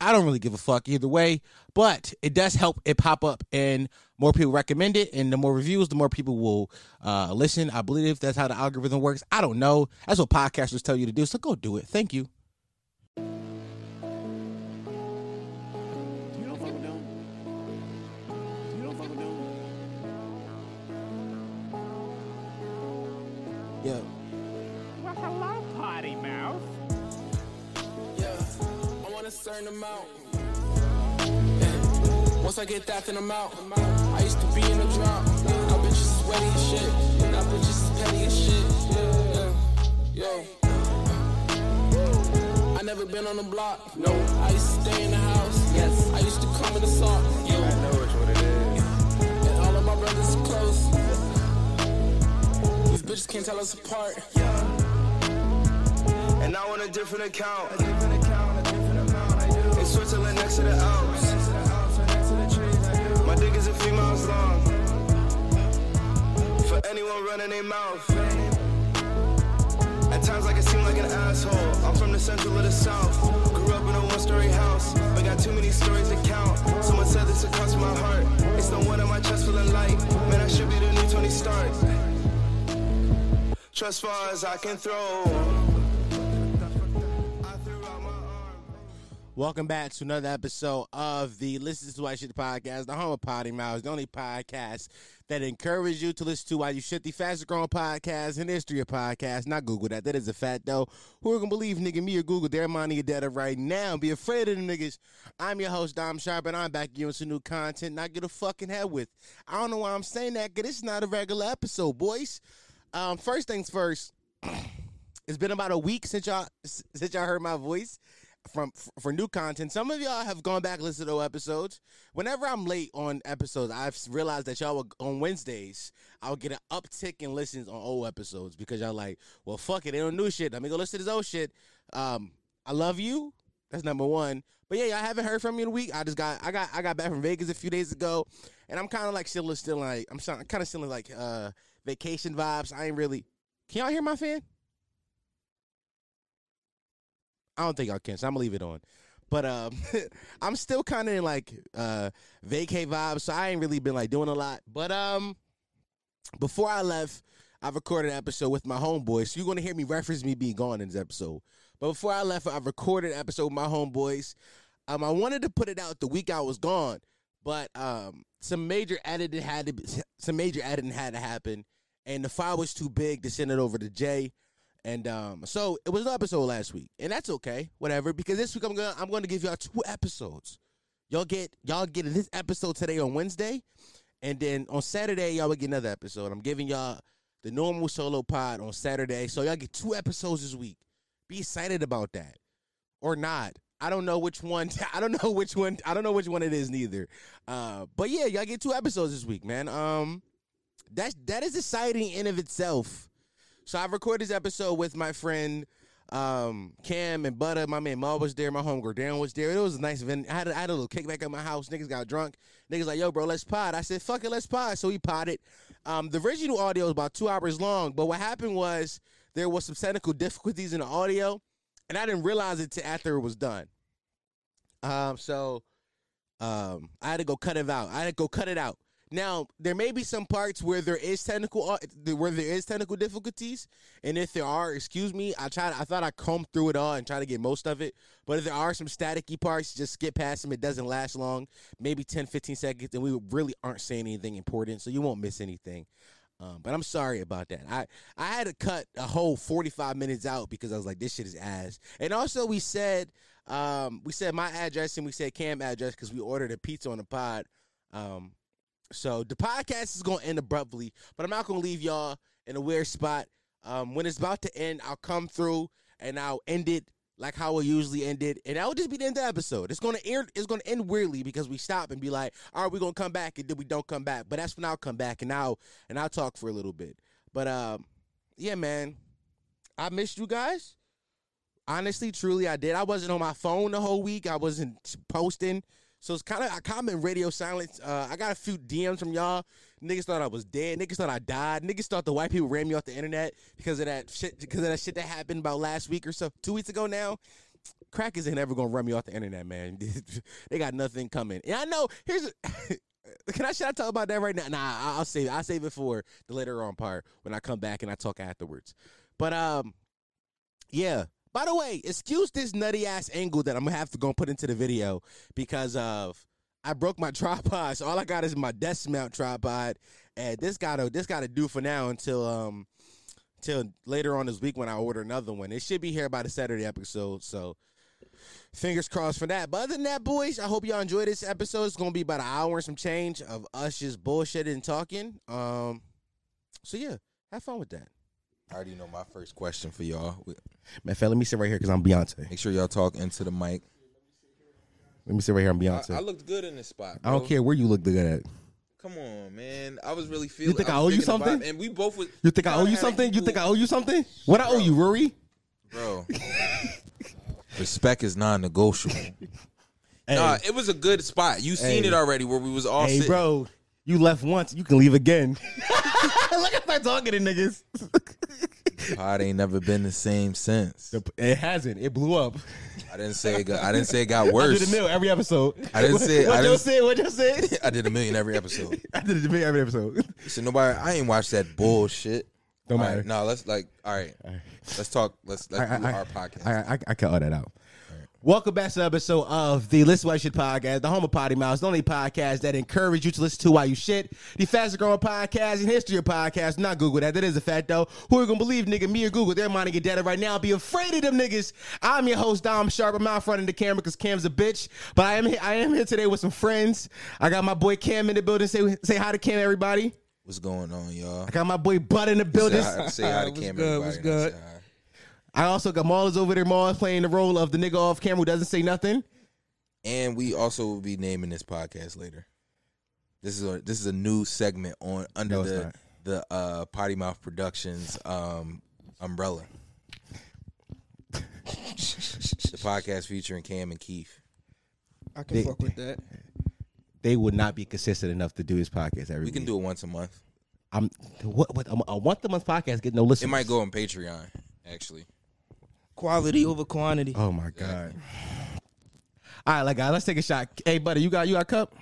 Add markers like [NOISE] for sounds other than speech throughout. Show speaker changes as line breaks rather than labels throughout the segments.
I don't really give a fuck either way, but it does help it pop up and more people recommend it. And the more reviews, the more people will uh, listen. I believe that's how the algorithm works. I don't know. That's what podcasters tell you to do. So go do it. Thank you.
You don't fuck with them. You don't fuck with them.
Yeah.
Well, hello, potty mouth.
Yeah, I want a certain amount. Yeah. Once I get that, then I'm out. I used to be in the drought. Now bitches is sweaty as shit. Now bitches is petty as shit. Yeah, yeah. Yo. I never been on the block. No, I used to stay in the house. Yes, I used to come in the sock. Yeah, I know it's what it is. And all of my brothers are close. These bitches can't tell us apart.
And I want a different account. A different account, a different amount, I do. In Switzerland next to the Alps. Next to the Alps, right next to the trees, I do. My dick is a few miles long. For anyone running their mouth. At times I can seem like an asshole. I'm from the central of the south. Grew up in a one-story house, but got too many stories to count. Someone said this it cost my heart. It's the one in my chest feeling light. Man, I should be the new Tony Stark. Trust far as I can throw. I threw out my arm.
Welcome back to another episode of the Listen to Why You Shit podcast, the home of Potty Mouths, the only podcast that encourage you to listen to Why You Shit, the fastest growing podcast in the history of podcasts. Not Google that. That is a fact, though. Who are going to believe, nigga, me or Google? They're money or data right now. Be afraid of the niggas. I'm your host, Dom Sharp, and I'm back again with some new content. Not get a fucking head with. I don't know why I'm saying that, because it's not a regular episode, boys. Um, first things first, it's been about a week since y'all since y'all heard my voice from f- for new content. Some of y'all have gone back and listened to old episodes. Whenever I'm late on episodes, I've s- realized that y'all will, on Wednesdays I'll get an uptick in listens on old episodes because y'all like, well, fuck it, they don't new shit. Let me go listen to this old shit. Um, I love you. That's number one. But yeah, I haven't heard from you in a week. I just got I got I got back from Vegas a few days ago, and I'm kind of like still still like I'm kind of still in like uh vacation vibes. I ain't really. Can y'all hear my fan? I don't think I can, so I'm gonna leave it on. But um, [LAUGHS] I'm still kind of in like uh, vacay vibes, so I ain't really been like doing a lot. But um, before I left, I recorded an episode with my homeboys. So you're gonna hear me reference me being gone in this episode. But before I left, I recorded an episode with my homeboys. Um, I wanted to put it out the week I was gone, but um, some major editing had to be, some major editing had to happen, and the file was too big to send it over to Jay. And um, so it was an episode last week, and that's okay, whatever. Because this week I'm gonna I'm gonna give y'all two episodes. Y'all get y'all get this episode today on Wednesday, and then on Saturday y'all will get another episode. I'm giving y'all the normal solo pod on Saturday, so y'all get two episodes this week. Be excited about that, or not. I don't know which one. [LAUGHS] I don't know which one. I don't know which one it is neither. Uh, but yeah, y'all get two episodes this week, man. Um, that's that is exciting in of itself. So I recorded this episode with my friend um, Cam and Butter. My man Ma was there. My homegirl Darren was there. It was a nice event. I had a, I had a little kickback at my house. Niggas got drunk. Niggas like, yo, bro, let's pod. I said, fuck it, let's pod. So we potted. Um, the original audio was about two hours long, but what happened was there was some technical [LAUGHS] difficulties in the audio, and I didn't realize it till after it was done. Um, so um, I had to go cut it out. I had to go cut it out. Now there may be some parts where there is technical au- where there is technical difficulties, and if there are, excuse me, I tried. I thought I combed through it all and try to get most of it. But if there are some staticky parts, just skip past them. It doesn't last long, maybe 10, 15 seconds, and we really aren't saying anything important, so you won't miss anything. Um, but I'm sorry about that. I, I had to cut a whole 45 minutes out because I was like, this shit is ass. And also, we said um, we said my address and we said Cam address because we ordered a pizza on the pod. Um, so the podcast is going to end abruptly, but I'm not going to leave y'all in a weird spot. Um, when it's about to end, I'll come through and I'll end it like how it usually ended, and that would just be the end of the episode. It's gonna air. It's gonna end weirdly because we stop and be like, "All right, we're gonna come back," and then we don't come back. But that's when I'll come back and I'll and I'll talk for a little bit. But um, yeah, man, I missed you guys. Honestly, truly, I did. I wasn't on my phone the whole week. I wasn't posting, so it's kind of I kind of radio silence. Uh, I got a few DMs from y'all. Niggas thought I was dead. Niggas thought I died. Niggas thought the white people ran me off the internet because of that shit. Because of that shit that happened about last week or so, two weeks ago now. Crackers ain't ever gonna run me off the internet, man. [LAUGHS] they got nothing coming. And I know here's. [LAUGHS] Can I should I talk about that right now? Nah, I- I'll save. I'll save it for the later on part when I come back and I talk afterwards. But um, yeah. By the way, excuse this nutty ass angle that I'm gonna have to go put into the video because of I broke my [LAUGHS] tripod. So all I got is my desk mount tripod, and this gotta this gotta do for now until um till later on this week when I order another one. It should be here by the Saturday episode. So fingers crossed for that. But other than that, boys, I hope y'all enjoy this episode. It's gonna be about an hour and some change of us just bullshitting and talking. Um, so yeah, have fun with that.
I already know my first question for y'all.
Man, fella, let me sit right here because I'm Beyonce.
Make sure y'all talk into the mic.
Let me sit right here. I'm
I,
Beyonce. I,
I looked good in this spot.
don't
bro.
care where you look good at.
Come on, man. I was really feeling.
think I
was
owe you
digging the vibe,
something?
And we both was.
You think I owe
Y'all
you
had
something? You
equal-
think I owe you something? What I owe you, Rory?
[LAUGHS]
[LAUGHS]
bro. Respect is non-negotiable.
Hey,
Nah, it was a good spot. You seen
Hey.
it already, where we was all
hey
sitting.
bro, you left once, you can leave again. [LAUGHS] Look at start talking to niggas.
Pod ain't never been the same since.
It hasn't. It blew up.
I didn't say it got, I didn't say it
[LAUGHS]
got
I do the
worse.
mill every episode.
I didn't
[LAUGHS]
say-
What
I
you
didn't-
said? What you said?
I did a million every episode.
[LAUGHS] I did the mill every episode.
So nobody, I ain't watched that bullshit.
Don't
All
matter.
right, no, let's like, all right, let's talk. Let's let's do our podcast.
I, I, I cut all that out. Welcome back to another episode of the Listen While You Shit podcast, the home of Potty Mouse, the only podcast that encourages you to listen to while you shit. The fastest growing podcast in history of podcasts. Not Google that. That is a fact, though. Who are you going to believe, nigga? Me or Google? They're minding your data right now. Be afraid of them niggas. I'm your host, Dom Sharp. I'm out front of the camera because Cam's a bitch. But I am, he- I am here today with some friends. I got my boy Cam in the building. Say, say hi to Cam, everybody.
What's going on, y'all?
I got my boy Bud in the
Say
building.
hi,
[LAUGHS]
say hi to
What's
Cam.
good,
everybody,
what's
and I say
good?
hi.
I also got Maul is over there. Maul is playing the role of the nigga off camera who doesn't say nothing.
And we also will be naming this podcast later. This is a this is a new segment on under
No, it's
the
not.
the uh, Potty Mouth Productions um, umbrella. the podcast featuring Cam and Keith.
I can fuck with that.
They would not be consistent enough to do this podcast every
We can
week.
do it once a month.
I'm what what I'm, I want the month podcast get no
It
listeners.
might go on Patreon actually.
Quality over quantity.
Oh my god! All right, like guys, let's take a shot. Hey, buddy, you got you got a cup?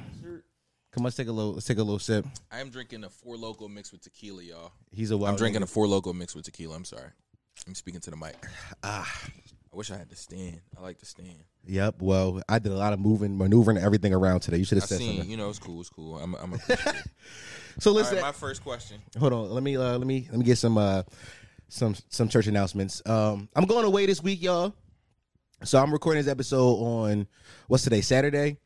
Come on, let's take a little let's take a little sip.
I am drinking a four loco mixed with tequila, y'all.
He's a wild.
I'm drinking a four loco mixed with tequila. I'm sorry. I'm speaking to the mic. Ah, I wish I had the stand. I like the stand.
Yep. Well, I did a lot of moving, maneuvering, everything around today. You should
I
have said
seen,
something.
you know, it's cool. It's cool. I'm, [LAUGHS] I'm appreciative.
So
All
listen,
right, my first question.
hold on. Let me uh, let me let me get some uh some some church announcements. Um, I'm going away this week, y'all. So I'm recording this episode on what's today, Saturday.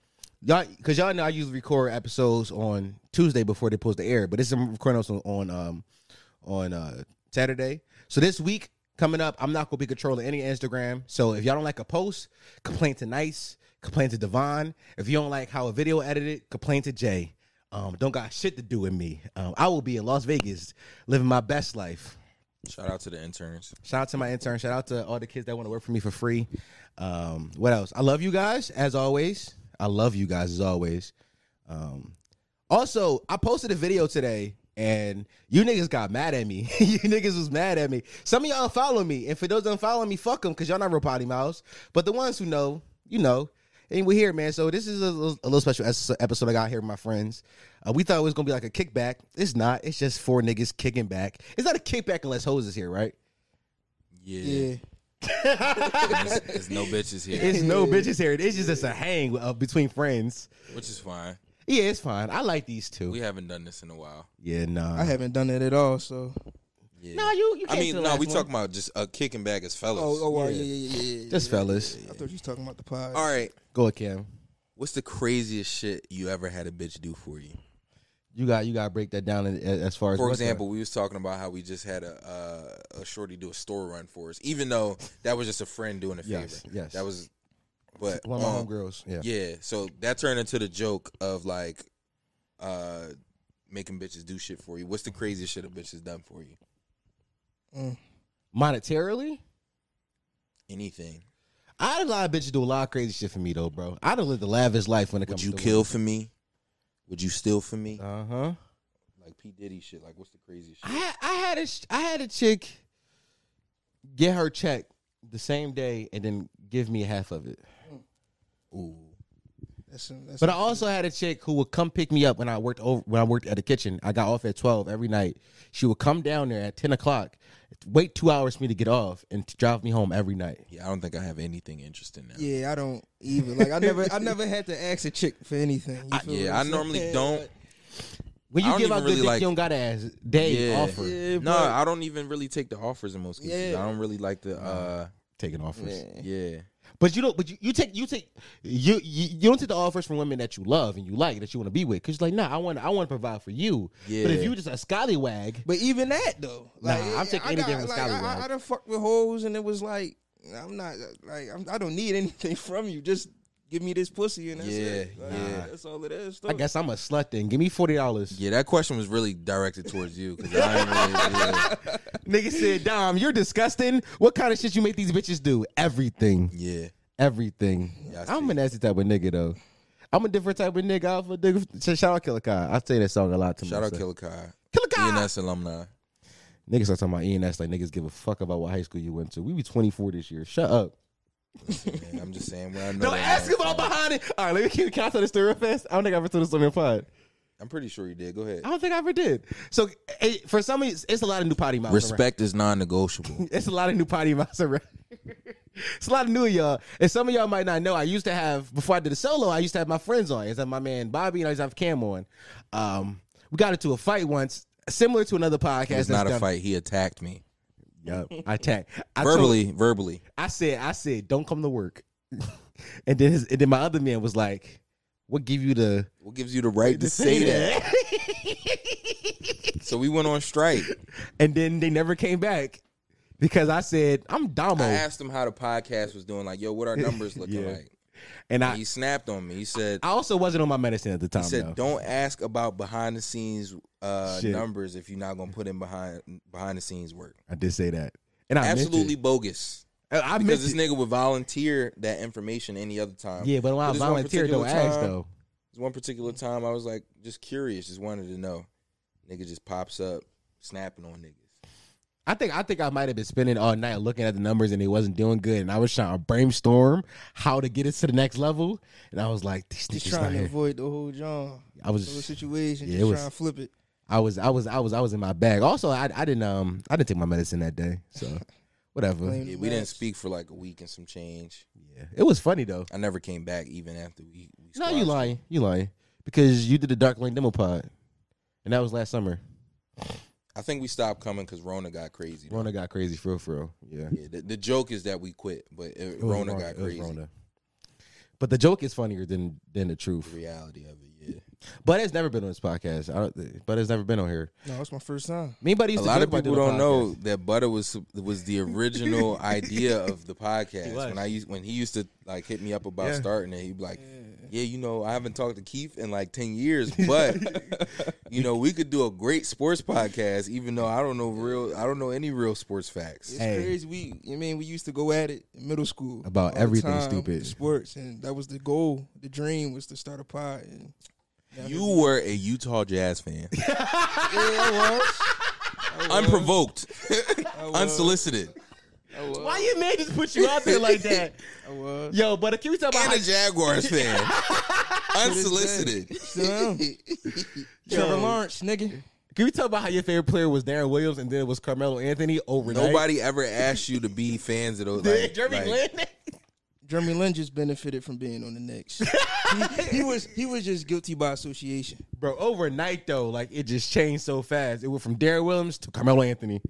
Y'all, cause y'all know I usually record episodes on Tuesday before they post the air, but this I'm recording also on um on uh Saturday. So this week coming up, I'm not gonna be controlling any Instagram. So if y'all don't like a post, complain to Nice, complain to Devon. If you don't like how a video edited, complain to Jay. Um, don't got shit to do with me. Um, I will be in Las Vegas living my best life.
Shout out to the interns.
Shout out to my intern. Shout out to all the kids that want to work for me for free. Um, what else? I love you guys as always. I love you guys as always. Um, also, I posted a video today and you niggas got mad at me. [LAUGHS] you niggas was mad at me. Some of y'all follow me. And for those that don't follow me, fuck them because y'all not real potty mouths. But the ones who know, you know. And we're here, man. So this is a little, a little special es- episode I got here with my friends. Uh, we thought it was going to be like a kickback. It's not. It's just four niggas kicking back. It's not a kickback unless Hose is here, right?
Yeah.
Yeah.
There's, there's [LAUGHS] no bitches here,
It's no bitches here. It's just it's a hang of between friends.
which is fine.
Yeah, it's fine. I like these
We
two.
haven't done this in a while.
Yeah, nah.
I haven't done it at all, so.
Yeah.
Nah, you. you
I
can't
mean,
do
no,
the last
we
one.
talking about just uh, kicking back as fellas.
Oh, oh, wow, yeah, yeah, yeah, yeah. yeah,
just
yeah.
fellas.
I thought you was talking about the pod.
All right.
Go ahead, Cam.
What's the craziest shit you ever had a bitch do for you?
You got you got to break that down in- a- as far as
For
what's
example, we was talking about how we just had a uh, a shorty do a store run for us, even though that was just a friend doing a favor.
Yes, yes.
That was,
up.
but
one of my
um,
homegirls. Yeah.
Yeah, so that turned into the joke of like uh making bitches do shit for you. What's the craziest shit a bitch has done for you?
monetarily.
Anything.
I had a lot of bitches do a lot of crazy shit for me though, bro. I done lived a lavish life when it
Would
comes.
you
to
kill for me? Would you steal for me?
Uh huh.
Like P Diddy shit. Like what's the craziest
I
shit?
had- I had a sh- I had a chick get her check the same day and then give me half of it.
Ooh.
That's, that's
But I also had a chick who would come pick me up when I worked over when I worked at the kitchen. I got off at twelve every night. She would come down there at ten o'clock, wait two hours for me to get off, and t- drive me home every night.
Yeah, I don't think I have anything interesting now.
yeah, I don't even like. I never, I never had to ask a chick for anything. You feel
Yeah,
what
I
I'm saying?
normally don't.
When
I
you
don't
give
even
out good
really
dick,
like-
you don't gotta ask. Day
Yeah.
offer
Yeah,
No,
but-
I don't even really take the offers in most cases.
Yeah.
I don't really like the uh
taking offers,
yeah.
but you don't. But you, you take you take you, you you don't take the offers from women that you love and you like that you want to be with because like nah, I want I want to provide for you. But
Yeah.
if you just a scallywag,
But even that though,
Nah, I'm taking
I
anything
got-
with
like, I,
scallywag.
I, I done fucked with hoes, and it was like I'm not like I'm, I don't need [LAUGHS] anything from you. Just give me this pussy, and that's
Yeah,
it. Like,
yeah.
that's all it is.
I guess I'm a slut then. Give me forty dollars.
Yeah, that question was really directed towards you because I ain't really,
[LAUGHS]
yeah.
Nigga said, Dom, you're disgusting. What kind of shit you make these bitches do? Everything.
Yeah.
everything.
Yeah, I
I'm
see.
a nasty type of nigga though. I'm a different type of nigga. I'm a nigga. sh- Shout out Killer Kai. I say that song a lot to
Shout out
myself.
Killer E Kai.
Killer Kai.
ENS alumni.
Niggas are talking about ENS like niggas give a fuck about what high school you went to. We be 24 this year. Shut up.
Man, I'm just saying where I know.
Don't
that
ask
man
him all
from.
behind it. All right, let me can, can I tell this story real fast? I don't think I ever told this on your pod.
I'm pretty sure you did. Go ahead.
I don't think I ever did. So eh, for some, it's, it's a lot of new potty mouths. around.
Respect is
[LAUGHS]
non-negotiable.
It's a lot of new potty mouths around. it's a lot of new y'all. And some of y'all might not know. I used to have before I did a solo, I used to have my friends on. I used to have my man Bobby and I used to have Cam on. Um, we got into a fight once, similar to another podcast.
It's
that's
not a
done-
fight. He attacked me
Yup. I tagged. I told-
verbally. verbally.
I said, I said, don't come to work. [LAUGHS] and then his, and then my other man was like, What give you the
What gives you the right to say that? So we went on strike.
and then they never came back because I said, I'm Domo.
I asked him how the podcast was doing. Like, yo, what our numbers looking
Yeah.
like?
and
And
I,
he snapped on me. He said,
I also wasn't on my medicine at the time.
he said,
though.
don't ask about behind the scenes uh,
Shit.
numbers if you're not gonna put in behind behind the scenes work.
I did say that. And I
Absolutely
absolutely
bogus.
I
Because
missed
this
it.
nigga would volunteer that information any other time.
Yeah, but when I
this one
volunteered,
particular
don't ask
time,
though.
There's one particular
Mm-hmm.
time I was like just curious, just wanted to know. Nigga just pops up snapping on niggas.
I think I think I might have been spending all night looking at the numbers and it wasn't doing good, and I was trying to brainstorm how to get it to the next level, and I was like, "These
just
niggas not
trying to
here."
avoid the whole John.
I was-
whole situation.
yeah, it
just
was-
trying to flip it.
I was I was I was I was in my bag. Also, I I didn't um I didn't take my medicine that day,
[LAUGHS]
so whatever.
Blame-
Yeah, we didn't
Max.
speak for like a week and some change.
Yeah, it was funny though.
I never came back even after we. we
No,
squashed
you
it.
lying, you lying, because you did the Dark Lane demo pod, and that was last summer.
I think we stopped coming because Rona got crazy.
Rona got crazy for real, for real. Yeah.
Yeah, the, the joke is that we quit, but it,
It was
Rona, got
it was
crazy.
Oh, Rona. But the joke is funnier than than the truth.
The reality of it,
But it's never been on this podcast. I don't, but it's never been on here.
No, it's my first time.
Anybody
yeah. A
used to
lot
joke
of
about
people
doing a
don't know
podcast.
that Butter was was
[LAUGHS]
the original idea of the podcast.
was.
When I used when he used to like hit me up about starting it, he'd be like, "Yeah, you know, I haven't talked to Keith in like ten years,
[LAUGHS]
but you know, we could do a great sports podcast, even though I don't know real, I don't know any real sports facts."
It's
Hey.
crazy. We, I mean, we used to go at it in middle school
About
all the
everything
time,
stupid.
the sports, and that was the goal. The dream was to start a pod. And
You were a Utah Jazz fan,
yeah, I [LAUGHS] was.
unprovoked, unsolicited,
Why your man just put you out there like
[LAUGHS]
that?
I was.
Yo, but can we talk about
and
how,
a
[LAUGHS]
Jaguars fan, unsolicited.
Still
[LAUGHS]
am. Trevor Lawrence, nigga.
can we talk about how your favorite player was Darren Williams and then it was Carmelo Anthony overnight?
Nobody ever asked you to be fans of those.
[LAUGHS]
Like,
Jeremy
like,
Lin?
Jeremy Lin just benefited from being on
[LAUGHS]
the Knicks. he, he was he was just guilty by association.
Bro, overnight though, like it just changed so fast. It went from Darren Williams to Carmelo Anthony.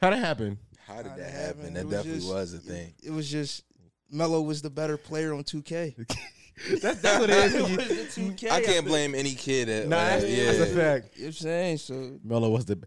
How'd it happen?
How did
How'd
that
it
happen?
happen?
That
It was
definitely
just-
was a thing.
It was just Melo was the better player on 2K.
That's, that's what it is.
was the
[LAUGHS]
2K.
I can't blame any kid. At,
Nah,
uh,
that's,
yeah.
that's a fact.
You're saying so.
Melo was the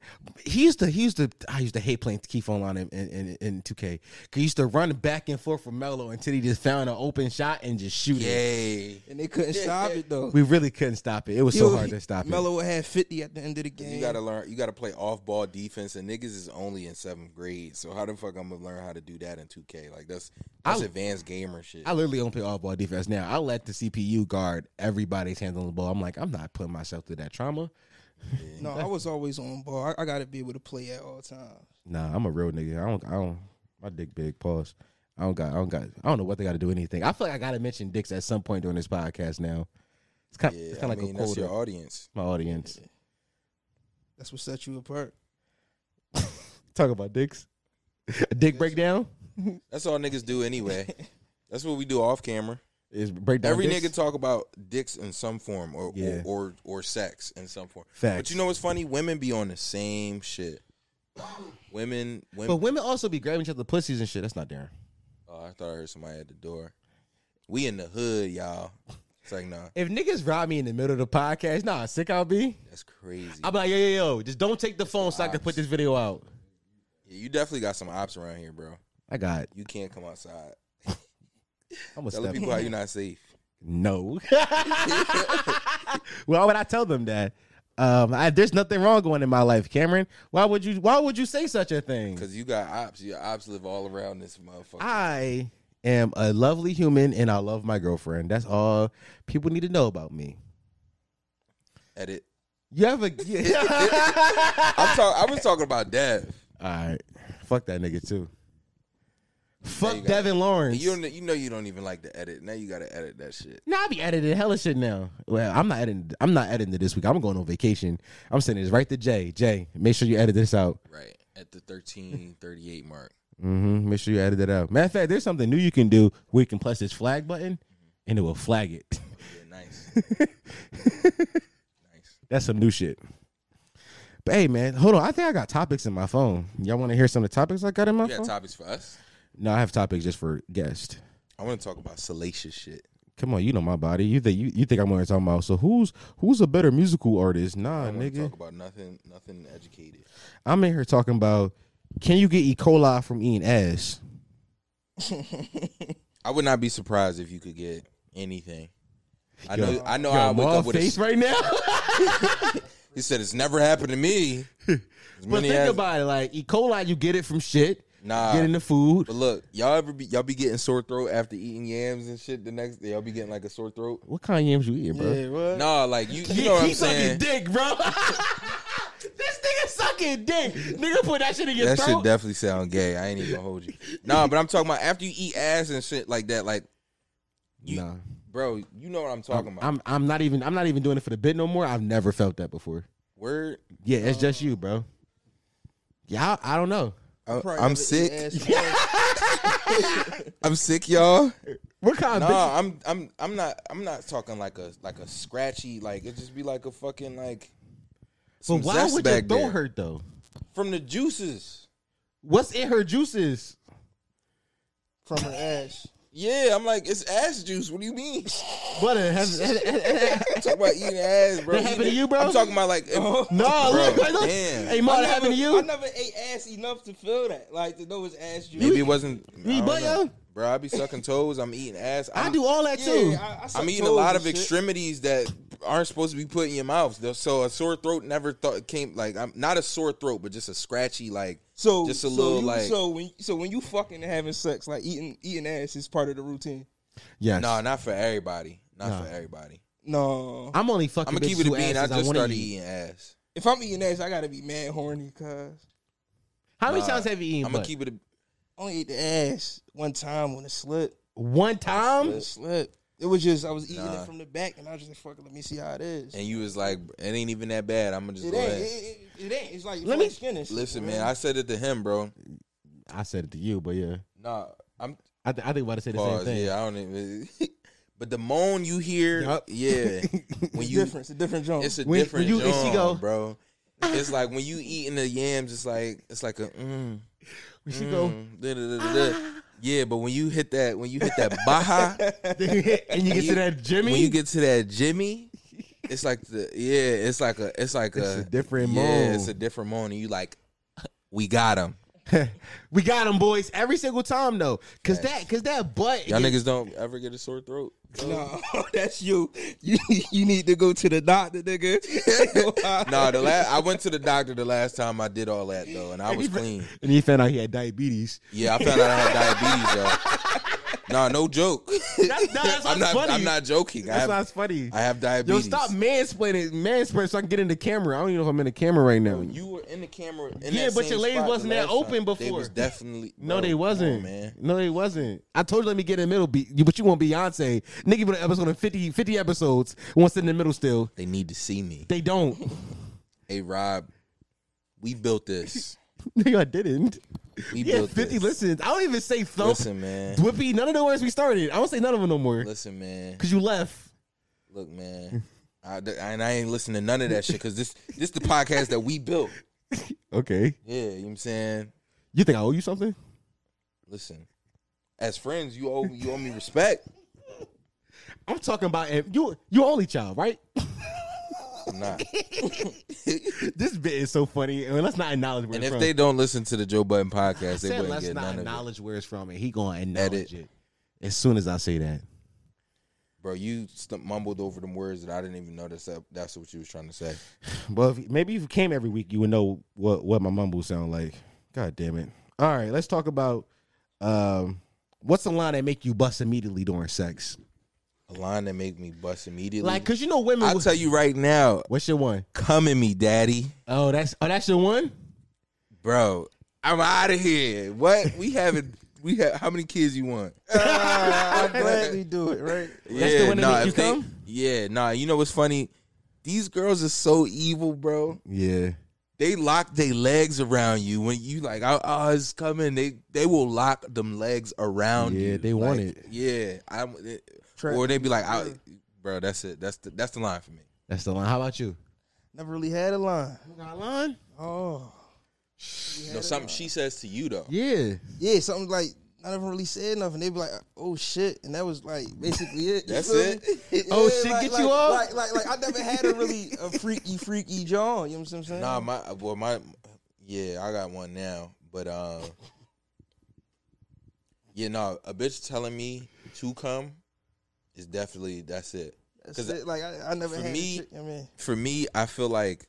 he used to he used to I used to hate playing Keith online in in, in, in 2K. 'Cause He used to run back and forth with Melo until he just found an open shot and just shoot it.
Yay.
And they couldn't stop it
[LAUGHS]
though.
We really couldn't stop it. It was so hard to stop it.
Melo had 50 at the end of the game.
You gotta learn. You gotta play off-ball defense, and niggas is only in seventh grade. So how the fuck I'm gonna learn how to do that in 2K? Like that's that's
I-
advanced gamer shit.
I literally don't play all ball defense now. I let the CPU guard everybody's hands on the ball. I'm like, I'm not putting myself through that trauma.
no, I was always on ball. I, I gotta be able to play at all times.
Nah, I'm a real nigga. I don't. I don't. My dick big. Pause. I don't got. I don't got. I don't know what they got to do with anything. I feel like I got to mention dicks at some point during this podcast. Now, it's kind. of
yeah,
it's
I
kind of like
mean
a
that's
quota.
your audience.
my audience.
That's what set you apart.
Talk about dicks. A [LAUGHS] dick breakdown
That's all niggas do
[LAUGHS]
anyway. that's what we do off camera.
is breakdown.
Every
dicks?
nigga talk about dicks in some form, or
Yeah.
or, or or sex in some form. But
Facts.
you know what's funny? Women be on the same shit. Women, women.
But women also be grabbing each other pussies and shit. That's not Darren.
oh, I thought I heard somebody at the door. We in the hood, y'all. It's like nah,
If niggas rob me in the middle of the podcast, nah, sick I'll be.
that's crazy.
I'll be like, yo, yo, yo, just don't take the phone so I can put this video out.
Yeah, you definitely got some ops around here, bro.
I got.
You can't come outside.
I'm a
Tell the
step.
people how you're not safe.
No. [LAUGHS] why would I tell them that? Um, I, there's nothing wrong going in my life, Cameron. Why would you? Why would you say such a thing?
Cause you got ops. Your ops live all around this motherfucker.
I am a lovely human, and I love my girlfriend. That's all people need to know about me.
Edit.
You [LAUGHS] ever? all
I'm talk- I was talking about Dev.
right, fuck that nigga too.
you
Fuck
got it.
Devin Lawrence.
You don't, you know you don't even like to edit. Now you gotta edit that shit.
Nah, I be editing hella shit now. Well, I'm not editing. I'm not editing it this week. I'm going on vacation. I'm sending this right to Jay. Jay, make sure you edit this out.
Right at the [LAUGHS] 1338 mark.
Mm-hmm. Make sure you edit that out. Matter of fact, there's something new you can do where you can press this flag button and it will flag it. [LAUGHS]
Yeah, nice. nice.
That's some new shit. But hey, man, hold on. I think I got topics in my phone. Y'all want to hear some of the topics I got in my
You got
phone?
topics for us?
no, I have topics just for guests.
I want to talk about salacious shit.
Come on, you know my body. You think you, you think I'm going to talk about? So who's who's a better musical artist? Nah,
I want to
nigga.
talk about nothing, nothing educated.
I'm in here talking about can you get E. coli from eating ass?
I would not be surprised if you could get anything. I
Yo,
know. I know.
Yo,
I wake
Maul
up with a,
face right
[LAUGHS]
now. [LAUGHS]
He said it's never happened to me. As
[LAUGHS] but
many
think
as-
about it. Like E. coli, you get it from shit.
Nah.
Get in the food.
But look, y'all ever be y'all be getting sore throat after eating yams and shit the next day? Y'all be getting like a sore throat?
What kind of yams you eating, bro?
what?
Nah, like you you know what I'm
He's sucking
saying.
dick, bro. [LAUGHS] this nigga sucking dick. Nigga put that shit in your
That shit
throat.
definitely sound gay. I ain't even gonna hold you. Nah, but I'm talking about after you eat ass and shit like that, like you,
Nah.
bro, you know what I'm talking about.
I'm I'm not even I'm not even doing it for the bit no more. I've never felt that before.
Word,
Yeah, it's just you, bro. Yeah, I, I don't know.
I,
Probably
Uh, I'm
never eat
[LAUGHS]
sick.
ass twice.
I'm sick, y'all.
What kind of
Nah, I'm I'm I'm not I'm not talking like a like a scratchy like it just be like a fucking like.
bitch?
some
But why
zest
would your
back
throat
there.
hurt though?
from the juices?
What's in her juices?
from her ass.
Yeah, I'm like it's ass juice. What do you mean? [LAUGHS]
What it has,
Talk about eating ass, bro.
That happened to
Eating-
you, bro?
I'm talking about like, [LAUGHS]
no,
Bro,
look, look.
damn.
Hey, Ma, that
I never-
happened to
I
you?
never ate ass enough to feel that, like to know it's ass juice.
maybe it wasn't. I don't
butt,
know.
yo?
bro. I be sucking toes. I'm eating ass.
I
I'm-
do all that too.
Yeah, I, I suck
I'm eating a
toes
lot
and
of
shit.
extremities that aren't supposed to be put in your mouth. though. So a sore throat never thought came like I'm not a sore throat, but just a scratchy like.
So
just a
so
little
you,
like.
so when so when you fucking and having sex, like eating eating ass is part of the routine.
yes.
no, not for everybody. Not for everybody.
No,
I'm only fucking.
I'm gonna keep
bitches
it a
who
bean. I
asses
just
wanna
started
eat.
eating ass.
if I'm eating ass, I gotta be mad horny, cause
How many times have you eaten?
I'm gonna
butt?
keep it. A,
I only ate the ass one time when it slipped.
one time.
It slipped. It was just I was eating
Nah.
it from the back, and I was just like, "Fuck, it, let me see how it is."
and you was like, it ain't even that bad. I'm gonna just
It
go
ain't. It,
ahead.
it, it ain't. It's like
Let
let
me-
me skin and shit,
Listen, man. I said it to him, bro.
I said it to you, but yeah,
Nah, I'm
I, th- I think about to say the same
Pause.
thing.
Yeah, I don't even. [LAUGHS] but the moan you hear,
Yup. [LAUGHS]
yeah, when
It's
you,
different. It's a different genre. [LAUGHS]
it's a
When- when
different
you- if she
genre,
go-
bro. It's like when you eating the yams, it's like it's like a mm,
We should go. Ah.
mm, da, da, da, da, da. Yeah, but when you hit that, when you hit that Baja,
[LAUGHS] [LAUGHS] and you get to that Jimmy.
when you get to that Jimmy, it's like the yeah, it's like a, it's like
It's
a,
a different
yeah,
moan.
it's a different moan. And you like, we got him.
we got them boys every single time though, cause that cause that butt.
Y'all niggas don't ever get a sore throat.
No, [LAUGHS] that's you. You you need to go to the doctor,
[LAUGHS]
nigga. [LAUGHS]
nah, the last I went to the doctor the last time I did all that though, and
[LAUGHS]
I was clean.
and he found out he had diabetes.
Yeah, I found out I had diabetes though. Nah,
[LAUGHS]
no joke.
That's, no, that's
[LAUGHS]
what's
I'm not.
funny.
I'm not joking. I
That's
have,
what's funny.
I have
Yo,
diabetes.
stop mansplaining, mansplaining, so I can get in the camera. I don't even know if I'm in the camera right now.
You were in the camera. in
Yeah,
that
but
same
your legs
spot the
wasn't that
last time.
open
They
before.
was definitely.
no,
bro,
they
come on,
wasn't.
man.
No, they wasn't. I told you let me get in the middle, be, you- but you want Beyonce. Nigga put an episode of 50, 50 episodes, wants in the middle still.
They need to see me.
They don't.
[LAUGHS] Hey, Rob, we
[LAUGHS]
built this.
Nigga, I didn't.
We
Yeah,
built
50
this.
listens. I don't even say thump,
Listen, man.
whippy, none of the words we started. I don't say none of them no more.
Listen, man.
Because you left.
Look, man. I, and I ain't listening to none of that shit because this this the podcast that we built.
Okay.
Yeah, you know what I'm saying.
You think I owe you something?
Listen, as friends, you owe you owe me respect.
I'm talking about if you you only child,
[LAUGHS]
right? [LAUGHS]
I'm not.
this bit is so funny. And let's not acknowledge where it's
And if
from.
they don't listen to the Joe Button podcast, they
said
wouldn't
let's
get
not
none of it.
acknowledge where it's from, and he gonna acknowledge
Edit.
it as soon as I say that.
Bro, you st- mumbled over them words that I didn't even know that's, that's what you was trying to say.
Well, if, maybe if you came every week, you would know what what my mumble sound like. God damn it! All right, let's talk about um, what's the line that make you bust immediately during sex?
A line that make me bust immediately.
Like, cause you know women.
I'll
will-
tell you right now,
what's your one?
come at me, daddy.
Oh, that's oh, that's your one.
Bro, I'm out of here. What? We haven't, we have, how many kids
[LAUGHS]
you want?
I'm glad we do it, right?
That's
the one that make
if
you
they-
come?
Yeah, nah, you know what's funny? These girls are so evil, bro.
Yeah.
They lock their legs around you when you like, oh, oh, it's coming. They they will lock them legs around you.
Yeah, they want
Like,
it.
Yeah, I'm. or they be like, I, bro, that's it. That's the that's the line for me.
That's the line. How about you?
Never really had a line.
line?
Oh.
No, something she says to you though.
Yeah.
Yeah, something like I never really said nothing. They'd be like, "Oh shit," and that was like basically it. You
That's
feel
it? [LAUGHS]
me?
Oh, shit,
like-
get
like-
you off?
Like, like, like, I never had a really a freaky, freaky jaw. You know what I'm saying?
Nah, my well, my yeah, I got one now, but um, yeah, no, a bitch telling me to come is definitely that's it.
That's
'cause
it. Like, I, I never
for
had.
me-
shit, I mean,
For me, I feel like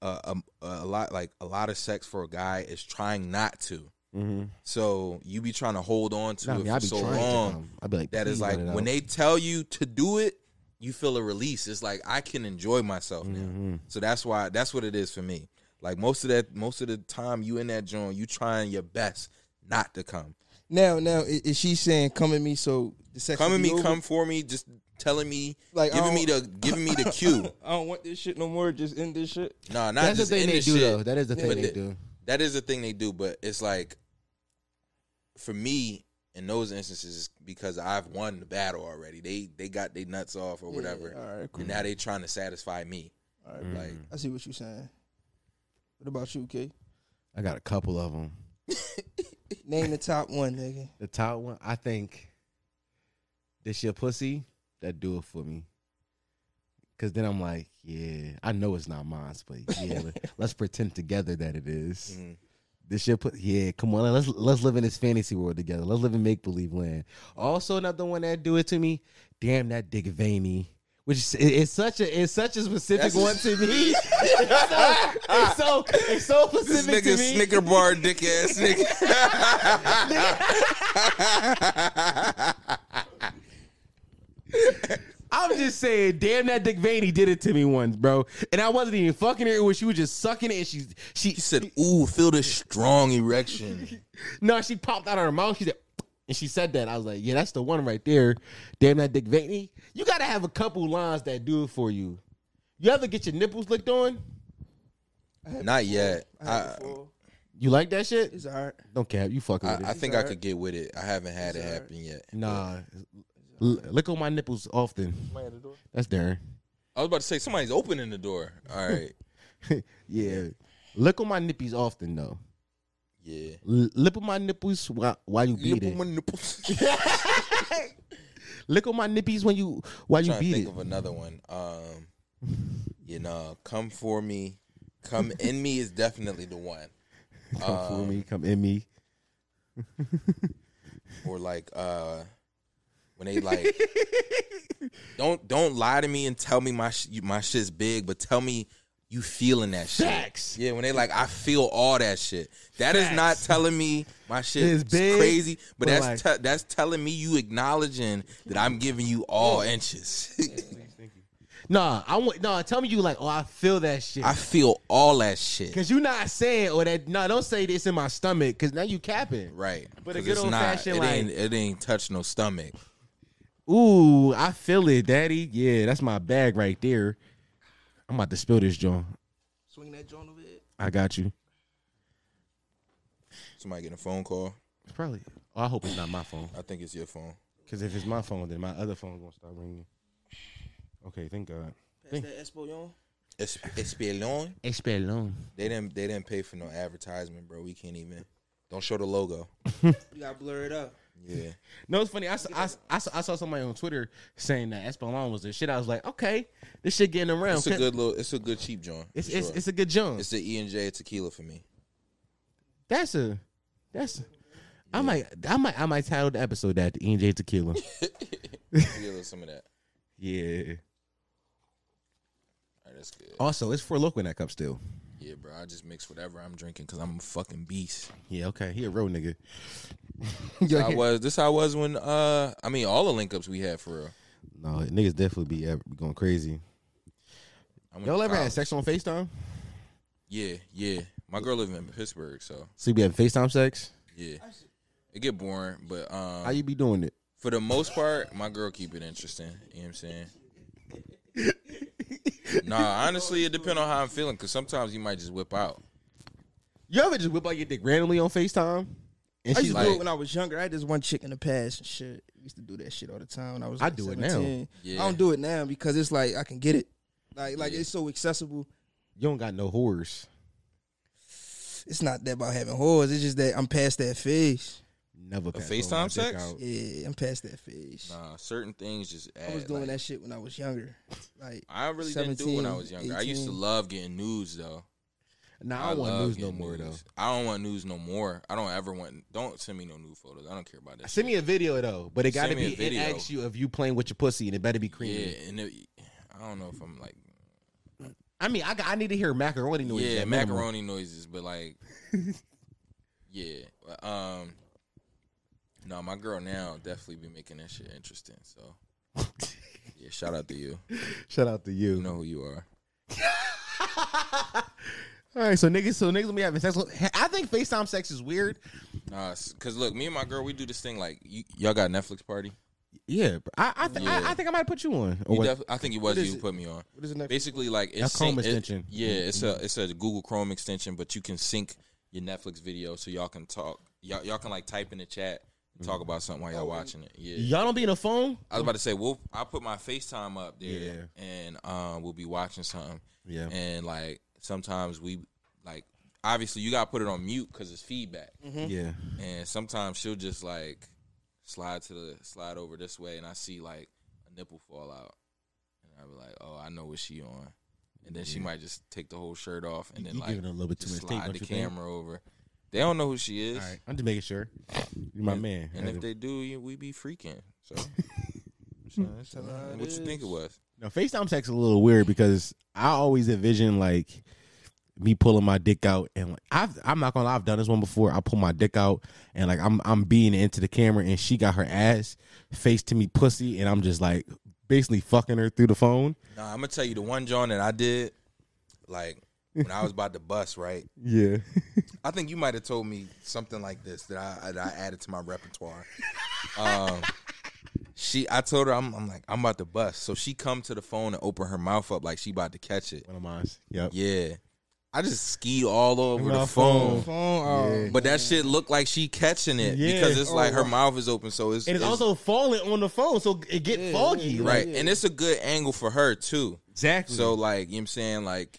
uh, um, a lot like a lot of sex for a guy is trying not to.
Mm-hmm.
So you be trying to hold on to
I
it
mean,
for
I'd be
so
trying to
long
come. I'd be like,
that is
"Please
like
let it out."
when they tell you to do it, you feel a release. It's like I can enjoy myself
Mm-hmm.
now. So that's why that's what it is for me. Like most of that, most of the time you in that joint, you trying your best not to come.
now, now i- is she saying come at me so the sex
Come
will
at
be
me,
over?
come for me, just telling me,
Like, I
giving me the
[LAUGHS]
don't-
giving me the cue.
[LAUGHS] I don't want this shit no more. Just end this shit.
Nah, not
That's the
just
thing
in
they
this
do
shit.
though. That is the
But
thing they
the-
do.
that is the thing they do, but it's like for me in those instances it's because I've won the battle already. They they got their nuts off or whatever.
all right, cool.
And now they trying to satisfy me.
All right,
Like
I see what you're saying. What about you, [LAUGHS] K?
I got a couple of them.
Name the top one, nigga.
The top one, I think. This your pussy, that do it for me. Cause then I'm like, yeah, I know it's not mine, but
[LAUGHS]
yeah, let- let's pretend together that it is.
Mhm.
This shit put yeah, come on, let's let's live in this fantasy world together. Let's live in make believe land. Also, another one that do it to me, damn that dick veiny, which is, it- it's such a it's such a specific
That's-
one to
[LAUGHS]
me. it's, so, it's so it's so
this
specific
nigga
to me.
snicker bar dick
[LAUGHS]
ass nigga.
I'm just saying, damn that Dick Vaney did it to me once, bro. And I wasn't even fucking her; it was she was just sucking it. And she, she,
he said, "Ooh, feel this strong erection."
no, she popped out of her mouth. She said, and she said that. I was like, yeah, that's the one right there. Damn that Dick Vaney. You gotta have a couple lines that do it for you. You ever get your nipples licked on?
[LAUGHS] Not yet. I
You like that shit?
It's all right.
Don't cap. You fucking
I,
with it.
I think I could get with it. I haven't had it happen yet.
nah, L- lick on my nipples often. That's Darren.
I was about to say somebody's opening [LAUGHS] the door. All right.
yeah, lick on my nippies often though.
Yeah.
L- lip on my nipples while, while you beat
Nipple
it.
my nipples. [LAUGHS]
Lick on my nippies when you while you
trying to
beat
think
it.
of another one. [LAUGHS] Um, you know, come for me, come in me is definitely the one.
Come for me, come in me.
Or like uh, when
[LAUGHS]
they like, don't don't lie to me and tell me my sh- my shit's big, but tell me you feeling that shit.
Facts.
Yeah, when they like, I feel all that shit. That is not telling me my shit
It's
is
big,
crazy, but,
but
that's te- that's telling me you acknowledging that I'm giving you all inches. [LAUGHS]
Nah, I want. Nah, tell me you like. Oh, I feel that shit.
I feel all that shit.
Cause you're not saying or that. No, don't say this in my stomach. Cause now you capping.
Right.
But a
'Cause
good
it's
old
not-
fashioned,
it
like-
ain't, it ain't touch no stomach.
Ooh, I feel it, daddy. Yeah, that's my bag right there. I'm about to spill this, John.
Swing that joint over it.
I got you.
Somebody getting a phone call.
It's probably. Oh, I hope it's not my phone.
I think it's your phone.
Cause if it's my phone, then my other phone gonna start ringing. Okay, thank God.
Pass that Espo, yo.
Es- Espelon.
It's been long.
They didn't they didn't pay for no advertisement, bro. We can't even. Don't show the logo.
You gotta blur it up.
[LAUGHS]
Yeah.
No, it's funny. I saw, I, I saw, I saw somebody on Twitter saying that Espelon was the shit. I was like, okay, this shit getting around.
It's a good little it's a good cheap joint.
It's,
for
it's,
sure.
it's a good jump.
It's the E and J tequila
[LAUGHS]
for me.
That's a that's I might I might I might title the episode that the EJ
[LAUGHS]
Tequila.
Tequila some of that.
yeah.
All right, that's good.
Also, it's for local in that cup still.
Yeah, bro. I just mix whatever I'm drinking because I'm a fucking beast.
Yeah, okay. He a real
[LAUGHS]
nigga.
I was this how I was when uh I mean all the link ups we had for real.
no, niggas definitely be ever- going crazy.
I went
Y'all
to
ever had
college.
sex on FaceTime?
Yeah, yeah. My girl live in Pittsburgh, so
So you be having FaceTime sex?
Yeah. It get boring, but um
How you be doing it?
for the most part, my girl keep it interesting. You know what I'm saying? nah, honestly, it depends on how I'm feeling because sometimes you might just whip out.
You ever just whip out your dick randomly on FaceTime? And
I
she's
used to
like-
do it when I was younger. I had this one chick in the past and shit. I used to do that shit all the time. When I was
I
like
do it now.
17.
Yeah.
I don't do it now because it's like I can get it. Like like
Yeah.
it's so accessible.
you don't got no horrors.
It's not that about having whores. It's just that I'm past that phase.
Never pass
FaceTime
on my dick
sex?
out.
Yeah, I'm past that phase.
Nah, certain things just add.
I was doing
like-
that shit when I was younger. Like
I really didn't do it when I
17,
was younger. I used to
18.
love getting news though.
Nah, I don't want
love
news no
getting
more though.
nudes. I don't want news no more. I don't ever want. Don't send me no new photos. I don't care about that.
Send me a video though, but it
Send
gotta
me a
be it
video.
asks you if you playing with your pussy and it better be creamy.
yeah, and it, I don't know if I'm like
I mean, I, got- I need to hear macaroni noises.
Yeah,
at minimum.
macaroni noises, but like, yeah. Um, no, my girl now definitely be making that shit interesting. So, yeah, shout out to you.
Shout out to
You
you.
know who you are.
All right, so niggas, so niggas gonna be having sex. with- I think FaceTime sex is weird.
Nah, it's- cause look, me and my girl, we do this thing like you, y'all got a Netflix party.
Yeah, bro. I I, th-
Yeah.
I I think I might put you on. Or
You
Oh, what?
def- I think it was
is
you who
it?
put me on.
what is the next?
Basically, like it's
A Chrome
sync- it-
extension.
yeah, it's a it's a Google Chrome extension, but you can sync your Netflix video so y'all can talk. Y'all y'all can like type in the chat. and Talk about something while y'all watching it. Yeah,
Y'all don't be in a phone.
I was about to say, we'll I'll put my FaceTime up there and um we'll be watching something.
Yeah.
And like sometimes we like obviously you gotta put it on mute because it's feedback.
Yeah,
And sometimes she'll just like slide to the slide over this way and I see like a nipple fall out. And I'll be like, Oh, I know what she on. And then she might just take the whole shirt off and then
you
like
giving it a little bit too
just
much tape,
slide
don't
the
you think?
camera over. They don't know who she is.
All right, I'm just making sure. You my man.
And if they do, you- we be freaking.
[LAUGHS]
So, So that's what you think it was?
now FaceTime sex is a little weird because I always envision like me pulling my dick out and like I've, I'm not gonna lie, I've done this one before. I pull my dick out and like I'm I'm being into the camera and she got her ass face to me pussy and I'm just like basically fucking her through the phone.
Nah, I'm gonna tell you the one John that I did, like when I was about to bust, right?
Yeah.
I think you might have told me something like this that I that I added to my repertoire. Um, she, I told her I'm, I'm like I'm about to bust, so she come to the phone and open her mouth up like she about to catch it.
One of mine. Yep.
Yeah, I just ski all over
My
the phone.
phone. Oh,
But that shit looked like she catching it
Yeah.
because it's like her mouth is open, so it's
And it's
it's-
also falling on the phone, so it get foggy. like-
right, and it's a good angle for her too.
Exactly.
So like, you know what I'm saying? Like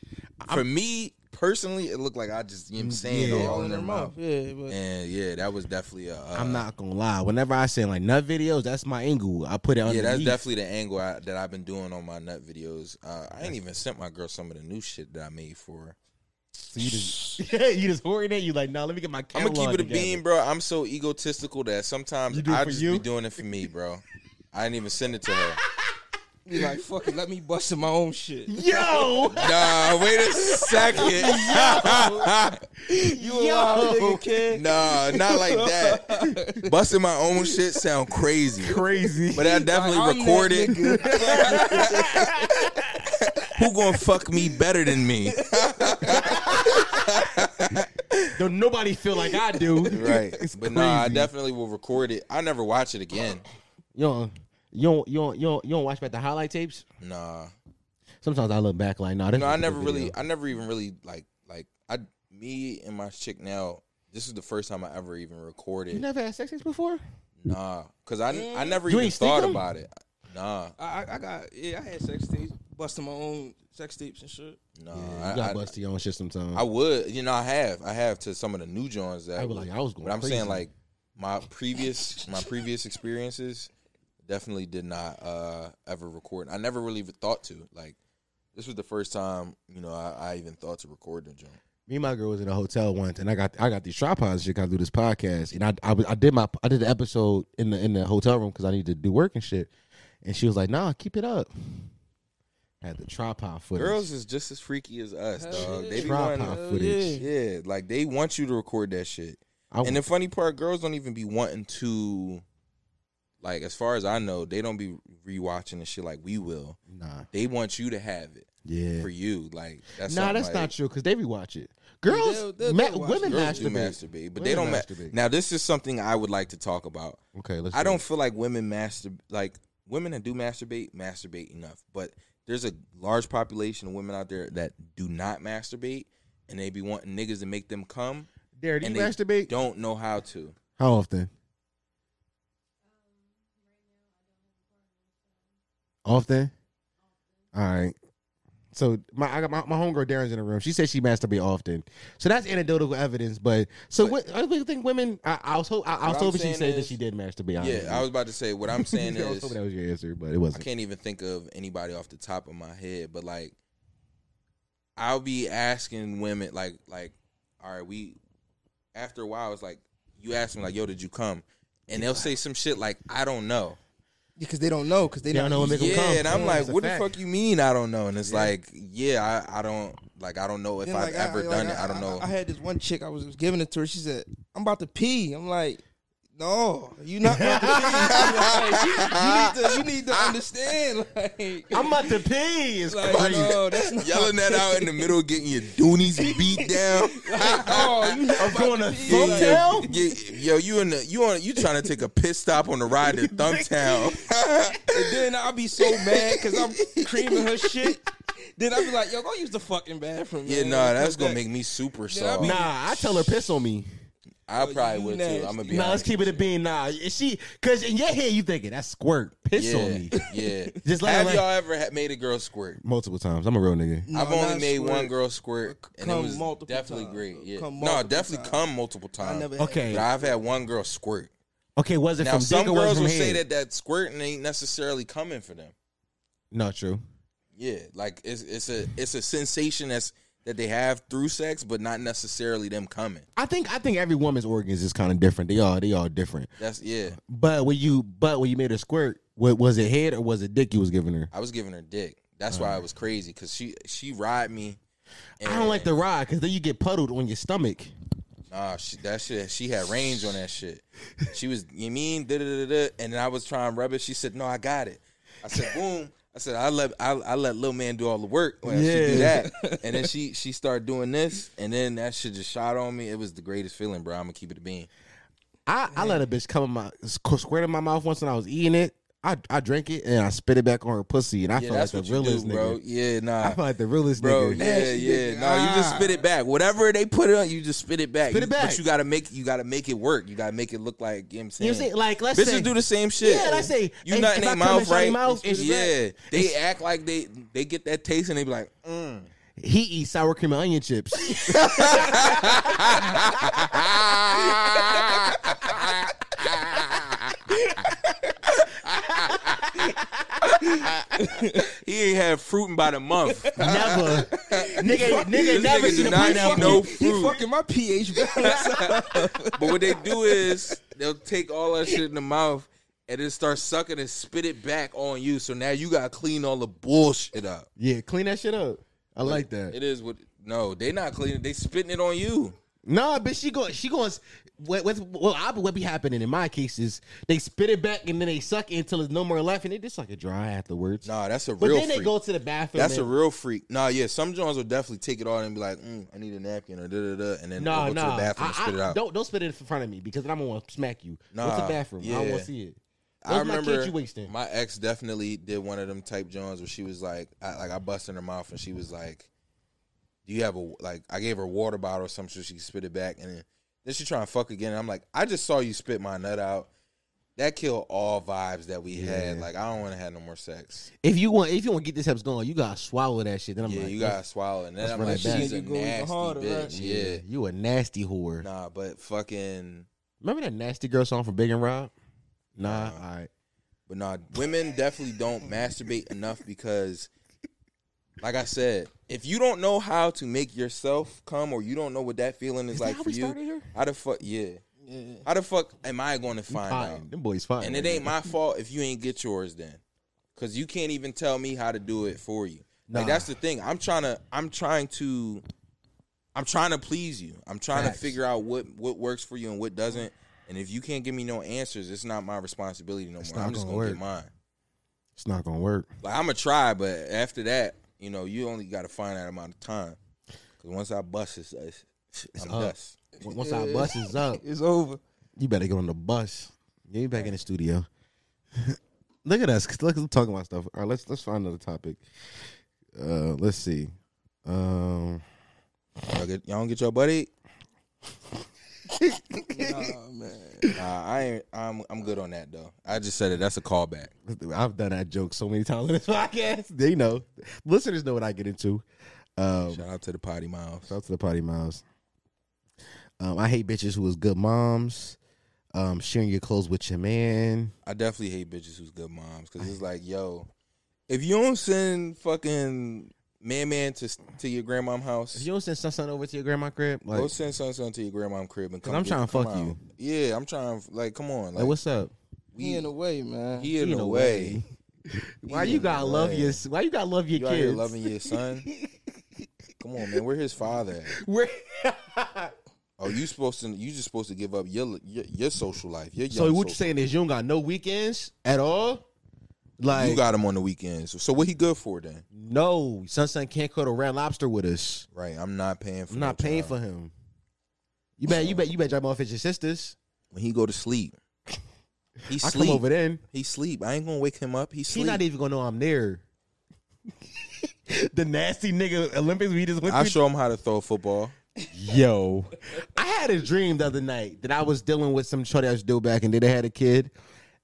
for me, personally, it looked like I just you know what I'm saying
Yeah,
it all in their mouth.
Yeah, but
And yeah, that was definitely a. Uh,
I'm not gonna lie. Whenever I say like nut videos, that's my angle. I put it underneath.
Yeah, that's definitely the angle I, that I've been doing on my nut videos. Uh, I ain't even sent my girl some of the new shit that I mmade for her.
So you [LAUGHS] just you just hoarding it. You like, nah, let me get my.
I'm gonna keep
catalog
it a
together.
beam, bro. I'm so egotistical that sometimes
You do it
I
for
just
you?
be doing it for me, bro. I didn't even send it to her.
be like, fuck it, let me bust in my own [LAUGHS] shit.
Yo,
Nah, wait a second.
You a wild nigga kid.
nah, not like
[LAUGHS]
that. Busting my own shit sound crazy,
crazy.
but I definitely
I'm that
recorded. [LAUGHS] Who gonna fuck me better than me?
[LAUGHS] Don't nobody feel like I do. [LAUGHS]
Right, but nah, I
crazy.
definitely will record it. I never watch it again.
You don't, you don't, you don't, you don't, you don't watch back the highlight tapes.
Nah.
Sometimes I look back like, nah. This
No,
was
I
a good
never really,
video.
I never even really like, like, I, me and my chick now. This is the first time I ever even
You
recorded.
never had sex tapes before?
Nah, cause I, I never
You
even
ain't sneak
thought
them?
about it. Nah,
I, I- I got yeah, I had sex tapes, busting my own sex tapes and shit.
nah.
Yeah, you
I,
got
I-
busted your own shit sometimes.
I would, you know, I have, I have to some of the new Johns that.
I was like, I was going
but I'm
crazy.
saying like my previous, my previous experiences definitely did not uh ever record. I never really even thought to like. This was the first time, you know, I, I even thought to record the joint.
me and my girl was in a hotel once, and I got I got these tripods. and Shit, gotta do this podcast, and I I, was- I did my I did the episode in the in the hotel room because I needed to do work and shit. And she was like, Nah, keep it up. Had the tripod footage.
Girls is just as freaky as us, dog. They be
tripod
wanting,
footage.
yeah, like they want you to record that shit.
I,
And the funny part, girls don't even be wanting to, like, as far as I know, they don't be rewatching the shit like we will.
nah,
They want you to have it
yeah,
for you, like that's
nah,
something,
that's
like,
not true because they rewatch it. Girls,
they'll- they'll-
ma-
they'll watch
women
Girls do
masturbate.
masturbate,
Women
but they don't. Ma-
masturbate.
now, this is something I would like to talk about.
Okay, let's.
I
do
don't
it.
feel like women master like women that do masturbate masturbate enough, but there's a large population of women out there that do not masturbate, and they be wanting niggas to make them come,
Derek, do
and
you
they
masturbate?
don't know how to.
How often? Often. All right. So my I got my, my homegirl Darren's in the room. She said she masturbate often. So that's anecdotal evidence. But so what, I really think women. I, I was ho- I, I was
What I'm
hoping she
saying
said that
is-
she did masturbate. honestly.
Yeah, I was about to say what I'm
[LAUGHS]
saying
I was
is
hoping that was your answer, but it
I
wasn't.
can't even think of anybody off the top of my head, but like I'll be asking women like like all right, we after a while it's like you ask them like, yo, did you come? And they'll say some shit like, I don't know.
Because they don't know. Because they,
They don't
not
know what
used-
make 'em
yeah,
come.
and I'm
Yeah,
like,
it's a
what the
fact.
fuck you mean I don't know? And it's like, yeah, I, I don't like I don't know if
Then,
I've
like,
ever
like,
done it. I don't know.
I, had this one chick I was, was giving it to her. She said, "I'm about to pee." I'm like, "No, you not about [LAUGHS] to pee. Like, you need to, you
[LAUGHS]
need to understand." Like,
I'm about to pee. It's
like
[LAUGHS]
no, that's not.
Yelling that
[LAUGHS]
out in the middle, getting your doonies beat down.
Oh, you not
going
about
to
pee.
fuck
Like,
that. Thumbtown?
Yeah, yo, you in the you on you trying to take a pit stop on the ride
[LAUGHS]
to Thumbtown?
And then I'll be so mad because I'm creaming her shit. Then I'll be like, yo, go use the fucking bathroom.
yeah,
man.
nah,
Come
that's gonna
back.
make me super
Yeah, I
soft.
be-
Nah, I tell her piss on me.
I probably
you
would
nasty.
too. I'm gonna be
Nah, let's
honest.
keep it a bean. Nah, Is she because in your head you thinking that's squirt piss
yeah,
on me
yeah.
Just let
Have
her-
y'all ever ha- made a girl squirt?
[LAUGHS] multiple times. I'm a real nigga.
No,
I've only
not
made
squirt.
one girl squirt, and it
Come
was
multiple
definitely
times.
great. Yeah,
Come
no,
multiple
definitely
times.
come multiple times.
I never had
Okay,
But I've had one girl squirt.
okay. Was it
Now
from
some
dick or was it
girls
from
will say
head?
that that squirting ain't necessarily coming for them.
Not true.
Yeah, like it's it's a it's a sensation that's that they have through sex, but not necessarily them coming.
I think I think every woman's organs is kind of different. They are they are different.
That's yeah.
But when you but when you made her squirt, what was it head or was it dick you was giving her?
I was giving her dick. That's why it was crazy because she she ride me. And,
I don't like the ride because then you get puddled on your stomach.
Nah, she, that shit. She had range on
[LAUGHS]
that shit. She was you mean da da da da, and then I was trying to rub it. She said, "No, I got it." I said, "Boom." I said, "I let I, I let little man do all the work when she do
Yeah.
that." And then she she started doing this, and then that shit just shot on me. It was the greatest feeling, bro. I'm gonna keep it a bean.
I, I let a bitch come in my squ- squirt in my mouth once when I was eating it. I I drank it and I spit it back on her pussy and I
Yeah,
felt like
that's
the
what you
realest
do, bro.
nigga.
Yeah,
[LAUGHS] I
nah.
felt like the realest
Bro,
nigga.
yeah, yeah. No, you just spit it back. Whatever they put it on, you just spit it back.
Spit it
You-
back.
But you gotta make you gotta make it work. You gotta make it look like you know what I'm
You know what
saying.
I'm saying? Like let's say
Bitches do the same shit.
Yeah, let's say,
you
if- if
not
I
in their
come in
mouth,
somebody's
right?
mouth, it's
yeah, they act like they they get that taste and they be like, mm.
he eats sour cream and onion chips.
He ain't had fruit in about
[LAUGHS]
a month.
[LAUGHS]
[LAUGHS]
never, nigga, nigga,
This
never
nigga
seen
do
a
not eat
pineapple.
no
He
fruit.
fucking my pH balance.
But what they do is they'll take all that shit in the mouth and then start sucking and spit it back on you. So now you gotta clean all the bullshit up.
Yeah, clean that shit up. I like that.
It is what no, they not cleaning. They spitting it on you.
No, but she going, she goes. What, what, well, I, what be happening in my case is they spit it back and then they suck it until there's no more left, and they just like it dry afterwards.
Nah, that's a
but
real
then
freak.
they go to the bathroom.
that's a
and-
real freak. Nah, yeah, some Johns will definitely take it all and be like, mm, I need a napkin or da da da, and then
No,
they'll go
no.
to the
I-
bathroom and spit
I-
it out.
Don't don't spit it in front of me because then I'm gonna smack you. Nah, What's
Nah,
the bathroom? I don't want
yeah.
to see it.
I
Those my kids
remember
you wasting.
my ex definitely did one of them type Johns where she was like, I, like I bust in her mouth and she was like, "Do you have a like?" I gave her a water bottle or something so she could spit it back, and then, then she trying to fuck again. And I'm like, I just saw you spit my nut out. That killed all vibes that we had. Like I don't want to have no more sex.
If you want, if you want to get this hips going, you gotta swallow that shit. Then I'm
yeah,
like,
you gotta swallow. it. And then
let's
I'm
run
like,
it back.
she's a
You go even
nasty
harder, right?
bitch.
yeah,
Yeah.
you a nasty whore.
Nah, but fucking,
Remember that nasty girl song from Big and Rob? Nah, all right.
but nah, women definitely don't masturbate enough because, like I said, if you don't know how to make yourself come or you don't know what that feeling is,
Is that
like
how
for
we started
you,
here?
how the fuck, yeah. how the fuck am I going to find out?
Fine, them boys fine.
And it ain't my fault if you ain't get yours then. Cause you can't even tell me how to do it for you. Like
Nah.
that's the thing. I'm trying to I'm trying to I'm trying to please you. I'm trying
Facts.
to figure out what what works for you and what doesn't. And if you can't give me no answers, it's not my responsibility no more.
not
I'm
gonna
just gonna
work.
get mine.
It's not gonna work.
Like I'm gonna try, but after that, you know, you only got to find that amount of time. Cause once I bust, it's, it's, I'm
up.
dust.
Once- Once our bus is
[LAUGHS]
up,
[LAUGHS] It's over.
you better get on the bus. Get me back in the studio. [LAUGHS] Look at us. Look, we're talking about stuff. All right, let's let's find another topic. Uh, let's see. Um,
Y'all, get, y'all don't get your buddy.
Nah, man.
Nah, I ain't, I'm I'm good on that though. I just said it. That's a callback.
I've done that joke so many times on this [LAUGHS] podcast. They know. Listeners know what I get into. Um,
Shout out to the potty mouth.
shout out to the potty mouths. Um, I hate bitches who was good moms. Um, sharing your clothes with your man.
I definitely hate bitches who's good moms because it's like, yo, if you don't send fucking man man to to your grandmom house,
If you don't send something over to your grandma crib, like,
go send son son to your grandmom crib and come.
I'm
get-
trying to
come
fuck you.
out. Yeah, I'm trying. Like, come on. Like,
like, what's up?
He in a way, man.
he in,
You
a
know
way.
Why
He
you
in a
gotta love
way.
your? Why you gotta love your
You out here
kids?
loving your son. come on, man. We're his father. at?
Where-
Oh, you supposed to? You just supposed to give up your your, your social life. Your
so
young
what you
social-
saying is you don't got no weekends at all? Like
You got him on the weekends. So what he good for then?
no, Sunsun can't go to Red Lobster with us.
Right. I'm not paying for.
I'm not
no
paying
child.
for him. You bet. You bet. You bet. Your motherfucking sisters.
when he go
[LAUGHS]
to sleep. He
I
sleep.
come over then.
He sleep. I ain't gonna wake him up. He
She
sleep.
not even gonna know I'm there. [LAUGHS] the nasty nigga Olympics we just went
I
through.
show him how to throw a football.
Yo, I had a dream the other night that I was dealing with some shorty I was deal back, and then they had a kid,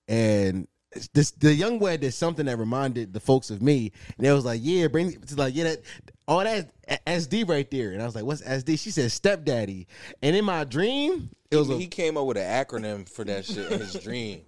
and this the young boy did something that reminded the folks of me, and they was like, "Yeah, bring," it's like, "Yeah, that all that SD right there," and I was like, "What's SD?" She said, "Stepdaddy," and in my dream, it was a,
He came up with an acronym for that
[LAUGHS]
shit in his dream.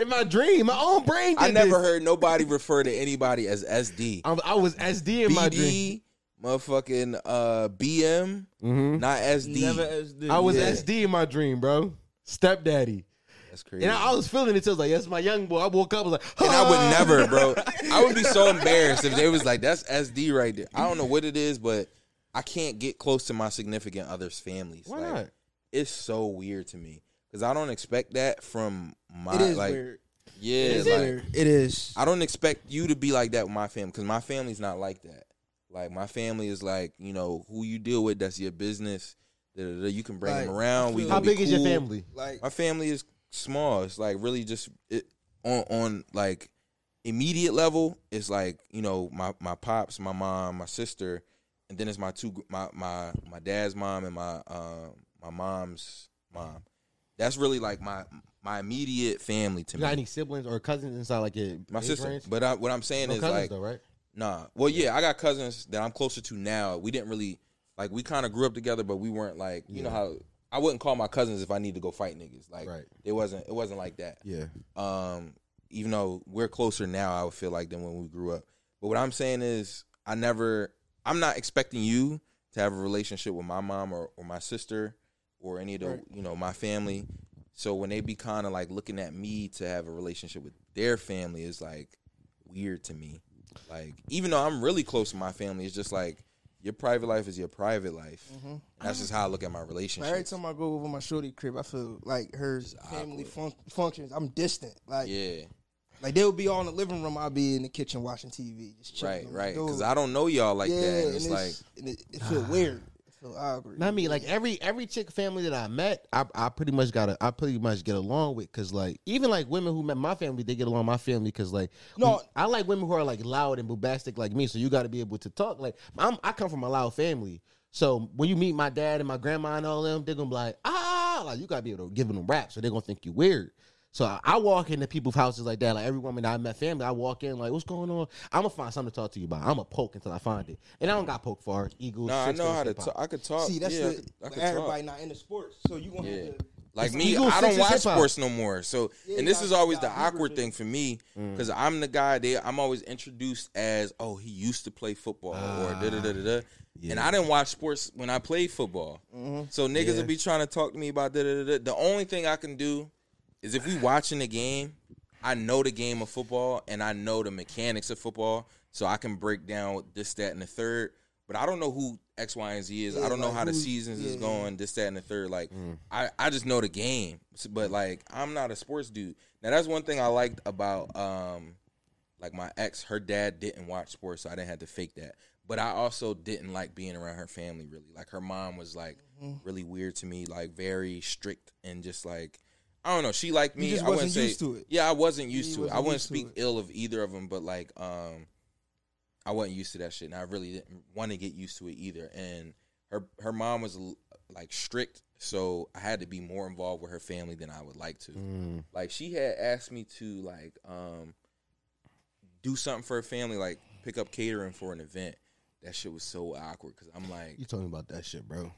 in my dream, my own brain. Did
I
this.
never heard nobody refer to anybody as SD.
I, I was SD in my dream.
BD, motherfucking uh, BM,
Mm-hmm.
not SD.
Never SD.
I was
Yeah.
SD in my dream, bro. Stepdaddy.
That's crazy.
And I, I was feeling it. So I was like, that's my young boy. I woke up, I was like,
And I would
[LAUGHS]
never, bro. I would be so embarrassed if they was like, "That's SD right there." I don't know what it is, but I can't get close to my significant other's families.
Why
Like,
not?
It's so weird to me because I don't expect that from my.
It is
like,
weird.
Yeah,
It is
like,
weird. It is.
I don't expect you to be like that with my family because my family's not like that. Like my family is like you know who you deal with. That's your business. Da, da, da. You can bring
Like,
them around. We
How
gonna
How
be
big is your
cool.
family?
Like
My family is small. It's like really just it, on on like immediate level. It's like you know my my pops, my mom, my sister, and then it's my two gr- my my my dad's mom and my uh, my mom's mom. That's really like my my immediate family to
You got
me.
any siblings or cousins inside like your
My
age
sister,
range?
but I, what I'm saying
No
is
cousins
like
though, right?
Nah. Well, yeah, I got cousins that I'm closer to now. We didn't really like we kind of grew up together, but we weren't like you know how I wouldn't call my cousins if I need to go fight niggas. Like
Right.
it wasn't it wasn't like that.
Yeah.
Um, even though we're closer now, I would feel like than when we grew up. But what I'm saying is, I never I'm not expecting you to have a relationship with my mom or, or my sister or any of the you know my family. So when they be kind of like looking at me to have a relationship with their family, it's like weird to me. Like, even though I'm really close to my family, it's just like your private life is your private life. And That's just how I look at my relationship.
Every time I go over my shorty crib, I feel like her family fun- functions. I'm distant. Like,
Yeah,
like they would be all in the living room. I'd be in the kitchen watching TV, just chilling.
right,
I'm
right.
like,
Because
dude,
I don't know y'all like
yeah,
that. And
and
it's like,
and it,
[SIGHS]
it feel weird. It feel awkward.
Not me. Like every every chick family that I met, I, I pretty much got I pretty much get along with because like even like women who met my family, they get along with my family because like
No.
we- I like women who are like loud and bombastic like me. So you got to be able to talk. Like I'm I come from a loud family, so when you meet my dad and my grandma and all them, they're gonna be like ah like you gotta be able to give them rap, so they're gonna think you weird. So I, I walk into people's houses like that. Like every woman that I met, family, I walk in like, "What's going on?" I'm gonna find something to talk to you about. I'm gonna poke until I find it, and I don't got poke for it. Eagles.
nah, I
six,
know
six,
how to
hip-hop.
talk. I could talk.
See, that's
yeah, I
the
could, I could
everybody
talk.
not in the sports, so you gonna
Yeah.
have to.
Like
It's
me,
Eagle
I don't
Six is
watch
hip-hop.
sports no more. So,
Yeah,
and
you
this is
gotta-
always
gotta
the
be
awkward
realistic.
thing for me because I'm the guy they I'm always introduced as, oh, he used to play football or da da da da da. And I didn't watch sports when I played football.
Mm-hmm.
So niggas will be trying to talk to me about da da da da. The only thing I can do is if we watching the game, I know the game of football and I know the mechanics of football, so I can break down this, that, and the third. But I don't know who X, Y, and Z is. I don't know
like
how the
who's-
seasons is
yeah.
going, this, that, and the third. Like I, I just know the game, S- but like I'm not a sports dude. Now that's one thing I liked about um, like my ex. Her dad didn't watch sports, so I didn't have to fake that. But I also didn't like being around her family really. Like her mom was like
Mm-hmm.
really weird to me, like very strict and just like I don't know. She liked me.
just
I wouldn't
wasn't
say
used to it.
yeah, I wasn't used
You
to it.
wasn't
I wouldn't
used to
speak
it.
ill of either of them, but like, um, I wasn't used to that shit, and I really didn't want to get used to it either. And her her mom was l- like strict, so I had to be more involved with her family than I would like to.
Mm.
Mm.
Like she had asked me to like um do something for her family, like pick up catering for an event. That shit was so awkward because I'm like,
You told me about that shit, bro.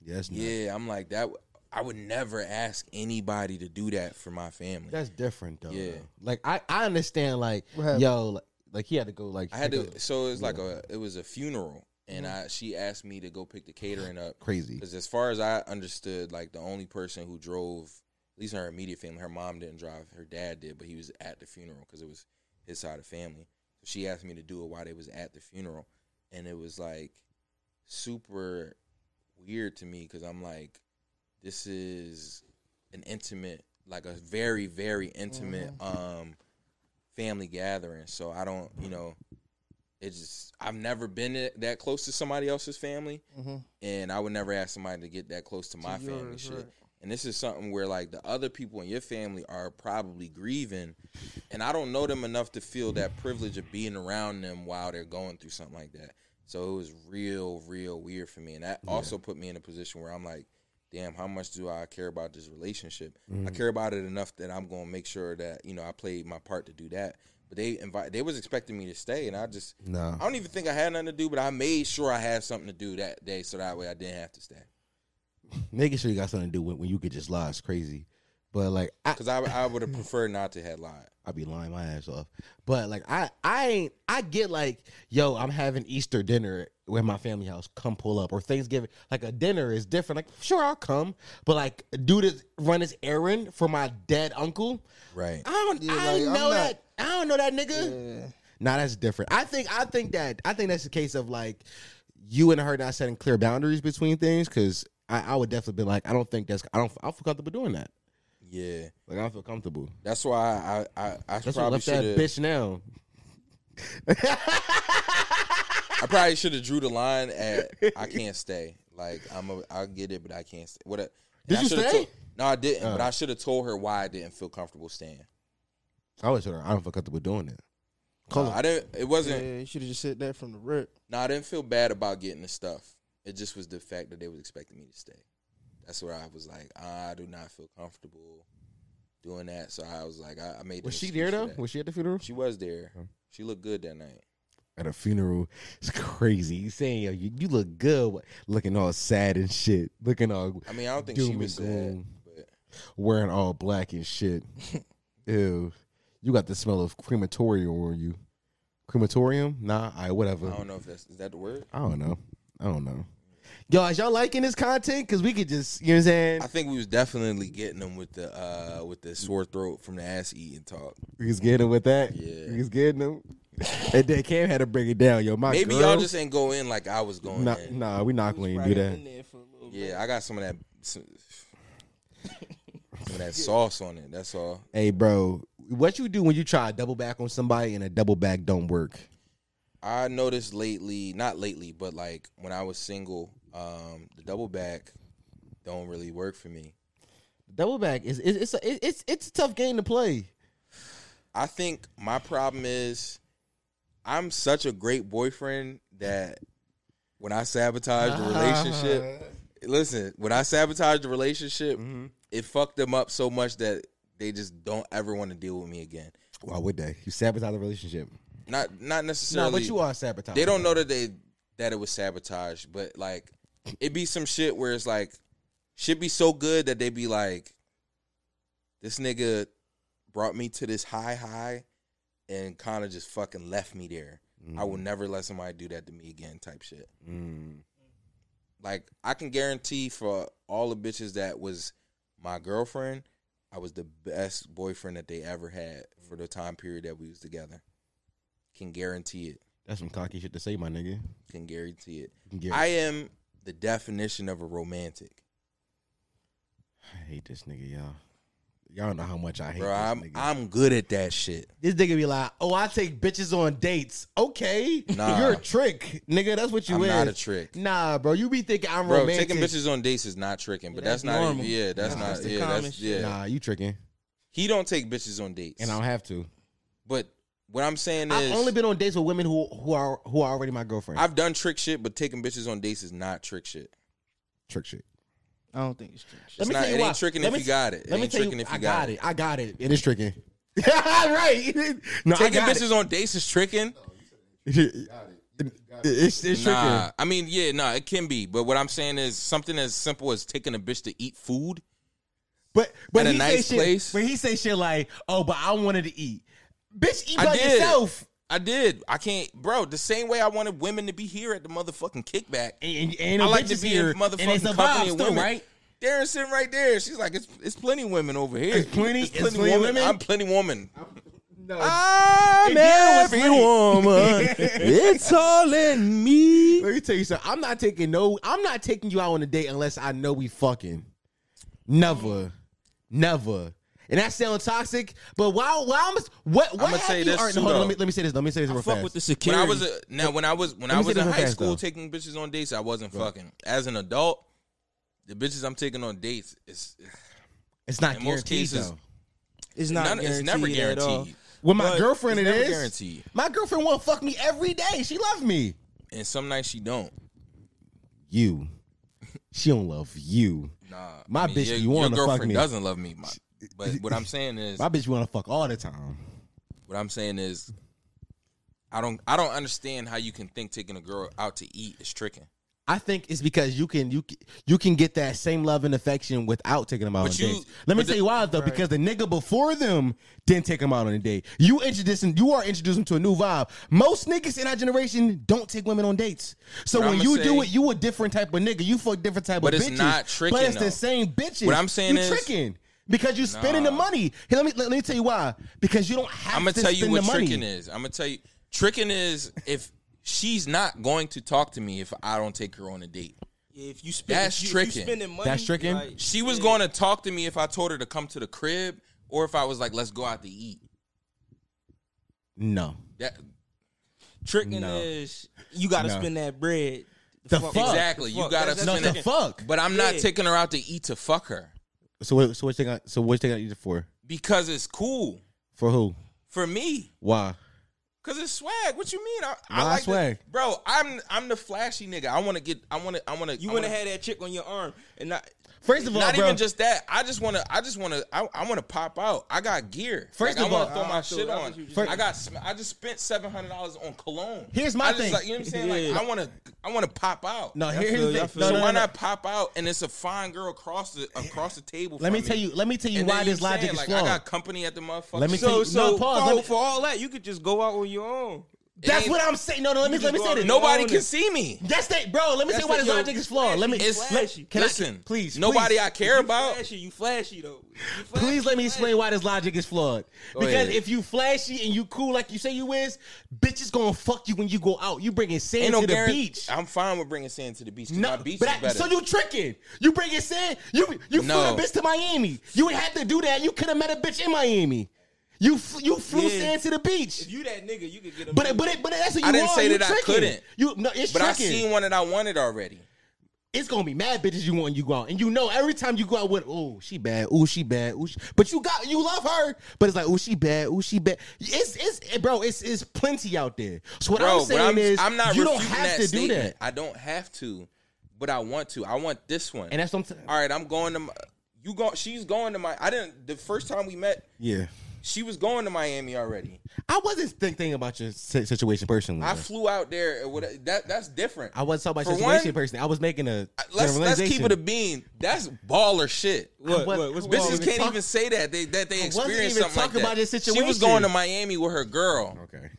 Yeah, that's nuts.
yeah, I'm like that. w- I would never ask anybody to do that for my family.
That's different though.
Yeah.
though. Like I, I understand like
happened?
yo, like, like he had to go like
I had
pick
to.
up-
So it was like a. It was a funeral, and I she asked me to go pick the catering up.
crazy.
Because as far as I understood, like the only person who drove, at least in her immediate family, her mom didn't drive. Her dad did, but he was at the funeral because it was his side of family. So she asked me to do it while they was at the funeral, and it was like super weird to me because I'm like, this is an intimate, like a very very intimate um family gathering. So I don't, you know. It's just I've never been that- that close to somebody else's family,
Mm-hmm.
and I would never ask somebody to get that close to my family
yours,
shit.
right.
And this is something where like the other people in your family are probably grieving, and I don't know them enough to feel that privilege of being around them while they're going through something like that. So it was real, real weird for me, and that also put me in a position where I'm like, damn, how much do I care about this relationship?
Mm-hmm.
I care about it enough that I'm gonna make sure that you know I played my part to do that. But they invite, they was expecting me to stay, and I just
Nah.
I don't even think I had nothing to do, but I made sure I had something to do that day, so that way I didn't have to stay.
Making sure you got something to do when, when you could just lie is crazy. But like I,
Because I, I
[LAUGHS]
would have preferred not to have lied.
I'd be lying my ass off. But like I I ain't I get like, yo, I'm having Easter dinner with my family house. Come pull up. Or Thanksgiving. Like a dinner is different. Like, sure I'll come. But like do this run this errand for my dead uncle.
Right.
I don't
Yeah,
I
like,
know
I'm not-
that. I don't know that nigga.
Yeah.
Nah, that's different. I think I think that I think that's the case of like you and her not setting clear boundaries between things because I, I would definitely be like I don't think that's I don't I feel comfortable doing that.
Yeah.
Like I don't feel comfortable.
That's why I I, I
That's
probably
what I
should
left that
have
bitch now.
I probably should have drew
[LAUGHS]
the line at I can't stay. Like I'm a I get it, but I can't stay. What a,
Did
I
you
shoulda
stay? Uh.
told- no, I didn't. But I should have told her why I didn't feel comfortable staying.
I always told her I don't feel comfortable doing that. Call
No,
her.
I didn't. It wasn't.
yeah, you should have just said that from the rip.
No, I didn't feel bad about getting the stuff. It just was the fact that they was expecting me to stay. That's where I was like, I do not feel comfortable doing that. So I was like, I, I made.
was Oh.
an
she
excuse
there
for
though?
that.
Was she at the funeral?
She was there. She looked good that night.
at a funeral. It's crazy. He's saying, yo, you, you look good, What- looking all sad and shit, looking all
I mean, I don't think she
Doom
was
and
sad,
gloom.
but
wearing all black and [LAUGHS] shit. Ew, you got the smell of crematorium on you. Crematorium? Nah, I whatever.
I don't know if that's is that the word.
I don't know. I don't know. Yo, is y'all liking this content? Cause we could just, you know what I'm saying?
I think we was definitely getting them with the uh with the sore throat from the ass eating talk.
We was getting him with that.
Yeah.
We was getting him. and then Cam had to break it down. Yo, my
Maybe
girl-
y'all just ain't go in like I was going
Nah,
in.
nah, we not going to do that.
Yeah, I got some of that
[LAUGHS]
some, some of that sauce on it. That's all.
Hey, bro, what you do when you try to double back on somebody and a double back don't work?
I noticed lately, not lately, but like when I was single, um, the double back don't really work for me.
Double back is is- it's a, it- it's it's a tough game to play.
I think my problem is I'm such a great boyfriend that when I sabotage the relationship,
Uh-huh.
listen, when I sabotage the relationship,
Mm-hmm.
it fucked them up so much that they just don't ever want to deal with me again.
Why would they? You sabotage the relationship.
Not not
No,
necessarily.
but you are sabotaging.
They don't know that they that it was sabotage, but like it be some shit where it's like shit be so good that they be like, this nigga brought me to this high high, and kind of just fucking left me there. I will never let somebody do that to me again, type shit.
Mm.
Like I can guarantee for all the bitches that was my girlfriend, I was the best boyfriend that they ever had for the time period that we was together. Can guarantee it
That's some cocky shit to say, my nigga.
can guarantee it.
Can guarantee-
I am the definition of a romantic.
I hate this nigga, y'all. Y'all don't know how much I hate
Bro,
this
I'm
nigga.
I'm good at that shit.
this nigga be like, "Oh, I take bitches on dates." Okay, [LAUGHS]
Nah.
you're a trick, nigga. That's what you
I'm
is.
not a trick.
Nah, bro, you be thinking I'm
Bro,
romantic.
taking bitches on dates is not tricking, but that's,
that's
not
normal.
even yeah, that's
Nah,
not
that's the
yeah,
common
that's
shit.
yeah.
Nah, you tricking,
He don't take bitches on dates.
and I don't have to.
but what I'm saying is
I've only been on dates with women who who are who are already my girlfriend.
I've done trick shit, but taking bitches on dates is not trick shit.
trick shit.
I don't think it's true.
It's not, it ain't tricking
Let
if
me
you
t-
got it. It
Let me
ain't
tell you,
tricking if
I
you
got
got
it. I got it. It is [LAUGHS] tricking. right. No, I
Taking
got it.
bitches on dates is tricking.
[LAUGHS] It's, it's
Nah, I mean, yeah, nah, it can be. But what I'm saying is something as simple as taking a bitch to eat food.
But but
At a
he
nice
say
place.
shit. But he say shit like, "Oh, but I wanted to eat." Bitch, eat
I
by
did.
yourself.
I did. I can't, bro. The same way I wanted women to be here at the motherfucking kickback.
And, and
I
the
like to
bitches
be
here,
in motherfucking
and it's a vibe
company of
still,
women,
right?
Darren sitting right there. She's like, it's it's plenty women over here.
It's plenty- it's plenty women?
I'm plenty woman.
No,
I'm
Darren was every late. [LAUGHS]
woman. it's all in me.
Let me tell you something. I'm not taking no. I'm not taking you out on a date unless I know we fucking. Never, never. And that sounds toxic. But why? Why am What? What
I'ma
have
say
you
this
earned?
too,
Hold on.
though.
Let me, let me say this. Let me say this real fast.
Fuck with the
When
security.
I was a, now when I was when I
me say
was
this
in
real
high
fast,
school
though.
taking bitches on dates, I wasn't fucking. As an adult, the bitches I'm taking on dates is
it's not
in most
guaranteed
cases,
though.
it's not.
none, it's never
guaranteed. at all.
guaranteed.
With my
But
girlfriend,
it's
it
never
is.
guaranteed.
My girlfriend won't fuck me every day. She loved me.
And some nights she don't.
You. She don't love you.
Nah,
My bitch
your-
be
your
wanna fuck
girlfriend
me.
doesn't love me. my- but
[LAUGHS]
what I'm saying is,
My bitch want to fuck all the time.
what I'm saying is, I don't, I don't understand how you can think taking a girl out to eat is tricking.
I think it's because you can you can- you can get that same love and affection without taking them out
But
on
you-
dates. Let me
but
tell
the-
you why though, because the nigga before them didn't take them out on a date. You introducing you are introducing to a new vibe. Most niggas in our generation don't take women on dates. So
But
when
I'ma
you
say-
do it, you a different type of nigga. You fuck different type
But
of
it's
bitches.
not
But
tricking,
it's
though.
the same bitches.
What I'm saying
you
is-
tricking because you're spending the
Nah.
money. Hey, let me let, let me tell you why. Because you don't have.
I'm gonna
to
tell you
spend
what
the money.
tricking is. I'm gonna tell you, tricking is if she's not going to talk to me if I don't take her on a date.
Yeah, if you spend,
That's
if you, If
tricking.
you spending money,
That's tricking?
Like,
She was going to talk to me if I told her to come to the crib or if I was like, let's go out to eat.
No.
That
tricking
No.
is you got to
No.
spend that bread.
The fuck?
exactly. You
Fuck.
gotta
That's-
No,
spend
the
it.
fuck.
But I'm not
Yeah.
taking her out to eat to fuck her
So what? So what you got? So what you got? You for?
because it's cool
For who?
for me.
Why?
Cause it's swag. What you mean? I, I
Why
like
swag?
swag, bro. I'm I'm the flashy nigga. I want to get. I want to. I want to.
You want to have that chick on your arm and not
First of all,
Not
bro,
even just that. I just wanna. I just wanna. I, I wanna pop out. I got gear.
First
Like,
of
I wanna
all-
throw my
I feel-
shit
I feel
on.
what you
just-
I got. sm- I just spent seven hundred dollars on cologne.
Here's my
I just
thing.
Like, you know what I'm saying? Like,
Yeah.
I wanna. I wanna pop out.
no.
Y'all
Here's
feel-
the
y'all
thing.
feel-
No,
So
no,
why
no, no.
not pop out and it's a fine girl across the across the table?
Let
from
me tell you. Let me tell you
And
why
then
this
saying,
logic is
like,
flawed.
I got company at the motherfucker.
Let me tell
So
you-
So, so
No, pause,
for,
let me-
for all that, you could just go out on your own.
That's
ain't-
what I'm saying. No, no. Let me
you
let me
just
say
go
this.
out
Nobody
on
can
it.
see me.
That's that, bro. Let me
That's
say why
the-
this
yo,
logic is flawed. Let me
It's
let, can
listen.
I, please.
Nobody
please.
I care about.
Flashy, you flashy though. You flashy,
Please let me
you
explain why this logic is flawed. Because
ahead.
if you flashy and you cool like you say you is, bitches gonna fuck you when you go out. You bringing sand
Ain't no
to the
guarantee-
beach.
I'm fine with bringing sand to the beach. 'cause
No,
my beach
but
is
I-
better.
so you tricking? You bringing sand? You you
No.
flew a bitch to Miami. You ain't had to do that. You could have met a bitch in Miami. You fl- you flew
Yeah.
sand to the beach.
If you that nigga, you could get a
but it, but it, but it, that's what you
I didn't
are.
say
You
that I
tricking.
couldn't.
You no, it's
but I
tricking.
seen one that I wanted already.
it's gonna be mad bitches you want when you go out, and you know every time you go out with, oh she bad, oh she bad, ooh, she, but you got you love her, but it's like oh she bad, oh she bad. It's it's eh, bro, it's it's plenty out there. So what
Bro,
I'm
but
saying
I'm,
is,
I'm not
you don't
refuting
have
that
to do
statement.
that,
I don't have to, but I want to. I want this one.
and that's what I'm saying.
All right, I'm going to. My, you go. She's going to my. I didn't. The first time we met,
Yeah,
she was going to Miami already.
I wasn't think- thinking about your si- situation personally.
I
bro.
flew out there. and What, that that's different.
I wasn't talking about
For
situation
one,
personally. I was making a
Let's let's keep
generalization.
it a bean. That's baller shit.
What,
what-
what, what's
I
Bitches
wrong with
can't
talk-
even say that they that they
I wasn't
experienced
even
something like
talking
that.
about this
She was
situation.
going to Miami with her girl.
Okay.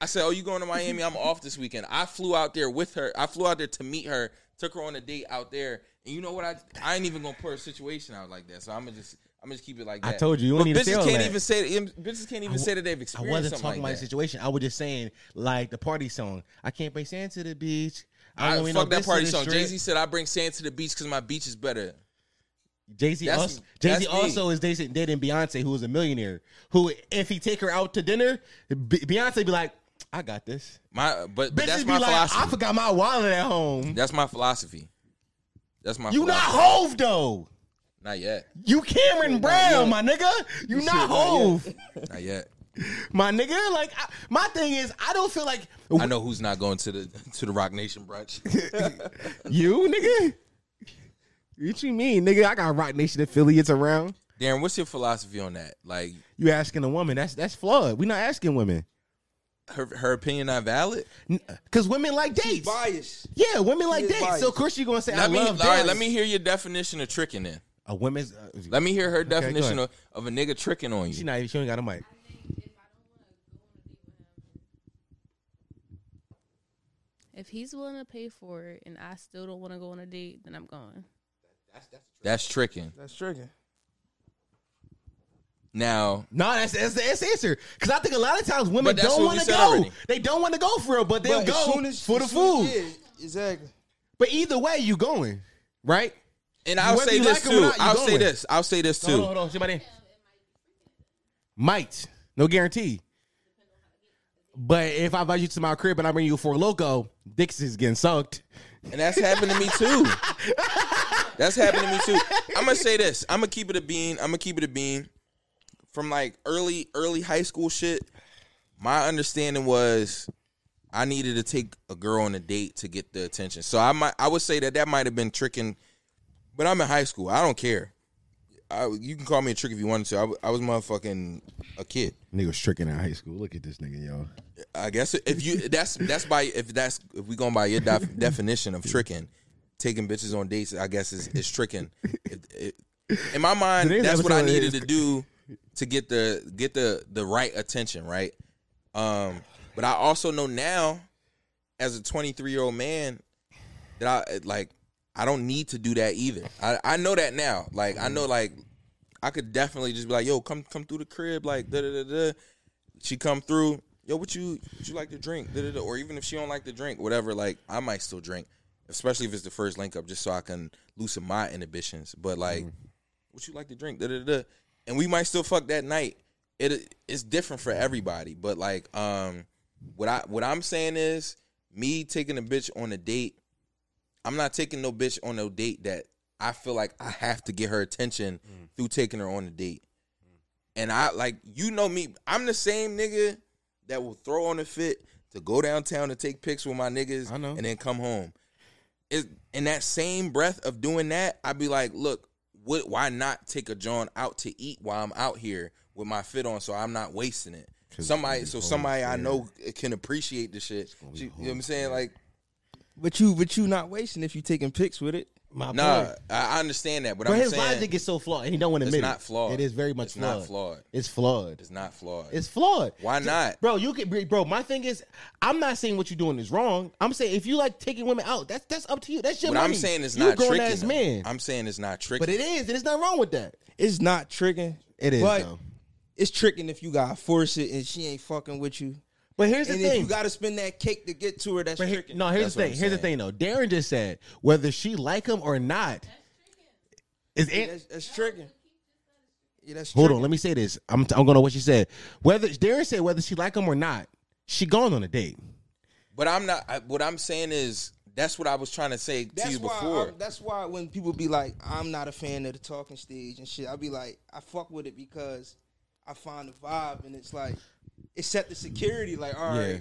I said, "Oh, you going to Miami? I'm off this weekend." I flew out there with her. I flew out there to meet her. Took her on a date out there, and you know what? I I ain't even gonna put a situation out like that. So I'm gonna just I'm gonna just keep it like
I
that.
told you, you
but
don't need to say
bitches
all
can't
that.
even say bitches can't even say that they've
I
experienced
wasn't
something
talking
like
about the
that.
situation. I was just saying, like the party song. I can't bring sand to the beach. I,
I
don't even
fuck
know
that
this
party
to the
song.
strip.
Jay Z said, "I bring sand to the beach because my beach is better."
Jay Z
That's-
also Jay Z
that's me.
also is dating, dating Beyonce, who is a millionaire. Who, if he take her out to dinner, Be- Beyonce be like, "I got this."
My but, but
Bitches
that's
be
my
like,
philosophy.
"I forgot my wallet at home."
That's my philosophy. That's my
You not
philosophy.
Hove though.
not yet,
You Cameron Brown, my nigga. You not Hove,
not yet.
my nigga. Like I, my thing is, I don't feel like
I know who's not going to the [LAUGHS] to the Rock Nation
[LAUGHS]
brunch.
you, nigga. What you mean, nigga? I got Rock Nation affiliates around.
Darren, what's your philosophy on that? Like
You asking a woman? That's that's flawed. We not asking women
her her opinion not valid.
because women like
She's
dates.
biased.
Yeah, women like
She is
dates. So of
biased.
course you're gonna say I
Let me all
love
right.
dates.
Let me hear your definition of tricking. Then
a woman's. Uh,
let me hear her definition
ahead.
of, of a nigga tricking on
she
you.
not. She ain't got a mic.
If he's willing to pay for it and I still don't want to go on a date, then I'm going.
That's tricking.
That's tricking.
Now
No, that's that's the that's the answer. Because I think a lot of times women
But that's
don't
what we
want to
said
go.
already.
They don't want to go for it, but they'll
But as
go
soon as-
for the
as
food.
soon as- yeah, exactly.
But either way, you going right?
and I'll
Whether
say
you
this
like it or
too.
not, you
I'll say
going.
this. I'll say this
Hold on,
too.
hold on. Somebody might no guarantee. But if I invite you to my crib and I bring you for a loco, Dix is getting sucked.
And that's happened to me too. That's happened to me too. I'm gonna say this. I'm gonna keep it a bean. I'm gonna keep it a bean. From like early early high school shit, my understanding was I needed to take a girl on a date to get the attention. So I might I would say that that might have been tricking, but I'm in high school. I don't care. I, you can call me a trick if you wanted to. I, w- I was motherfucking a kid.
Nigga was tricking in high school. Look at this nigga, y'all.
I guess if you that's that's by if that's if we going by your def, definition of tricking, taking bitches on dates, I guess is, is tricking. It, it, in my mind,
Today's
that's what I
episode
needed
is-
to do to get the get the the right attention, right? Um, but I also know now, as a 23 year old man, that I like I don't need to do that either. I I know that now. Like I know like I could definitely just be like, yo, come come through the crib, like da da da da. She come through, yo, what you what you like to drink, da da da. Or even if she don't like to drink, whatever, like I might still drink, especially if it's the first link up, just so I can loosen my inhibitions. But like, what you like to drink, da da da. And we might still fuck that night. It it's different for everybody, but like, um, what I what I'm saying is, me taking a bitch on a date I'm not taking no bitch on no date that I feel like I have to get her attention
Mm.
through taking her on a date. And I like you know me, I'm the same nigga that will throw on a fit to go downtown to take pics with my niggas
I know.
and then come home. is in that same breath of doing that, I'd be like, look, what? Why not take a John out to eat while I'm out here with my fit on, so I'm not wasting it. Somebody, so somebody I know can appreciate the shit. She- you know what I'm saying? Like,
But you, but you not wasting if you taking pics with it.
My
nah,
point.
I I understand that, but,
But
I'm
his
saying
logic is so flawed, and he don't want to
It's
admit it.
not flawed.
It is very much
It's
flawed.
not flawed.
It's flawed.
it's not flawed.
It's flawed.
Why not?
Bro, you can, bro. My thing is, I'm not saying what you're doing is wrong. I'm saying if you like taking women out, that's that's up to you. That's your
what
money.
I'm saying is
You
not
a grown
tricking.
ass
them.
man.
I'm saying it's not tricking.
but it is, and there's nothing wrong with that.
It's not tricking.
It is,
But
though.
it's tricking if you gotta force it and she ain't fucking with you.
But here's the
and if
thing.
you gotta spend that cake to get to her, that's
But here-
tricking.
no, here's
That's
the
what
thing.
I'm
Here's the thing,
saying.
though. Darren just said whether she like him or not is it.
that's, that's tricking. Yeah, that's
Hold
tricking.
on, let me say this. I'm I'm going to what she said. Whether Darren said whether she like him or not, she gone on a date.
But I'm not. I, what I'm saying is that's what I was trying to say to
That's
you
why.
before.
I'm- that's why when people be like, "I'm not a fan of the talking stage and shit," I'll be like, "I fuck with it because I find the vibe, and it's like it set the security. Like, all right,
Yeah.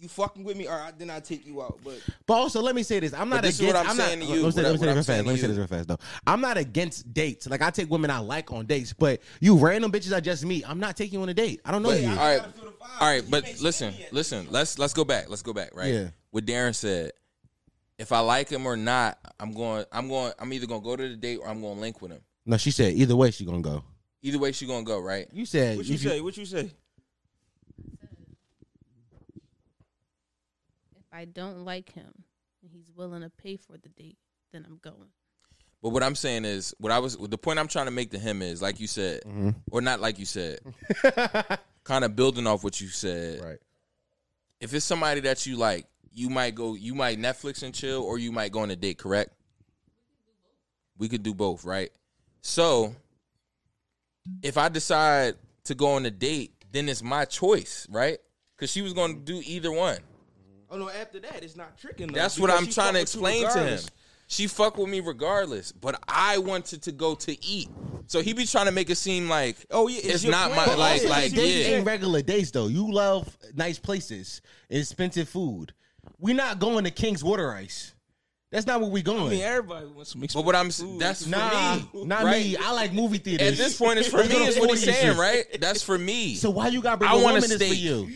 you fucking with me, all right, then I take you out." But
But also, let me say this: I'm not
But this is
against.
what I'm
not-
saying to
let me
you.
say-
What
Let
I-
me say
what
this
I'm
real fast.
saying
Let me
to
say this
you.
real fast, though. I'm not against dates. Like I take women I like on dates, but you random bitches I just meet, I'm not taking you on a date. I don't know
But,
you.
all right,
feel the vibe.
all right.
You ain't
But
seen
listen,
me yet.
listen. Let's let's go back. Let's go back. Right.
Yeah.
What Darren said. If I like him or not, I'm going. I'm going. I'm either gonna go to the date or I'm gonna link with him.
No, she said either way she gonna go.
Either way, she gonna go. Right.
You said
what you
if you-
say? What you say?
If I don't like him and he's willing to pay for the date, then I'm going.
But what I'm saying is, what I was, the point I'm trying to make to him is, like you said,
Mm-hmm.
or not like you said,
[LAUGHS]
kind of building off what you said.
Right.
If it's somebody that you like, you might go, you might Netflix and chill, or you might go on a date. Correct. We could do both, right? So, if I decide to go on a date, then it's my choice, right? Because she was going to do either one.
Oh no! After that, it's not tricking. though,
That's what
because
I'm
she
trying to
fuck with
explain
you
to him.
regardless.
She fuck with me regardless, but I wanted to go to eat. So he be trying to make it seem like,
Oh, yeah, it's
it's
your
not
plan.
my
But
like
also,
like
she
yeah.
did-
dates ain't regular dates though. You love nice places, expensive food. We're not going to King's Water Ice. That's not where we going.
I mean, everybody wants some.
But what I'm s- that's for
nah,
me,
not
right?
me. I like movie theaters.
At this point,
[LAUGHS]
it's for me. Is what he's saying, right? That's for me.
So why you got to bring
I
a
want a
woman? Is for
steak.
you.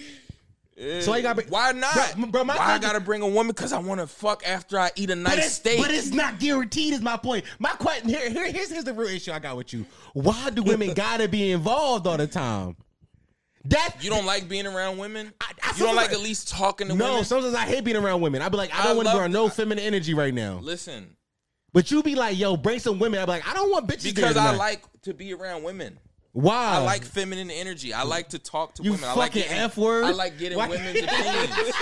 So why you got to bring?
why not,
Bro, bro, my
why I
thing-
gotta bring a woman? Cause I want to fuck after I eat a nice
But it's,
steak.
but it's not guaranteed. Is my point. My question here, here here's, here's the real issue I got with you. Why do women gotta be involved all the time? That
you don't like being around women.
I- I
you don't
sometimes-
like at least talking to
No,
women.
sometimes I hate being around women. I be like, I
I
don't want to be
love-
around no feminine energy right now.
Listen,
But you be like, yo, bring some women. I be like, I don't want bitches. there
because I
tonight.
like to be around women.
Why?
I like feminine energy. I like to talk to
Uh, You
women. I like
fucking
getting,
F word.
I like getting
Why- [LAUGHS]
women's opinions.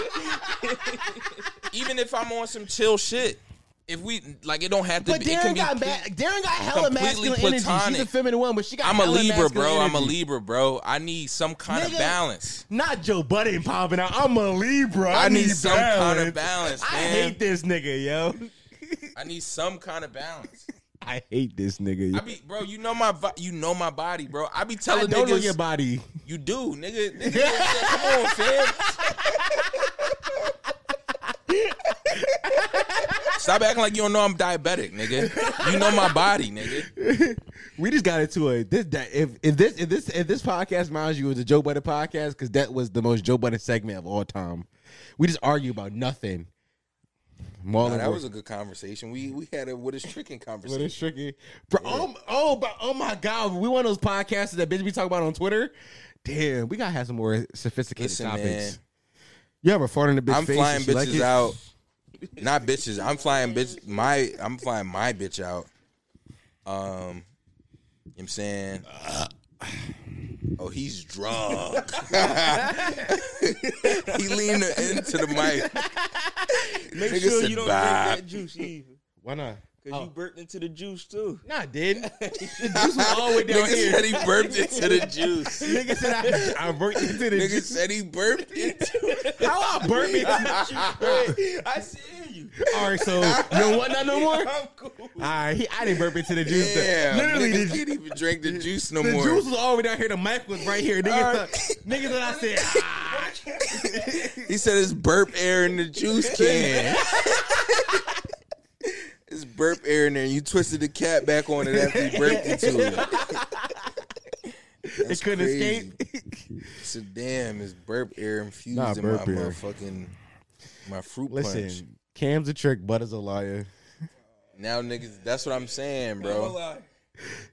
Even if I'm on some chill shit, if we like, it don't have to.
But
be, it
Darren
can
got
be.
back. Darren got hella
completely
masculine energy. She's a
platonic.
feminine woman, but she got.
I'm a
hella
Libra,
masculine
bro. I'm a
energy.
Libra, bro. I need some kind
Nigga,
of balance.
Not Joe Budden popping out. I'm a Libra. I,
I need some kind of balance,
I
man.
hate this nigga, yo.
I need some kind of balance.
I hate this nigga.
I be, bro. You know my, vi- you know my body, bro. I be telling
don't know
niggas,
your body.
you do,
[LAUGHS]
nigga. nigga come on, fam. Stop acting like you don't know I'm diabetic, nigga. You know my body, nigga.
We just got into a this that if if this if this if this podcast reminds you of the Joe Budden podcast because that was the most Joe Budden segment of all time. We just argue about nothing. Marlon,
that
Wor-
was a good conversation. We we had a what is tricking
But
conversation.
it's tricky. Bro, oh, oh, but, oh my God. We one of those podcasts that bitch be talking about on Twitter. Damn, we got to have some more sophisticated
Listen,
topics.
man.
You ever fart in a bitch
I'm
face?
flying
and she
bitches
like it?
out. Not bitches. I'm flying bitch my I'm flying my bitch out. Um you know what I'm saying [SIGHS] Oh, he's drunk. [LAUGHS] he leaned into the mic.
Make
Nigga
sure
said,
you don't drink
"Bah."
that juice either,
Why not?
because you burped into the juice too.
Nah, I
[LAUGHS]
didn't. this was [LAUGHS] all the way down
Nigga
here.
said he burped into the juice.
[LAUGHS] Nigga said I, I burped into the
Nigga
juice.
said he burped into
How I burped into the
[LAUGHS] I see you.
All right, so you don't want that no more? All
I'm cool.
right, he, I didn't burp into the juice. though.
Yeah,
Literally,
nigga
the,
can't even drink the juice no
the
more.
juice was all the way down here. The mic was right here. Nigga,
right. [LAUGHS]
thought- nigga that I said, ah. [LAUGHS]
He said it's burp air in the juice can. just burp air in there and you twisted the cap back on it after you burped into it. That's
it couldn't
crazy.
escape. [LAUGHS]
So damn, it's burp air infused
Nah,
in
burp
my
air.
motherfucking my fruit punch.
Listen, Cam's a trick, Butter's a liar.
Now niggas, that's what I'm saying,
Don't
bro.
lie.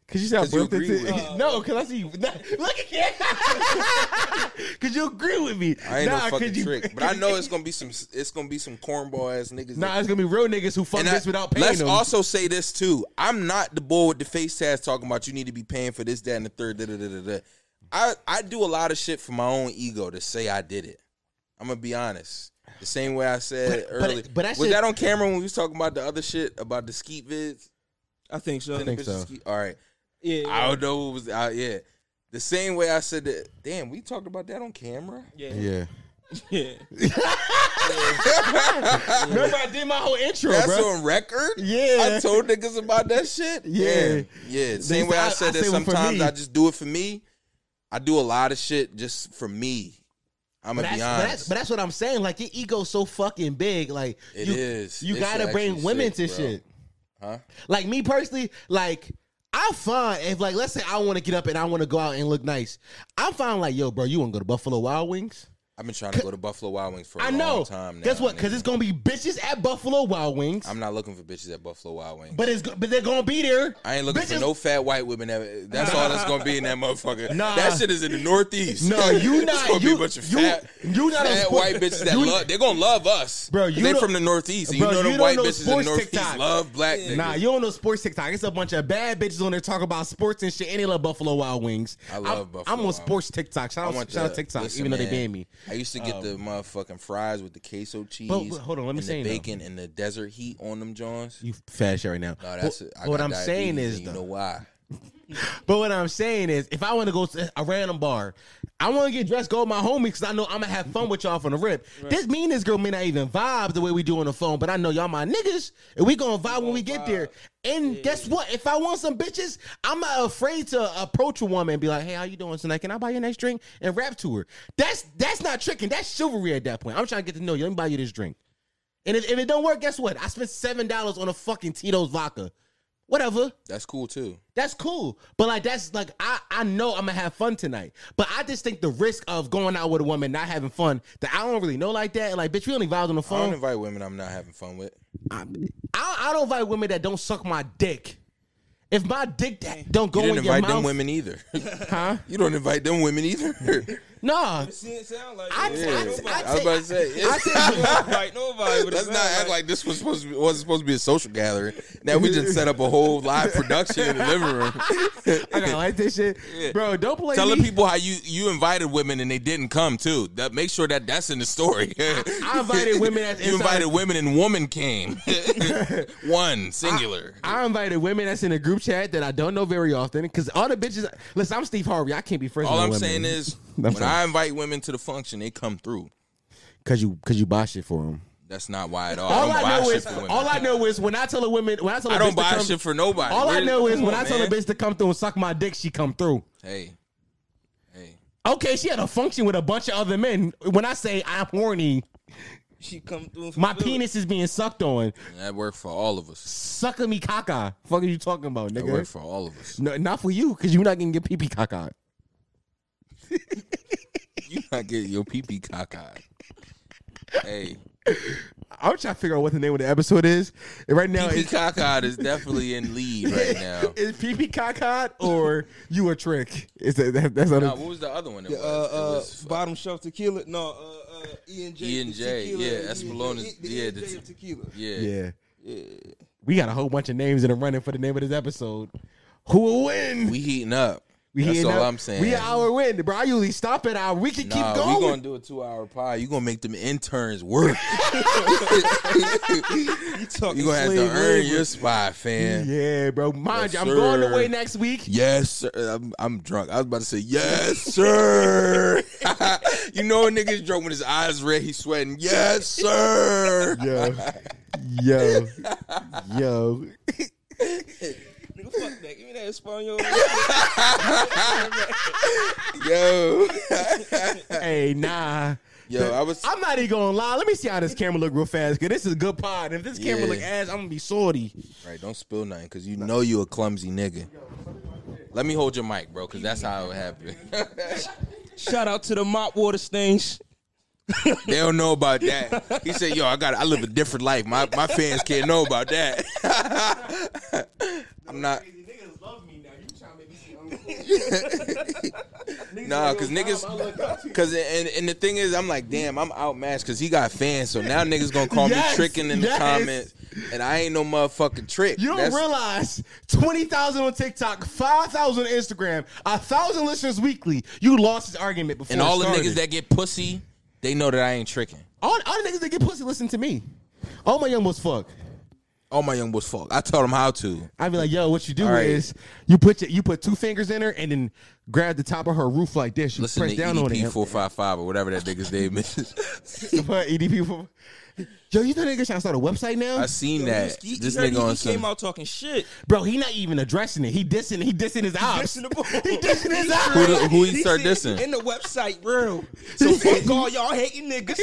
Cause you said I
'Cause you
burped
agree
into
with
[LAUGHS]
me.
No, because I see you. Nah, look at Because you [LAUGHS] agree with me.
I ain't
Nah,
no
'cause
fucking
you-
trick,
[LAUGHS]
but I know it's gonna be some. It's gonna be some cornball ass niggas.
Nah,
that-
it's gonna be real niggas who fuck
And I-
this without paying
let's
them.
also say this too. I'm not the boy with the face tats talking about you need to be paying for this, that, and the third. Da, da, da, da, da. I I do a lot of shit for my own ego to say I did it. I'm gonna be honest. The same way I said
But- but-
earlier.
but that
was
shit-
that on camera when we was talking about the other shit about the skeet vids?
I think so.
Sending
so.
bitches ski- All right.
Yeah,
I don't know what was out. Yeah. The same way I said that. Damn, we talked about that on camera.
yeah, yeah.
Yeah.
Remember, I did my whole intro,
That's
bro.
on record.
Yeah.
I told niggas about that shit.
Yeah.
Damn. yeah. Same way
said,
I,
I-
said
I say
that.
it for
Sometimes
me.
I just do it for me. I do a lot of shit just for me. I'm
But that's,
gonna be
but, that's,
honest.
but that's what I'm saying. Like your ego's so fucking big. Like
It
you,
is.
You
It's
gotta bring
actually
women
sick,
to
bro.
shit.
Huh?
Like me personally, like I'm fine if like let's say I want to get up and I want to go out and look nice. I'm fine. Like yo, bro, you want to go to Buffalo Wild Wings?
I've been trying to go to Buffalo Wild Wings for a
I
long
know.
time now.
Guess what?
nigga.
Because it's gonna be bitches at Buffalo Wild Wings.
I'm not looking for bitches at Buffalo Wild Wings.
but it's go- but they're gonna be there.
I ain't looking
Bitches-
for no fat white women. That, that's all that's gonna be in that motherfucker.
Nah.
That shit is in the Northeast. [LAUGHS]
No, you
It's
not-
gonna be
you-
a bunch of
you-
fat,
you not a
fat
sport-
white bitches that
you-
love. They're gonna love us,
Bro, you
They
don't-
from the Northeast, and you
bro,
know
you
them
don't
white
know
bitches in the
sports
Northeast
TikTok.
love black niggas.
Nah, you don't know sports TikTok. It's a bunch of bad bitches on there talking about sports and shit. And they love Buffalo Wild Wings.
I love
I'm-
Buffalo
I'm on
Wild
sports TikTok. Shout
I
out,
want
shout out
the-
TikTok,
listen,
even though they
man,
banned me.
I used to get the motherfucking fries with the queso cheese.
but hold on, let me
and
say it
the
now.
bacon and the desert heat on them, Johns.
You fat shit right now.
No, that's
but,
it. I
but what
got
I'm saying
diabetes,
is,
and you know
though,
why?
but what I'm saying is, if I want to go to a random bar, I want to get dressed, go with my homie, because I know I'm gonna have fun with y'all from the rip. This me and this girl may not even vibe the way we do on the phone, but I know y'all my niggas, and we gonna vibe when we get there. And guess what? If I want some bitches, I'm not afraid to approach a woman and be like, "Hey, how you doing tonight? Can I buy you a nice drink?" and rap to her. That's that's not tricking. That's chivalry at that point. I'm trying to get to know you. Let me buy you this drink. And if, if it don't work, guess what? I spent seven dollars on a fucking Tito's vodka. Whatever.
That's cool too.
That's cool. But like that's like I, I know I'm gonna have fun tonight. But I just think the risk of going out with a woman not having fun that I don't really know like that. Like, bitch, we only vibes on the
I don't
phone.
invite women I'm not having fun with.
I, I, I don't invite women that don't suck my dick. If my dick that don't go
You
in
didn't
your
invite
mouth,
them women either.
[LAUGHS] huh?
[LAUGHS] you don't invite them
[LAUGHS]
women either.
Nah.
See, it sound like
I-
it.
I-
Yeah,
I-
I was about to say.
I
it's- [LAUGHS]
said,
[LAUGHS] like nobody. but it
Let's not
sound
act like this was supposed to be, wasn't supposed to be a social gathering. Now we just set up a whole live production in the living room.
[LAUGHS] I gotta like this shit, bro. Don't play
[LAUGHS] Telling
me.
people how you you invited women and they didn't come too. That make sure that that's in the story.
I invited women that's
[LAUGHS] you
inside-
invited women and
[LAUGHS]
woman came. One singular.
I invited women that's in a group chat that I don't know very often because all the bitches. Listen, I'm Steve Harvey. I can't be friends.
All
with
I'm
women.
saying
[LAUGHS]
is when I invite women to the function, they come through.
cause you cause you buy shit for them.
That's not why at all.
All
I don't
I
buy
know
shit
is
for women.
all I know is when I tell a woman when I tell a
I don't
bitch
buy
to come,
shit for nobody.
all I
Where-
know is
come
when
on,
I tell a
man.
bitch to come through and suck my dick, she come through.
Hey. Hey.
Okay, she had a function with a bunch of other men. When I say I'm horny,
she come through.
my penis is being sucked on.
That worked for all of us.
Sucking me caca. Fuck are you talking about,
That worked
nigga?
for all of
[LAUGHS]
us.
No, not for you, cause you're not gonna get pee pee caca.
You not getting your pee pee cockeyed. Hey,
I'm trying to figure out what the name of the episode is. And right now,
pee pee
it's
cockeyed is definitely in lead
[LAUGHS]
right now.
is pee pee caca or you a trick? Is that, that that's not
Nah,
a,
what was the other one? It
Uh,
was, it
uh,
was
bottom shelf tequila. No, uh, uh, E and J.
E&J,
tequila.
yeah, that's
E&J,
Malone's-
the
yeah,
E&J
the te-
tequila.
yeah.
yeah. We got a whole bunch of names in the running for the name of this episode. Who will win?
we heating up.
We
That's
hitting
all
up.
I'm saying.
We an hour win, bro. I usually stop at hour. We can
Nah,
keep going.
we gonna do a two hour pod. You gonna make them interns work. [LAUGHS]
You talking
you gonna have to
slave
earn
labor.
your spot, fam.
yeah, bro. Mind
Yes,
you, I'm going
sir.
away next week.
Yes, sir. I'm, I'm drunk. I was about to say, yes, sir. [LAUGHS] you know a nigga's drunk when his eyes red, he's sweating. Yes, sir.
Yo, yo, yo.
Nigga, fuck that. Give me that
[LAUGHS]
Espanol.
Yo.
Hey, nah,
[LAUGHS] Yo, I was.
I'm not even gonna lie. Let me see how this camera look real fast. Cause this is a good pod. If this camera
Yeah.
look ass, I'm gonna be salty.
Right, don't spill nothing because you know you a clumsy nigga. Let me hold your mic, bro, because that's how it happened.
Shout out to the mop water stains.
[LAUGHS] they don't know about that. He said, "Yo, I got. I live a different life. My my fans can't know about that." [LAUGHS] I'm not. Nah, cause [LAUGHS] niggas, cause and and the thing is, I'm like, damn, I'm outmatched, cause he got fans, so now niggas gonna call
Yes,
me tricking in the
yes.
comments, and I ain't no motherfucking trick.
You don't
That's-
realize twenty thousand on TikTok, five thousand on Instagram, a thousand listeners weekly. You lost this argument before.
and all
it
the
started.
niggas that get pussy, they know that I ain't tricking.
all, all the niggas that get pussy listen to me. All my young boys fuck.
All my young boys fuck. I taught them how to.
I'd be like, yo, what you do
All right.
is you put your, you put two fingers in her and then grab the top of her roof like this. You
Listen
press
to
down on
EDP
it.
four five five or whatever that nigga's [LAUGHS] name is.
You [LAUGHS] put E EDP. For, yo, you know niggas trying to start a website now,
I seen that.
He,
this
he heard
nigga on
he, he came
some.
out talking shit.
bro. He not even addressing it. He dissing. He dissing his ops.
Dissing the [LAUGHS] boy.
He dissing his
Who,
ops.
the- who he start
said
dissing?
In the website, real. So fuck all y'all hating niggas.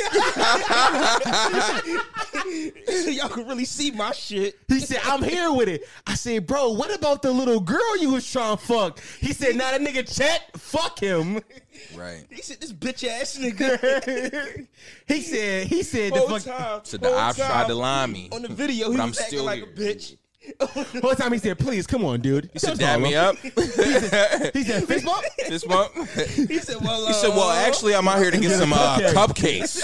[LAUGHS] y'all can really see my shit.
He said, "I'm here with it." I said, "Bro, what about the little girl you was trying to fuck?" He said, "Nah, that nigga Chet, fuck him." [LAUGHS]
Right.
He said this bitch ass nigga.
he said, "He said the
Whole
fuck."
time.
So [LAUGHS] the
whole
ops
time
tried to line me. [LAUGHS]
On the video, he
But I'm
was acting
still
like
here.
a bitch. [LAUGHS]
Whole time he said, "Please, come on, dude." He
To dab
[LAUGHS]
me up.
He said, "Fist
[LAUGHS]
bump."
this month.
[LAUGHS]
He
He said, well, uh,
said, "Well, actually, I'm out here to get some uh,
[LAUGHS]
cupcakes."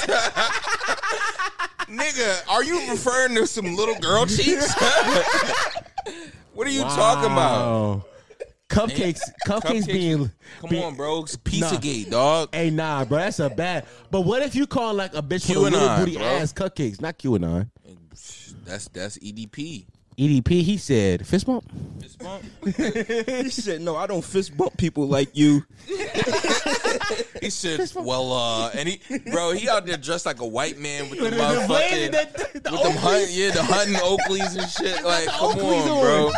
Nigga, are you referring to some little
[LAUGHS]
girl cheeks? [LAUGHS] what are you talking about?
Oh. Cupcakes, cupcakes
Cupcakes-
being
Come
being-
on, bro. It's Pizzagate, dog.
Hey, nah, bro, that's a bad. But what if you call like a bitch with a little
QAnon,
booty
bro.
ass cupcakes? Not QAnon.
That's that's E EDP.
EDP. E He said fist bump.
Fist bump.
[LAUGHS] he said, no, I don't fist bump people like you.
He said, "Well, uh, and he, bro, he out there dressed like a white man with the
[LAUGHS] The blade
motherfucking,
that- the- the
with them
Oakleys.
hunt, yeah, the hunting Oakleys and shit. Like, come
Oakleys
on,
on.
bro,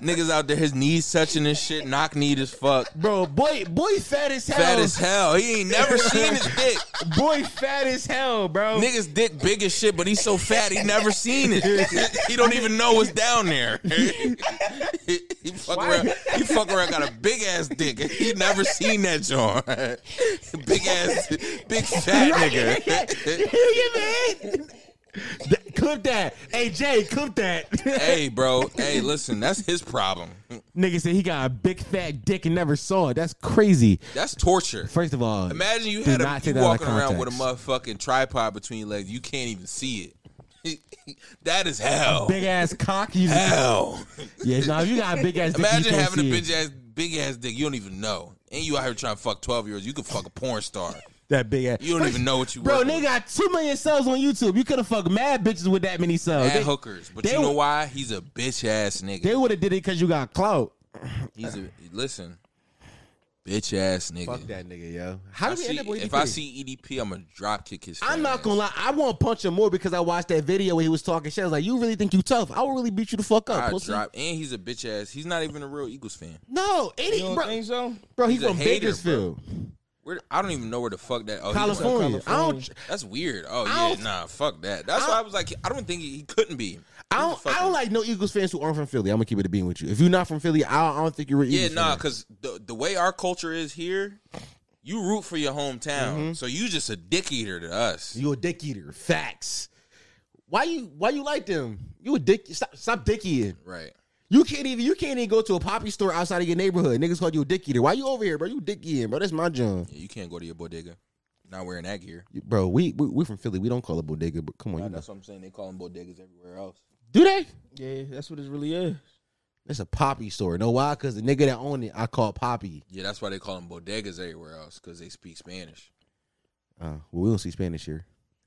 niggas out there, his knees touching and shit, knock kneed as fuck,
Bro, boy, boy, fat as hell.
fat as hell. He
[LAUGHS]
ain't never seen his dick.
Boy, fat as hell, bro.
[LAUGHS] Niggas dick big as shit, but he's so fat he never seen it. he don't even know what's down there. [LAUGHS] he, he fuck around, he fuck around, got a big ass dick. He never seen that John. [LAUGHS] big ass, big fat nigga. [LAUGHS]
Nigga, man. [LAUGHS] That- clip that. Hey, Jay, clip that. [LAUGHS]
hey, bro. Hey, listen, that's his problem.
Nigga said he got a big fat dick and never saw it. That's crazy.
That's torture.
First of all,
Imagine you
do
had a,
not take
you
that out of
walking around with a
context.
motherfucking tripod between your legs. You can't even see it. [LAUGHS] that is hell.
big ass cock. You
[LAUGHS]
just,
Hell.
yeah, no, if you got a big ass dick. you
Imagine
can't
having a
see it.
bitch ass, big ass dick you don't even know, and you out here trying to fuck twelve years. You could fuck a porn star.
That big ass.
You don't even know what you.
Bro,
working
they
with.
got two million subs on YouTube. You could have fucked mad bitches with that many subs.
Mad
They,
hookers, but
they
you know
would-
why? He's a bitch ass nigga.
they would have did it because you got clout.
He's a listen, bitch ass nigga.
that nigga, yo. How
I
do we
see-
end up with
if
EDP?
I see E EDP, I'm gonna drop kick his.
I'm
fat
not
ass.
gonna lie. I want to punch him more because I watched that video where he was talking shit. I was like, "You really think you tough? I will really beat you the fuck up,
I
pussy."
drop, and he's a bitch ass. He's not even a real Eagles fan.
No, any
You don't
bro,
think so?
bro, he's,
He's a
from
hater,
Bakersfield,
Where I don't even know where the fuck that. Oh, he went-
California. I don't,
That's weird. Oh
I
yeah,
don't-
nah, fuck that. That's
I
why I was like, I don't think he, he couldn't be.
I
He's a
don't, I
fucking-
don't like no Eagles fans who aren't from Philly. I'm gonna keep it a being with you. If you're not from Philly, I, I don't think you're. An
Yeah,
Eagles
nah,
fan.
because the the way our culture is here, you root for your hometown, so you just a dick eater to us.
Mm-hmm. you a dick eater. Facts. Why you Why you like them? You a dick. Stop, stop dick eating.
right?
You can't even. You can't even go to a poppy store outside of your neighborhood. Niggas call you a dick eater. Why you over here, bro? You dick eating, bro. That's my job.
Yeah, you can't go to your bodega, not wearing that gear.
Bro, we we we from Philly. We don't call it bodega, but come on, you know.
That's what I'm saying. They call them bodegas everywhere else.
Do they?
Yeah, that's what it really is.
It's a poppy store. Know why? Because the nigga that owned it, I call Poppy.
Yeah, that's why they call them bodegas everywhere else because they speak Spanish.
Uh, well, we don't see Spanish here.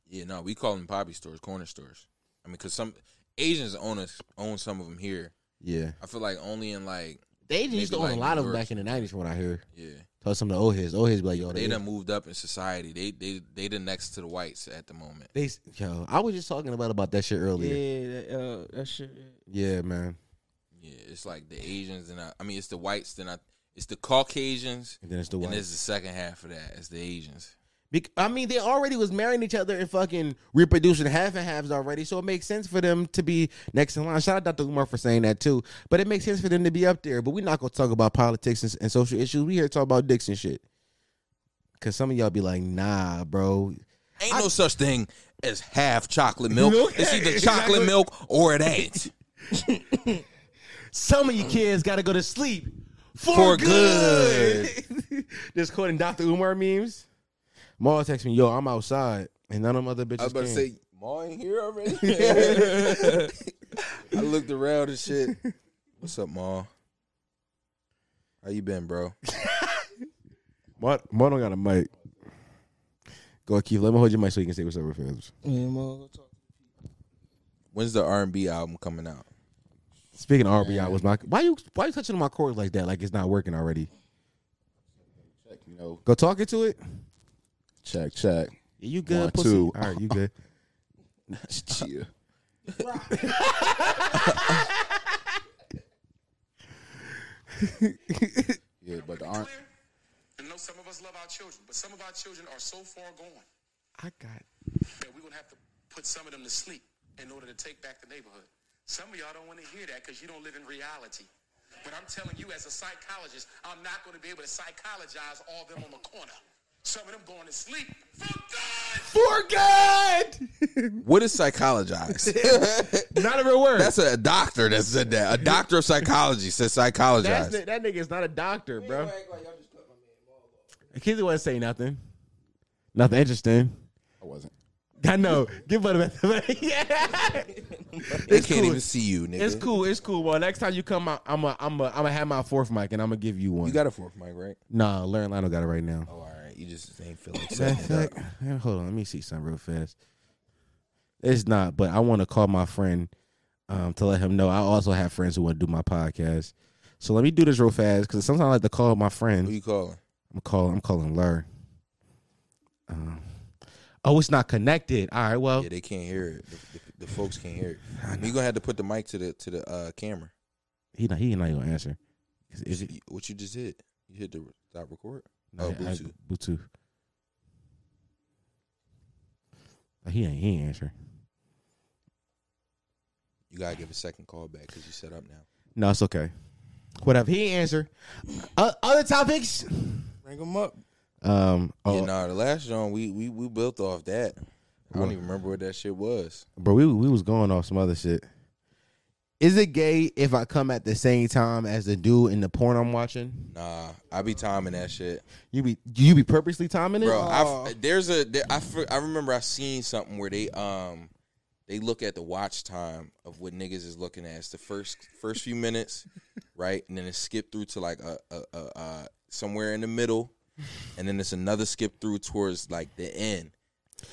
Yeah, no, we call them poppy stores, corner stores. I mean, because some Asians own us own some of them here.
Yeah,
I feel like only in like
they just used to
Maybe
own
like
a lot
New
of them
York.
back in the nineties. From what I hear,
yeah,
tell some of the old heads. Old heads be like, yo,
they
they,
done moved up in society. They they they the next to the whites at the moment.
they, yo, I was just talking about about that shit earlier.
Yeah, that, uh, that shit.
Yeah, man.
Yeah, it's like the Asians and I, I mean it's the whites. Then I it's the Caucasians
And then it's the
and
white.
it's the second half of that. It's the Asians.
Bec- I mean, they already was marrying each other and fucking reproducing half and halves already, so it makes sense for them to be next in line. Shout out Dr. Umar for saying that too, but it makes sense for them to be up there. But we're not gonna talk about politics and, and social issues. We here to talk about dicks and shit. Cause some of y'all be like, nah, bro.
Ain't no such thing as half chocolate milk. It's either chocolate milk or it ain't.
Some of you kids gotta go to sleep for,
For
good. [LAUGHS] Just quoting Dr. Umar memes. Maul text me, yo, I'm outside, and none of them other bitches.
I was about to
came.
say, Ma ain't here [LAUGHS] already. I looked around and shit. What's up, Ma? How you been, bro?
Mar, Mar don't got a mic. Go ahead, Keith. Let me hold your mic so you can say what's up with fans.
Yeah, man, go talk.
When's the R and B album coming out?
Speaking of RBI, was my why you why you touching on my chords like that? Like it's not working already.
Check, you know,
Go talking to it.
check, check.
Yeah, you good?
One,
pussy.
two.
All right, you [LAUGHS] good?
Yeah. yeah, but the aren't.
I know some of us love our children, but some of our children are so far gone
I got.
that we're going to have to put some of them to sleep in order to take back the neighborhood. Some of y'all don't want to hear that because you don't live in reality. But I'm telling you, as a psychologist, I'm not going to be able to psychologize all of them on the corner. Some of them going to sleep. Fuck God!
For God,
What is [LAUGHS] psychologize?
not a real word.
That's a doctor that said that. A doctor of psychology said
That's
psychologize.
the- that nigga is not a doctor, bro. Keith wasn't saying nothing. Nothing interesting.
I wasn't.
I know. Give but a [LAUGHS] yeah.
they can't even see you, nigga.
It's cool. It's cool. Well, next time you come out, I'm a, I'm a, I'm gonna have my fourth mic and I'm gonna give you one.
You got a fourth mic, right?
nah, Larry Lionel got it right now.
Oh, all right. You just ain't
[LAUGHS]
feeling
Matter
setting
of
it up.
fact, man, hold on, let me see something real fast. It's not, but I want to call my friend um, to let him know I also have friends who want to do my podcast. So let me do this real fast because sometimes I like to call my friends.
Who you calling?
I'm calling. I'm calling Lur. Um, oh, it's not connected. All right. Well,
Yeah, they can't hear it. The, the, the folks can't hear it. You gonna have to put the mic to the to the uh, camera.
he not. He not gonna answer. Is, is it?
You- what you just hit? You hit the re- stop record.
No,
oh,
I- I-
Bluetooth.
Bluetooth. Oh, He ain't. He ain't answer.
you gotta give a second call back because you set up now.
No, it's okay. Whatever. He ain't answer. Uh, other topics.
Bring him up.
Um, oh,
Yeah, nah, the last John we we we built off that. I don't even remember what that shit was.
bro, we we was going off some other shit. Is it gay if I come at the same time as the dude in the porn I'm watching?
Nah, I be timing that shit,
You be you be purposely timing it,
bro. I there's a there, I fr- I remember I seen something where they um they look at the watch time of what niggas is looking at. It's the first first few minutes, right, and then it skip through to like a a, a, a somewhere in the middle, and then it's another skip through towards like the end,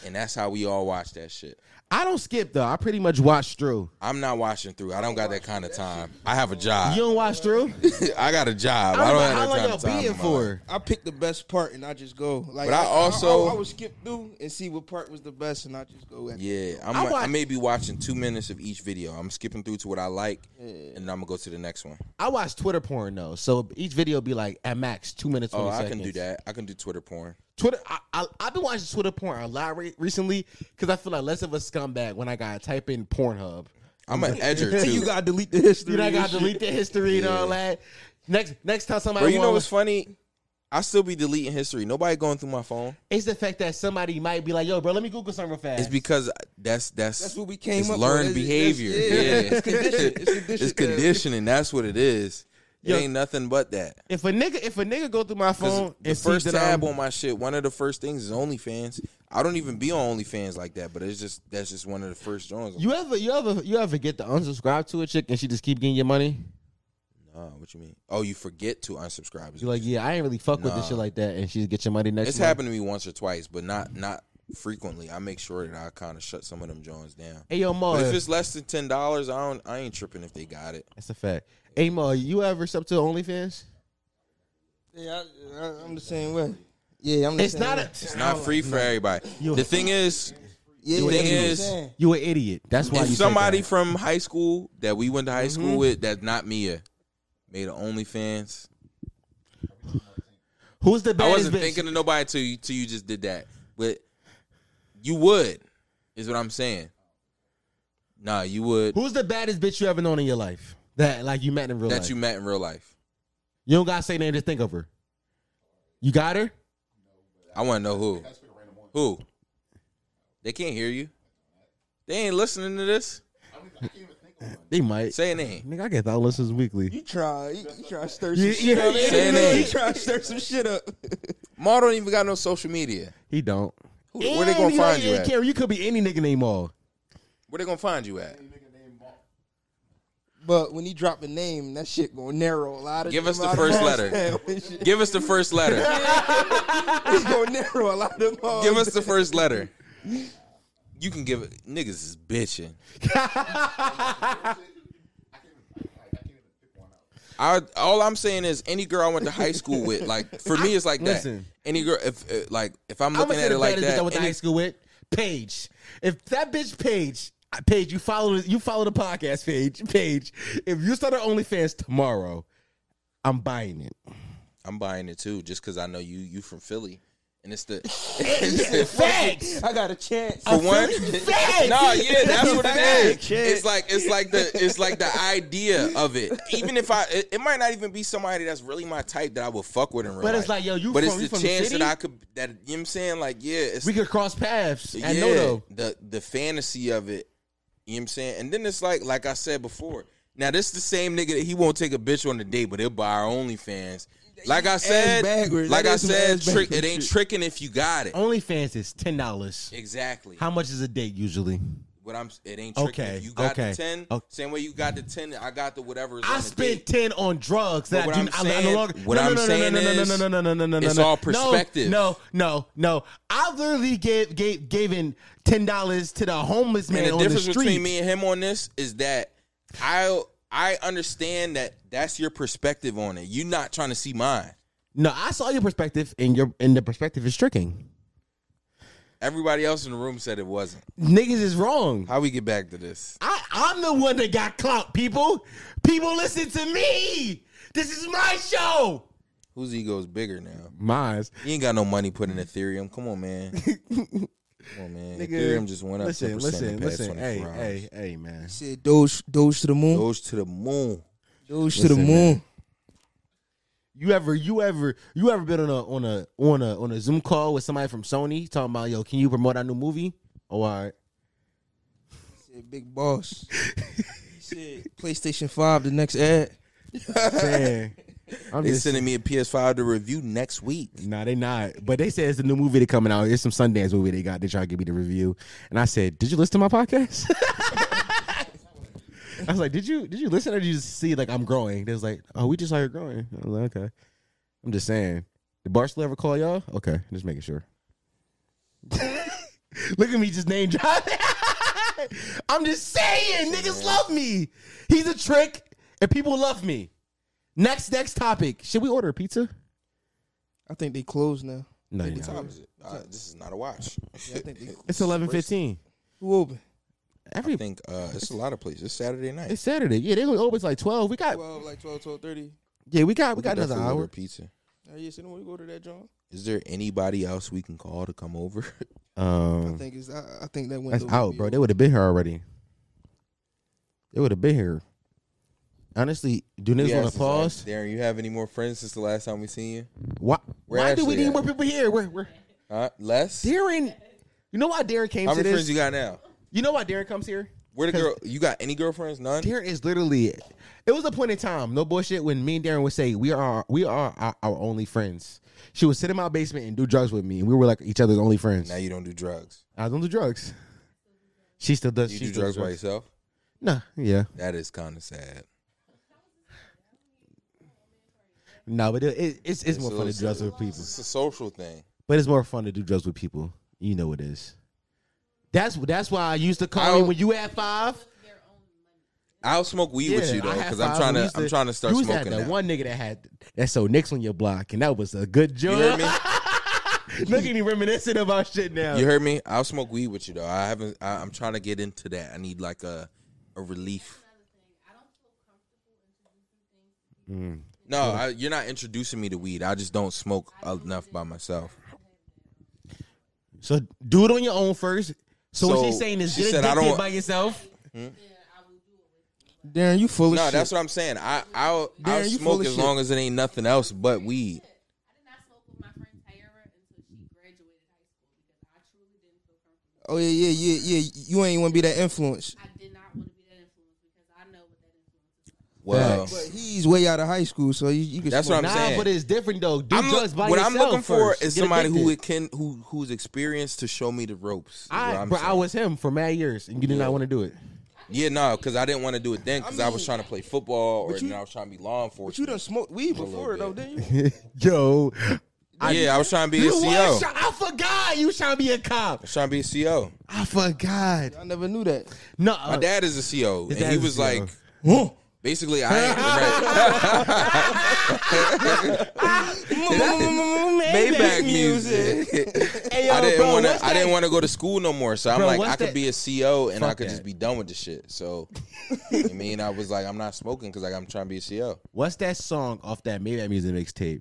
and that's how we all watch that shit.
I don't skip though. I pretty much watch through.
I'm not watching through. I don't got that kind of time. I have a job.
You don't watch through.
[LAUGHS] I got a job.
I
I don't
know
have
how
that
long
kind
y'all
of time.
being
in my life.
for?
I picked the best part and I just go. Like,
But I also-
I, would skip through and see what part was the best, and I just go. At
Yeah, I'm
I
like- I
watch-
may be watching two minutes of each video. I'm skipping through to what I like, and then I'm gonna go to the next one.
I watch Twitter porn though, so each video be like at max two minutes.
Oh,
20
I can
seconds.
do that. I can do Twitter porn.
Twitter. I, I I've been watching Twitter porn a lot re- recently because I feel like less of a scumbag when I gotta type in Pornhub.
I'm an edger
Hey,
too.
[LAUGHS] you gotta delete the history.
You know, I
and
gotta
shit.
delete the history and all that. Next, next time somebody,
Bro, you know
wanna-
what's funny? I still be deleting history. Nobody going through my phone.
it's the fact that somebody might be like, "Yo, bro, let me Google something real fast."
It's because that's that's
That's what we came
it's
up with.
Learned
It's-
behavior.
it's-
yeah,
yeah,
[LAUGHS]
it's conditioning. It's conditioning.
It's conditioning. That's what it is. It
Yo.
ain't nothing but that.
if a nigga, if a nigga go through my phone
Because the
and
first
see that
tab
I'm-
on my shit, one of the first things is OnlyFans. I don't even be on OnlyFans like that, but it's just that's just one of the first joints.
you ever, you ever, you ever get to unsubscribe to a chick and she just keep getting your money?
Nah, what you mean? Oh, you forget to unsubscribe.
You're like, "Yeah, I ain't really fuck with this
Nah.
shit like that," and she get your money next.
it's
month.
happened to me once or twice, but not not frequently. I make sure that I kind of shut some of them joints down.
Hey yo, Mo,
But if it's less than ten dollars, I don't. I ain't tripping if they got it.
that's a fact. Hey Mo, you ever sub to OnlyFans?
Yeah, I, I, I'm the same way. Yeah, I'm the
It's
same
not
way.
a.
It's not free for everybody.
You-
The thing is, The
Yeah, that's
thing
what I'm
is-
saying.
You an idiot. That's why
if
you Mm-hmm.
somebody
Said
from high school that we went to high school with, that's not Mia, made an OnlyFans.
that. Who's the
I
baddest
wasn't
bitch?
thinking of nobody till you till you just did that. But you would, is what I'm saying. Nah, you would
Who's the baddest bitch you ever known in your life? That like you met in real
that
life.
you met in real life.
You don't gotta say nothing to think of her. You got her?
I want to know who. Who? They can't hear you. They ain't listening to this.
They might.
Say a name.
Nigga, I get that listens weekly.
You try, you, you try to stir some
Yeah,
shit [LAUGHS] up.
yeah.
Say a name.
You try to stir some shit up.
Ma don't even got no social media.
He don't.
Who- where they gonna
And, know,
find you
and
at?
Karen, you could be any nigga named all.
Where they gonna find you at?
But when he drop a name, that shit gonna narrow a lot of.
Give
them
us the
out
first
of [LAUGHS]
letter.
It's
Give us the first letter.
[LAUGHS]
gonna narrow a lot of them.
Give us the first letter. You can give it. Niggas is bitching. I, all I'm saying is any girl I went to high school with, like for me, it's like
Listen.
that. Any girl, if uh, like if I'm
I'm
looking
gonna say
at
the
it like
baddest bitch I
that,
went to
any-
high school with Paige. If that bitch Paige, I- Paige, you follow you follow the podcast page. Paige, if you start an OnlyFans tomorrow, I'm buying it.
I'm buying it too, just because I know you you from Philly, and
[LAUGHS]
it's the [LAUGHS]
Facts.
I got a chance.
for one.
Facts.
No, yeah, that's what it
Facts.
is. It's like it's like the it's like the idea of it. Even if I, it, it might not even be somebody that's really my type that I would fuck with in real
But
life.
it's like, yo, you
But
from-
it's
you
the
from the
chance
city?
that I could that you know what I'm saying like yeah, it's
We could cross paths.
yeah,
I know though.
the the fantasy of it. You know what I'm saying? And then it's like like I said before. Now this the same nigga that he won't take a bitch on a date, but he'll buy our OnlyFans. Like I said,
backwards.
like
That
I
is some
said,
ass
trick, it
backwards
ain't
shit.
tricking if you got it.
OnlyFans is ten dollars.
Exactly.
How much is a date usually?
What I'm it ain't tricky.
Okay,
If you got
okay,
the ten,
okay.
same way you got the ten, I got the whatever. Is
I
on the
spent
date.
ten on drugs that
But
I do. I,
what I'm
I
saying-
no longer.
what
no, no,
I'm
no, no,
saying
no, no,
is,
no, no, no, no, no, no, no,
it's
no,
all
no,
perspective.
No, no, no. I literally gave gave giving ten dollars to the homeless man
And the
on the
difference
street.
between me and him on this is that I I understand that that's your perspective on it. You're not trying to see mine.
No, I saw your perspective, and your and the perspective is tricking.
Everybody else in the room said it wasn't.
Niggas is wrong.
How we get back to this?
I I'm the one that got clout. People, people listen to me. This is my show.
Whose ego's bigger now?
Mine's
You ain't got no money put in Ethereum. Come
[LAUGHS]
on, man. Come on, man. Ethereum just went up.
Listen,
10% in
listen,
the past
listen.
24
Hey,
hours.
hey, hey, man.
Said Doge, Doge to the moon.
Goes to the moon.
Doge to the
Listen,
moon.
You ever you ever you ever been on a on a on a on a Zoom call with somebody from Sony talking about yo, can you promote our new movie? Oh,
[LAUGHS]
all right.
Said big [LAUGHS] boss. Said PlayStation Five. The next ad.
Saying, I'm
They
just
sending me a PS5 to review next week.
nah, they not. But they said it's a new movie that coming out. It's some Sundance movie they got. They try to give me the review, and I said, "Did you listen to my podcast?" [LAUGHS] I was like, "Did you did you listen or did you just see like I'm growing?" They was like, "Oh, we just saw you growing." I was like, "Okay." I'm just saying. Did Barstool ever call y'all? Okay, just making sure. [LAUGHS] Look at me just name dropping. [LAUGHS] I'm just saying, niggas love me. He's a trick, and people love me. Next, next topic. Should we order pizza?
I think they closed now.
No, you
What
know.
time is it? Uh, this is not a watch.
Yeah, I think they.
It's eleven fifteen.
Who open?
I
Every
think uh, it's a lot of places. It's Saturday night.
it's Saturday. Yeah, they gonna open till like twelve. We got
Twelve, like 12, 12.30.
yeah, we got we
could
got another
definitely order
hour.
Pizza.
Oh, yes, anyone go to that, John?
Is there anybody else we can call to come over? [LAUGHS]
I
Um,
think it's. I, I think that window.
that's
will
out,
be
bro. They
open.
would have been here already. They would have been here. Honestly, do niggas
Yeah,
want
it's
to
like,
pause?
Darren, you have any more friends since the last time we seen you?
Why?
We're
Why do we
actually
need
at-
more people here? We're we're
Huh? Less?
Darren. You know why Darren came
How
to
many friends
this?
you got now?
You know why Darren comes here?
Where the girl? You got any girlfriends? None.
Darren is literally. It was a point in time, no bullshit, when me and Darren would say we are we are our, our only friends. She would sit in my basement and do drugs with me, and we were like each other's only friends.
Now you don't do drugs.
I don't do drugs. She still does.
You
she
do
still
drugs
does
by yourself.
Nah, yeah,
That is kind of sad.
no, but it, it, it's it's more
So
fun to
it's-
do drugs with people.
It's a social thing.
But it's more fun to do drugs with people. You know it is. That's that's why I used to call you
I'll-
when you had five.
I'll smoke weed with you though,
I had
because
five.
I'm trying
We
to.
used
I'm trying to start
you used
smoking
Had that
now.
one nigga that had that so Nick's on your block, and that was a good
You
joke.
heard me?
[LAUGHS] Look at me reminiscing about shit now.
You heard me? I'll smoke weed with you though. I haven't. I, I'm trying to get into that. I need like a a relief. No, I, you're not introducing me to weed. I just don't smoke enough by myself.
So do it on your own first. So, what
So,
she's saying is
she
get
said, I
addicted
don't-
by yourself.
Darren, you full of
No,
shit.
that's what I'm saying. I I'll, I'll
Darren, you full
smoke
of
as
shit.
long as it ain't nothing else but weed.
I did not smoke with my friend Tyra until she graduated high school because I truly didn't feel comfortable.
Oh yeah, yeah, yeah, yeah. You ain't want to be that influence.
I did not want to be that influence because I know what that influence is.
Well,
But he's way out of high school, so you, you can.
That's
smoke.
what I'm
nah,
saying.
but it's different though. Do
I'm
drugs
look-
by
what
yourself
I'm looking for
first.
is
Get
somebody who
addicted.
it can who who's experienced to show me the ropes. is what
I,
I'm
bro, I
saying.
was him for mad years, and you did not want to do it.
yeah no because I didn't want to do it then because I, was trying to play football or
but you-
then I was trying to be law
But you
enforcement.
done smoked weed
little
before
bit.
though, didn't you?
Yo,
yeah, I was trying to be a
you was,
CO.
try- I forgot you was trying to be a cop.
I was trying to be a CO.
I forgot.
I never knew that.
No,
My dad is a CO, and
dad
he
is a E
was
CO.
like, basically, I
[LAUGHS]
ain't right. Maybach music.
Hey,
I
yo,
didn't
bro,
want
what's
to. I
that-
didn't want to go to school no more. So I'm
Bro,
like,
what's
I could
that-
be a CO and I
Fuck
could
that.
just be done with the shit.
[LAUGHS]
So, I mean, I was like, I'm not smoking because like I'm trying to be a E CO.
What's that song off that Maybe That Music mixtape?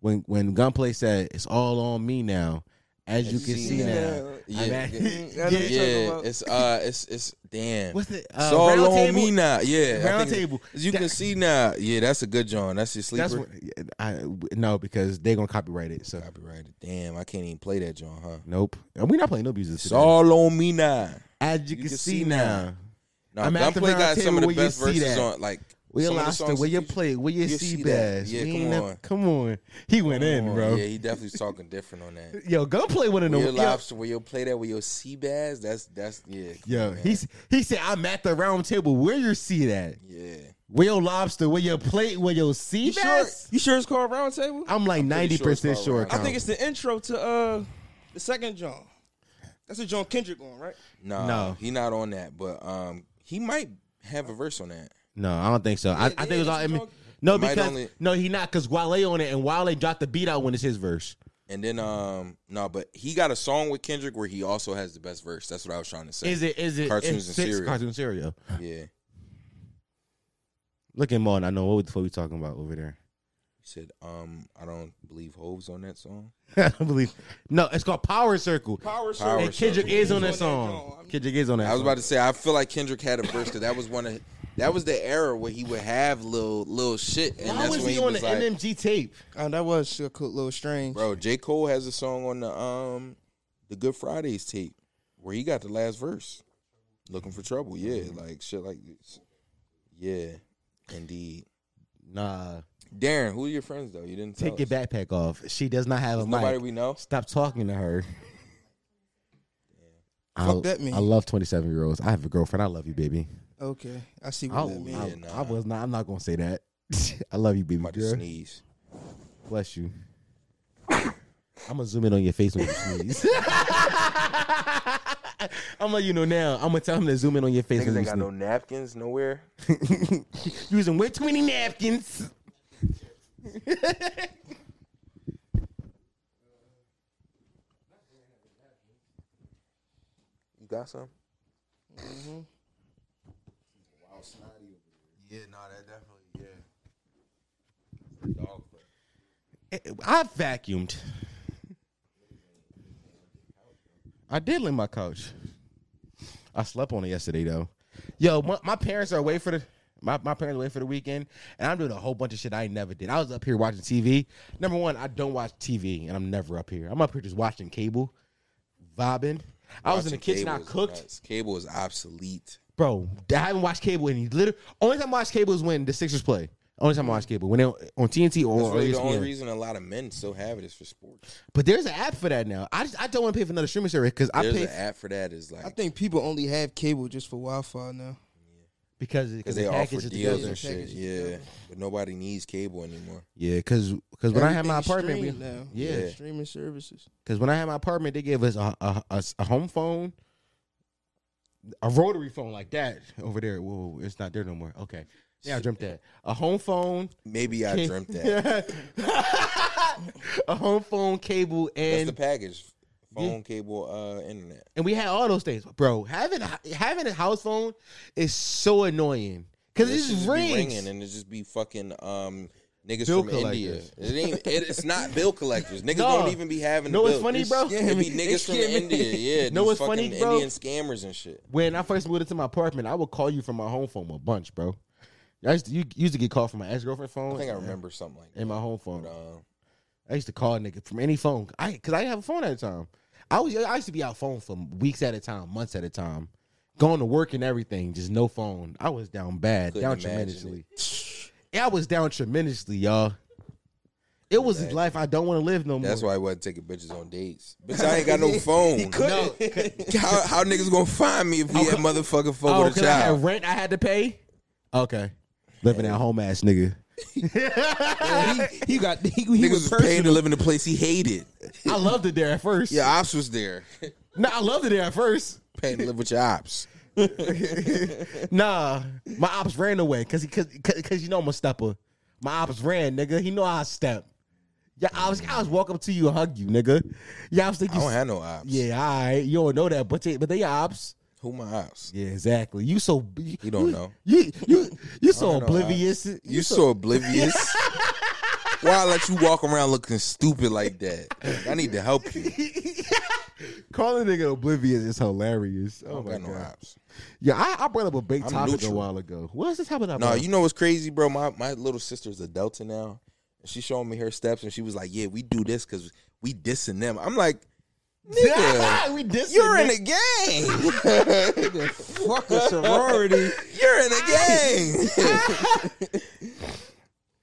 When when Gunplay said it's all on me now, as you can see, now.
[LAUGHS] Yeah,
I'm at-
yeah,
yeah.
yeah. It's uh, it's it's damn.
What's the uh,
It's all
round
on
table?
me now. Yeah, I
Round
think it's-
Table.
As you
That-
can see now. Yeah, that's a good John. That's your sleeper.
That's what, I no because they're gonna copyright it. So
[LAUGHS] Copyrighted. Damn, I can't even play that John, huh?
nope, and we're not playing no music.
It's
today.
all on me now.
as you, can, see, now.
No,
I'm at the
Gunplay
round
got some
table
of the
where you
best
see
verses
that.
on. Like
Where your
some of the
lobster?
songs
Where your
he-
plate? Where your
you
sea
see that.
bass?
Yeah,
We
come
ain't nev-
on.
come on. He went in,
Oh,
bro.
Yeah, he definitely was talking different on
[LAUGHS]
that.
Yo, Gunplay went in
Where your
the yo,
lobster, where your play that, where your sea bass. That's that's yeah. come
yo
on, man.
he's he said I'm at the round table. Where your sea at?
yeah.
Where your lobster? Where your plate? Where your sea
You sure?
bass?
You sure it's called Round Table?
I'm like ninety
pretty sure it's
percent
called
sure.
Round
I think it's the intro to uh the second John. That's a John Kendrick one, right?
No,
No.
he not on that. But um, he might have a verse on that.
No, I don't think so. I, I think it was all.
that's
I mean,
what
no,
It might
because
only-
no, he not because Wale on it, and Wale dropped the beat out when it's his verse.
And then um, no, but he got a song with Kendrick where he also has the best verse. That's what I was trying to say.
Is it? Is it?
Cartoons
it's
and
six
cereal.
Cartoon cereal.
Yeah. He
Look at Mon. I know what the fuck we talking about over there. [LAUGHS]
said um, I don't believe Hove's on that song.
I don't believe. No, it's called Power Circle.
Power
Power
Circle.
and Kendrick
Circle.
is on that
He's on that
song.
song.
Kendrick is on that.
I was
song.
about to say I feel like Kendrick had a verse because that was one of that was the era where he would have little little shit. And
Why
that's
was
when
he on the
was like,
MMG tape?
Oh, that was a cool little strange.
Bro, J. Cole has a song on the um the Good Fridays tape where he got the last verse. Looking for trouble, yeah.
Mm-hmm.
Like shit like this. Yeah. Indeed.
Nah,
Darren, who are your friends though? You didn't tell
take your
us.
backpack off. She does not have a
Nobody
mic.
we know.
Stop talking to her. I-
Fuck that mean.
I love twenty seven year olds. I have a girlfriend. I love you, baby.
Okay, I see
I,
what that means.
I-
Yeah, nah.
I was not. I'm not gonna say that. [LAUGHS] I love you, baby
I'm about to
girl.
sneeze.
Bless you. [COUGHS] I'm gonna zoom in on your face when you sneeze. [LAUGHS] I'm gonna let you know now. I'm gonna tell him to zoom in on your face
Niggas
when you
ain't got no
sneeze.
napkins nowhere.
Using way too many napkins.
You got some?
Mm-hmm.
Mm-hmm. Wow, snotty over there. Yeah, no, that definitely, yeah. Dog food.
I vacuumed. I did lay my couch. I slept on it yesterday though. Yo, my, my parents are away for the my, my parents away for the weekend, and I'm doing a whole bunch of shit I never did. I was up here watching TV. Number one, I don't watch TV, and I'm never up here. I'm up here just watching cable, vibing. I was in the
Watching
kitchen. I
cable is
cooked,
nuts. Cable is obsolete.
bro. I haven't watched cable, and literally only time I watch cable is when the Sixers play. Only time I watch cable when they on TNT or,
That's
or E
really the
ESPN.
only reason a lot of men still have it is for sports.
But there's an app for that now. I just, I don't want to pay for another streaming service because I
There's
pay
an app for that. Is
I
like
think people only have cable just for Wi-Fi now.
because
because
because
they
the
offer
package is together.
deals and shit.
Packages
Yeah, but nobody needs cable anymore.
Yeah, because when I had my
Everything's
apartment, we,
streamed now.
yeah,
Yeah.
streaming services.
because when I had my apartment, they gave us a a, a a home phone, a rotary phone like that over there. Whoa, it's not there no more. Okay, yeah, I dreamt that a home phone,
Maybe I
[LAUGHS]
dreamt that.
a home phone cable,
That's
and
the package: phone, cable, uh, internet.
and we had all those things, bro. Having a, having a house phone is so annoying because
That
it
shit
just
be
rings.
ringing and it just be fucking um Niggas
Bill
from India.
collectors.
It ain't. It, it's not bill collectors. Niggas
No.
don't even be having.
Know
the
what's
bill.
funny, bro?
It
[LAUGHS]
be
They
niggas from
scamming.
India. Yeah.
Know what's
these
funny,
fucking
bro?
Indian scammers and shit.
When I first moved into my apartment, I would call you from my home phone a bunch, bro. I used to, you used to get called from my ex girlfriend phone.
I think I remember something like that.
And my home phone.
Uh,
I used to call nigga from any phone. I because I didn't have a phone at the time. I was I used to be out phone for weeks at a time, months at a time, going to work and everything, just no phone. I was down bad,
Couldn't
down
imagine
tremendously.
[SIGHS]
Yeah, I was down tremendously, y'all. It was a life I don't want to live no more.
that's why I wasn't taking bitches on dates. Bitch, I ain't
[LAUGHS]
got no phone.
No,
[LAUGHS] how, how niggas gonna find me if he had motherfucking phone
oh,
with a
because I
child?
had rent I had to pay. Okay, living at home ass nigga.
he, he got he, he
Niggas
was
was paying to live in a place he hated.
I loved it there at first.
Yeah, ops was there. [LAUGHS]
no, I loved it there at first.
paying to live with your ops.
Nah, my ops ran away because because because you know I'm a stepper. My ops ran, nigga. He know I step. Yeah, I was I was walk up to you and hug you, nigga. Yeah, I was
I
thinking.
don't have no ops.
yeah, all right, you don't know that, but they, but they ops.
Who my ops?
Yeah, exactly. You so you,
don't know.
You you you so
don't know,
oblivious. You,
You
so,
so oblivious. [LAUGHS] Why I let you walk around looking stupid like that? I need to help you.
calling a nigga oblivious is hilarious. [LAUGHS]
I
Oh
don't
my
got no
god.
ops.
Yeah, I, I brought up a big
I'm
topic
neutral.
a while ago. What is this topic about?
No, you know what's crazy, bro? My my little sister's a Delta now. and She showing me her steps, and she was like, "Yeah, we do this because we dissing them." I'm like,
[LAUGHS] [LAUGHS]
"Nigga,
we dissing
you're in
niggas.
a
[LAUGHS]
gang.
fuck a sorority.
[LAUGHS] You're in a gang."
[LAUGHS]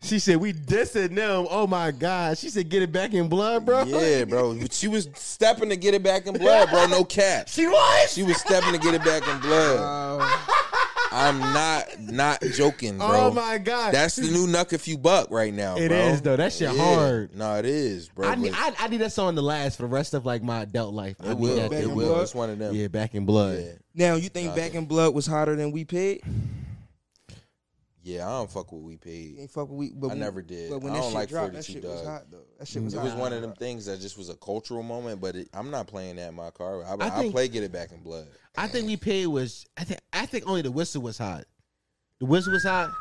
She said we dissing them. Oh my god. She said get it back in blood, bro.
Yeah, bro. She was stepping to get it back in blood, bro. No
[LAUGHS]
cap.
She was.
She was stepping to get it back in blood. I'm not not joking, bro.
Oh my god.
That's the
[LAUGHS]
new knuck if you buck right now.
It
bro.
is, though. That shit hard.
No, it is, bro.
I need,
Like,
I, I need that song to last for the rest of like my adult life. I
it
need
will.
that
Back
It
in
will.
blood.
It's one of them.
Yeah, back in blood.
Yeah.
Now you think Back in Blood was hotter than We Paid?
Yeah, I don't fuck with we
You
paid.
ain't fuck with We. But
I
when-
never did.
But when
I
that
don't
shit
like
dropped, that
42
shit was
Doug.
hot though. That shit was
It
hot.
was one of them things that just was a cultural moment, but it, I'm not playing that in my car. I, I,
I think-
play Get It Back in Blood.
I think we paid was I think I think only the whistle was hot. The whistle was hot,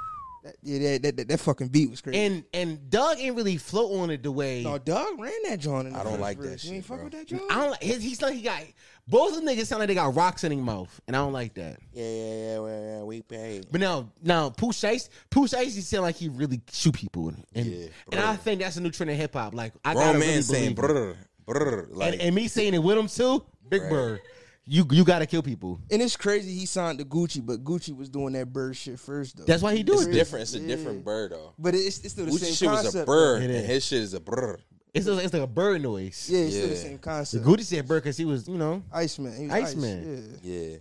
That, yeah, that, that, that, that fucking beat was crazy.
and and Doug ain't really float on it the way.
no, Doug ran that joint. In the
I don't
first
like that
verse. You
shit,
ain't fuck
bro.
with that joint.
I don't like his. He's like he got both of them niggas sound like they got rocks in their mouth, and I don't like that.
Yeah, yeah, yeah, yeah, yeah we paid.
But now, now Pooh Shiesty, Pooh Shiesty sound like he really shoot people, and and,
Yeah,
and I
bruh.
think that's a new trend in hip hop. Like I
Grown
gotta
man
really
saying,
believe it.
brr, brr, like,
and, and me saying it with him too, Big
Right.
Bird, you you gotta kill people.
And it's crazy he signed to Gucci, but Gucci was doing that bird shit first though.
That's why he do
it's
it.
different. It's a
Yeah.
different bird, though.
but it's, it's still the
Gucci
same
shit
concept.
was a brr,
It
and
is.
his shit is a brr.
It's, a- it's like a bird noise.
Yeah, it's still the
Yeah.
same
The
concept.
Gucci said bird because he was, you know,
Iceman. He was
Iceman.
Ice, yeah.
Yeah.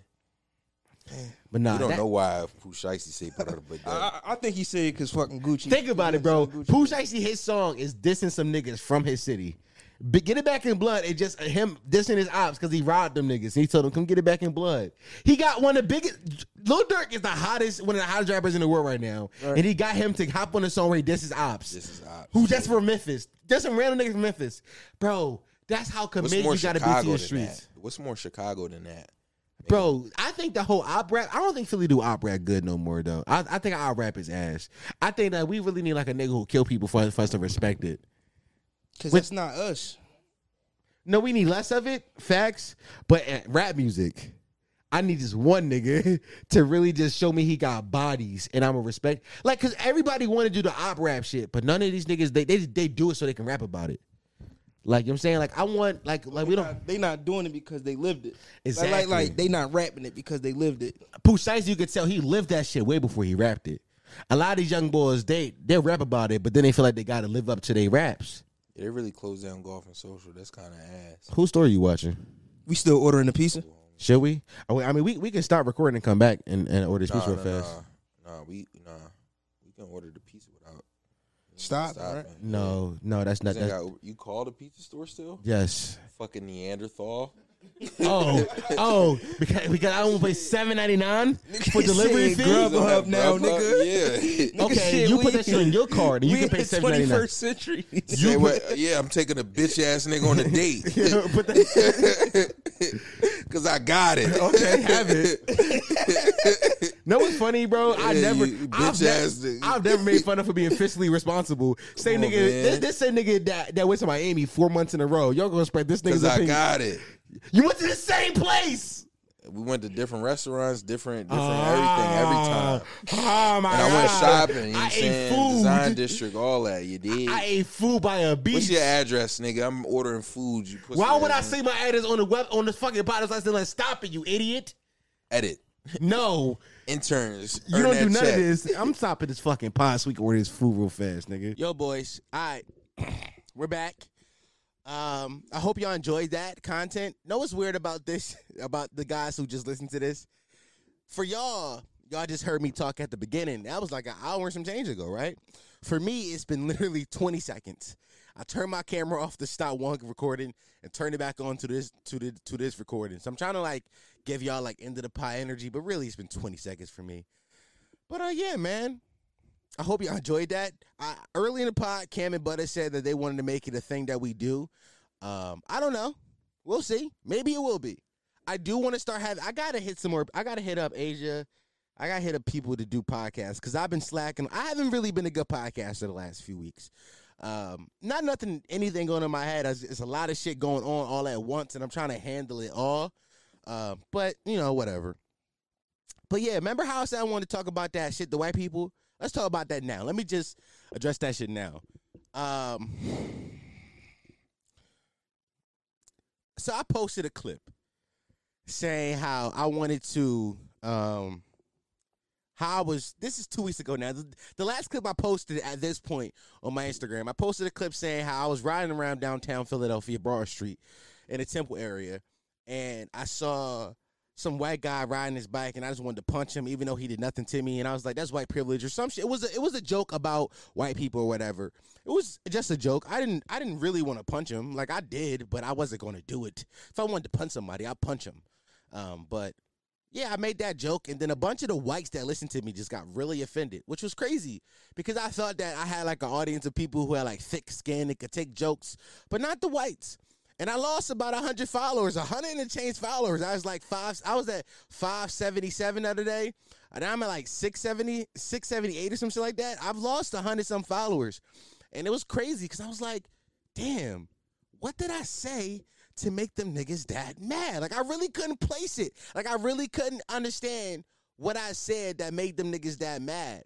but nah.
You don't
that-
know why Pooh Shiesty say brr, but that,
I, I I think he said because fucking Gucci.
Think about it, bro.
Gucci.
Pooh Shiesty, his song is dissing some niggas from his city. But get it back in blood. It just him dissing his ops because he robbed them niggas. He told them, "Come get it back in blood." He got one of the biggest. Lil Durk is the hottest, one of the hottest rappers in the world right now, and he got him to hop on a song where he disses ops.
this is ops.
who that's from Memphis. There's some random niggas from Memphis, bro. That's how
What's
committed
more
you gotta
Chicago
be to your
than
streets,
that? What's more Chicago than that?
bro. I think the whole op rap. I don't think Philly do op rap good no more though. I, I think op rap is ass. I think that we really need like a nigga who kill people for, us- for us to respect it.
because that's not us.
No, we need less of it. Facts, but uh, rap music. I need just one nigga [LAUGHS] to really just show me he got bodies and I'm a respect. Like, cause everybody want to do the op rap shit, but none of these niggas they, they they do it so they can rap about it. Like you know what I'm saying, like I want like like we don't
They not doing it because they lived it.
Exactly.
Like, like, like they not rapping it because they lived it.
Pooh you could tell he lived that shit way before he rapped it. A lot of these young boys, they they rap about it, but then they feel like they got to live up to their raps.
Yeah, they really closed down golf and social. That's kind of ass.
Whose story you watching?
We still ordering a pizza.
Should we? Oh, wait, I mean, we, we can stop recording and come back and, and order this
Nah,
pizza real
nah,
fast.
nah, nah, we nah, we can order the pizza without
Stop. right?
stopping.
No, no, that's not
You, ain't
that.
got- you call the pizza store still?
Yes.
Fucking Neanderthal.
Oh, oh, because, because I don't pay seven ninety nine for delivery
said
fee.
Is
Grubhub.
that
now,
Grubhub? Yeah.
Nigga,
Okay,
shit,
you
we-
put that shit in your card and you
we
can pay
in
seven ninety nine.
21st century.
[LAUGHS]
Say what- yeah, I'm taking a bitch ass nigga on a date.
Put that.
[LAUGHS] Cause I got it. [LAUGHS]
Okay, have
it.
No, it's funny, bro. I
Yeah,
never,
you
I've,
bitch
ne-
ass nigga.
I've never made fun of for being fiscally responsible. Same
Come on,
nigga,
man.
this, this same nigga that that went to Miami four months in a row. Y'all gonna spread this nigga's
Cause I
opinion?
got it.
you went to the same place.
We went to different restaurants, different, different
Ah.
everything, every time.
Oh my
And I went
God.
shopping. You know
I
what I'm
ate
saying?
food.
Design district, all that. You did.
I ate food by a beach.
What's your address, nigga? I'm ordering food. You pussy
Why would I
ass
see my address on the web on the fucking podcast? I said, "Let's stop it, you idiot."
nigga. edit
No,
interns?
you
earn
don't
that
do none
check.
of this. I'm stopping this fucking pod so we can order this food real fast, nigga.
Yo, boys. All right. [CLEARS THROAT] We're back. Um, I hope y'all enjoyed that content. Know what's weird about this, [LAUGHS] about the guys who just listened to this? For y'all, y'all just heard me talk at the beginning. That was like an hour and some change ago, right? For me, it's been literally [LAUGHS] 20 seconds. I turned my camera off to stop one recording and turned it back on to this to the to this recording. So I'm trying to like give y'all like end of the pie energy, but really it's been 20 seconds for me. But uh yeah, man. I hope you all enjoyed that. I, early in the pod, Cam and Butter said that they wanted to make it a thing that we do. Um, I don't know. We'll see. Maybe it will be. I do want to start having. I gotta hit some more. I gotta hit up Asia. I gotta hit up people to do podcasts because I've been slacking. I haven't really been a good podcaster the last few weeks. Um, not nothing, anything going on in my head. It's, it's a lot of shit going on all at once, and I'm trying to handle it all. Uh, but you know, whatever. But yeah, remember how I said I wanted to talk about that shit, the white people? Let's talk about that now. Let me just address that shit now. Um, so I posted a clip saying how I wanted to, um, how I was, this is two weeks ago now. The, the last clip I posted at this point on my Instagram, I posted a clip saying how I was riding around downtown Philadelphia, Broad Street, in the Temple area, and I saw some white guy riding his bike and I just wanted to punch him even though he did nothing to me and I was like that's white privilege or some shit. It was a, it was a joke about white people or whatever. It was just a joke. I didn't I didn't really want to punch him. Like I did, but I wasn't going to do it. If I wanted to punch somebody, I'd punch him. Um, but yeah, I made that joke and then a bunch of the whites that listened to me just got really offended, which was crazy because I thought that I had like an audience of people who had like thick skin and could take jokes, but not the whites and I lost about hundred followers, hundred and change followers. I was like five. I was at five seventy seven the other day, and I'm at like 670, 678 or some shit like that. I've lost hundred some followers, and it was crazy because I was like, damn, what did I say? To make them niggas that mad. Like, I really couldn't place it. Like, I really couldn't understand what I said that made them niggas that mad.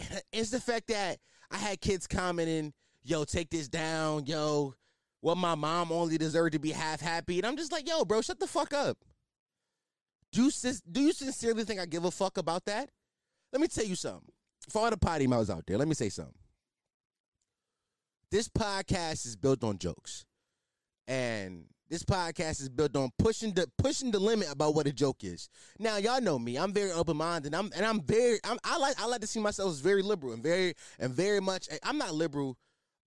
[CLEARS THROAT] It's the fact that I had kids commenting, yo, take this down, yo, well, my mom only deserved to be half happy. And I'm just like, yo, bro, shut the fuck up. Do you, sin- do you sincerely think I give a fuck about that? Let me tell you something. For all the potty mouths out there, let me say something. This podcast is built on jokes. And this podcast is built on pushing the pushing the limit about what a joke is. Now y'all know me. I'm very open minded. I'm and I'm very I'm, I like I like to see myself as very liberal and very and very much. eh, I'm not liberal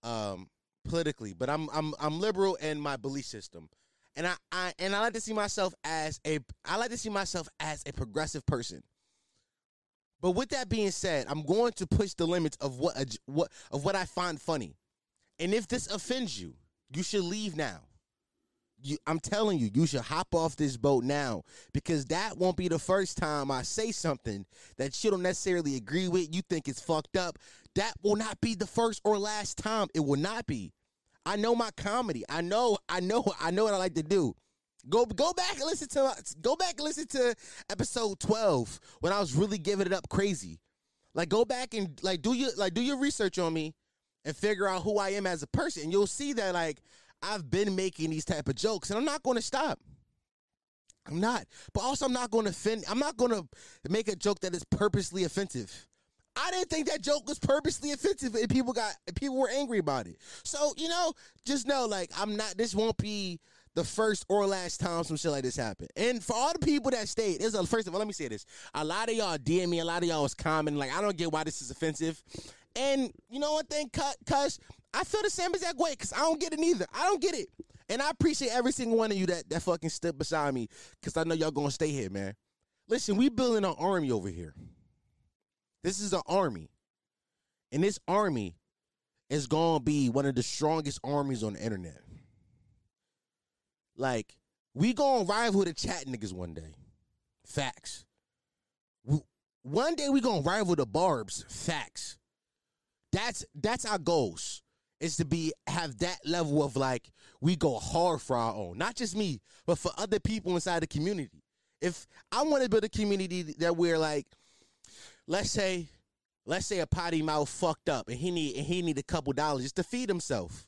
um, politically, but I'm I'm I'm liberal in my belief system, and I, I and I like to see myself as a I like to see myself as a progressive person. But with that being said, I'm going to push the limits of what a j what of what I find funny, and if this offends you, you should leave now. You, I'm telling you, you should hop off this boat now because that won't be the first time I say something that you don't necessarily agree with. You think it's fucked up. That will not be the first or last time. It will not be. I know my comedy. I know. I know. I know what I like to do. Go go back and listen to go back and listen to episode twelve when I was really giving it up crazy. Like go back and like do your like do your research on me and figure out who I am as a person. And you'll see that like I've been making these type of jokes and I'm not going to stop. I'm not. But also I'm not going to offend I'm not going to make a joke that is purposely offensive. I didn't think that joke was purposely offensive and people got and people were angry about it. So, you know, just know like I'm not this won't be the first or last time some shit like this happened. And for all the people that stayed, it's a first of all, let me say this. A lot of y'all DM me, a lot of y'all was commenting, like, I don't get why this is offensive. And you know one thing, cu- cuz I feel the same exact way, cuz I don't get it neither. I don't get it. And I appreciate every single one of you that, that fucking stood beside me, cuz I know y'all gonna stay here, man. Listen, we building an army over here. This is an army. And this army is gonna be one of the strongest armies on the internet. Like, We gonna rival the chat niggas one day. Facts. W- One day we gonna rival the barbs. Facts. That's that's our goals. Is to be have that level of like we go hard for our own, not just me, but for other people inside the community. If I want to build a community that we're like, let's say, let's say a potty mouth fucked up and he need and he need a couple dollars just to feed himself.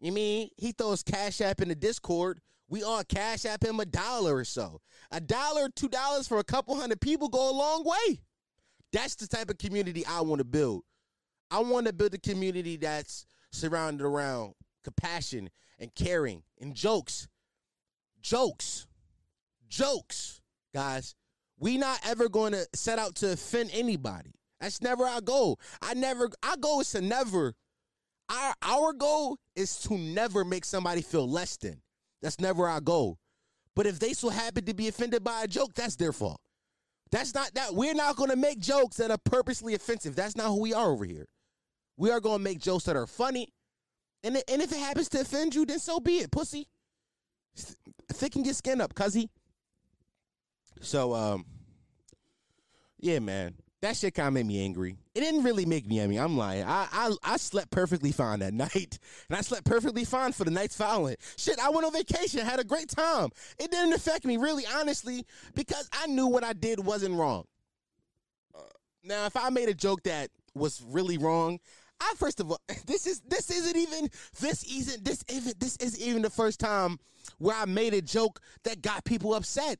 You mean he throws Cash App in the Discord? We all Cash App him a dollar or so. A dollar, two dollars for a couple hundred people go a long way. That's the type of community I want to build. I want to build a community that's surrounded around compassion and caring and jokes. Jokes. Jokes. Guys, we not ever going to set out to offend anybody. That's never our goal. I never our goal is to never our our goal is to never make somebody feel less than. That's never our goal. But if they so happen to be offended by a joke, that's their fault. That's not that we're not going to make jokes that are purposely offensive. That's not who we are over here. We are going to make jokes that are funny. And i- and if it happens to offend you, then so be it, pussy. Th- Thicken your skin up, cuzzy. So um yeah, man. That shit kind of made me angry. It didn't really make me angry. I'm lying. I, I I slept perfectly fine that [LAUGHS] night, and I slept perfectly fine for the nights following. Shit, I went on vacation, had a great time. It didn't affect me really, honestly, because I knew what I did wasn't wrong. Uh, Now, if I made a joke that was really wrong, I first of all, [LAUGHS] this is this isn't even this isn't this even this isn't even the first time where I made a joke that got people upset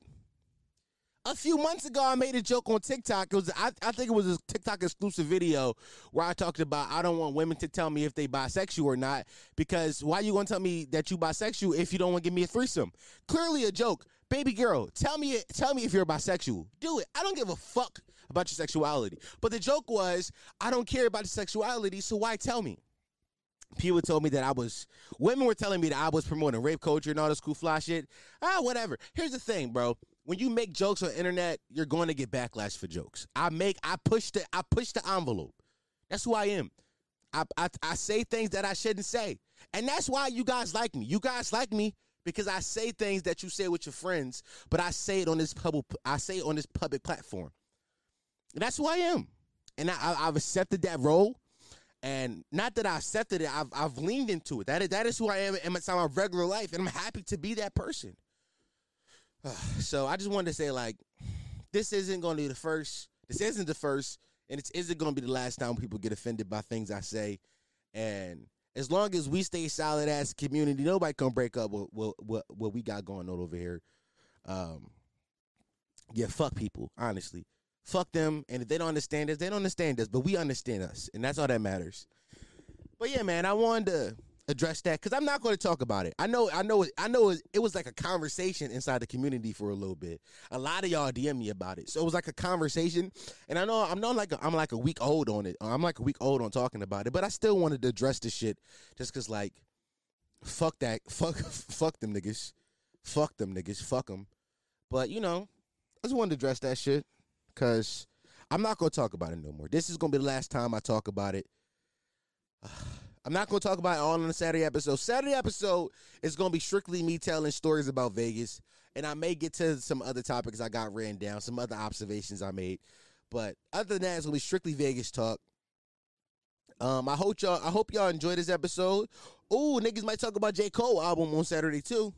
a few months ago, I made a joke on TikTok. It was I, I think it was a TikTok exclusive video where I talked about I don't want women to tell me if they bisexual or not because why you gonna tell me that you bisexual if you don't want to give me a threesome? Clearly a joke. Baby girl, tell me tell me if you're bisexual. Do it. I don't give a fuck about your sexuality. But the joke was I don't care about your sexuality, so why tell me? people told me that I was women were telling me that I was promoting rape culture and all this cool fly shit. Ah, whatever. Here's the thing, bro. When you make jokes on the internet, you're going to get backlash for jokes. I make I push the I push the envelope. That's who I am. I, I I say things that I shouldn't say. And that's why you guys like me. You guys like me because I say things that you say with your friends, but I say it on this public I say it on this public platform. And that's who I am. And I, I, I've accepted that role and not that I accepted it, I've I've leaned into it. That is that is who I am in my, in my regular life, and I'm happy to be that person. [SIGHS] so I just wanted to say, like, this isn't going to be the first. This isn't the first, and it isn't going to be the last time people get offended by things I say. And as long as we stay solid as a community, nobody can break up what what what, what we got going on over here. Um, yeah, fuck people, honestly fuck them. And if they don't understand us, they don't understand us, but we understand us. And that's all that matters. But yeah, man, I wanted to address that because I'm not going to talk about it. I know, I know, I know it, it was like a conversation inside the community for a little bit. A lot of y'all DM me about it. So it was like a conversation. And I know I'm not like, i I'm like a week old on it. I'm like a week old on talking about it, but I still wanted to address this shit just because, like, fuck that. [LAUGHS] Fuck, fuck them niggas. Fuck them niggas. Fuck them. But, you know, I just wanted to address that shit because I'm not going to talk about it no more. This is going to be the last time I talk about it. [SIGHS] I'm not going to talk about it all on the Saturday episode. Saturday episode is going to be strictly me telling stories about Vegas, and I may get to some other topics I got written down, some other observations I made. But other than that, it's going to be strictly Vegas talk. Um, I hope y'all. I hope y'all enjoy this episode. Ooh, niggas might talk about J Cole album on Saturday too,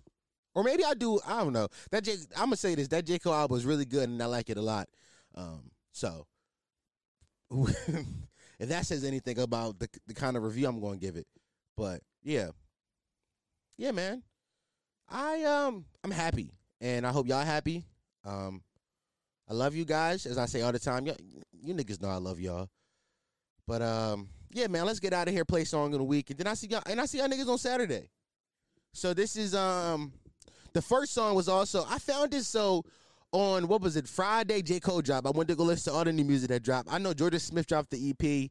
or maybe I do. I don't know. That J. I'm gonna say this. That J Cole album is really good, and I like it a lot. Um, so [LAUGHS] if that says anything about the the kind of review I'm going to give it, but yeah, yeah, man, I um I'm happy, and I hope y'all happy. Um, I love you guys, as I say all the time. Y'all, you niggas know I love y'all, but um yeah, man, let's get out of here. Play song of the week, and then I see y'all, and I see y'all niggas on Saturday. So this is um the first song was also I found this so on what was it Friday J Cole drop. I went to go listen to all the new music that dropped. I know Jordan Smith dropped the EP.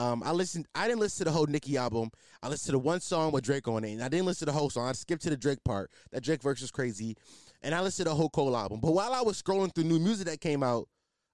Um, I listened. I didn't listen to the whole Nicki album. I listened to one song with Drake on it, and I didn't listen to the whole song. I skipped to the Drake part. That Drake verse was crazy, and I listened to the whole Cole album. But while I was scrolling through new music that came out,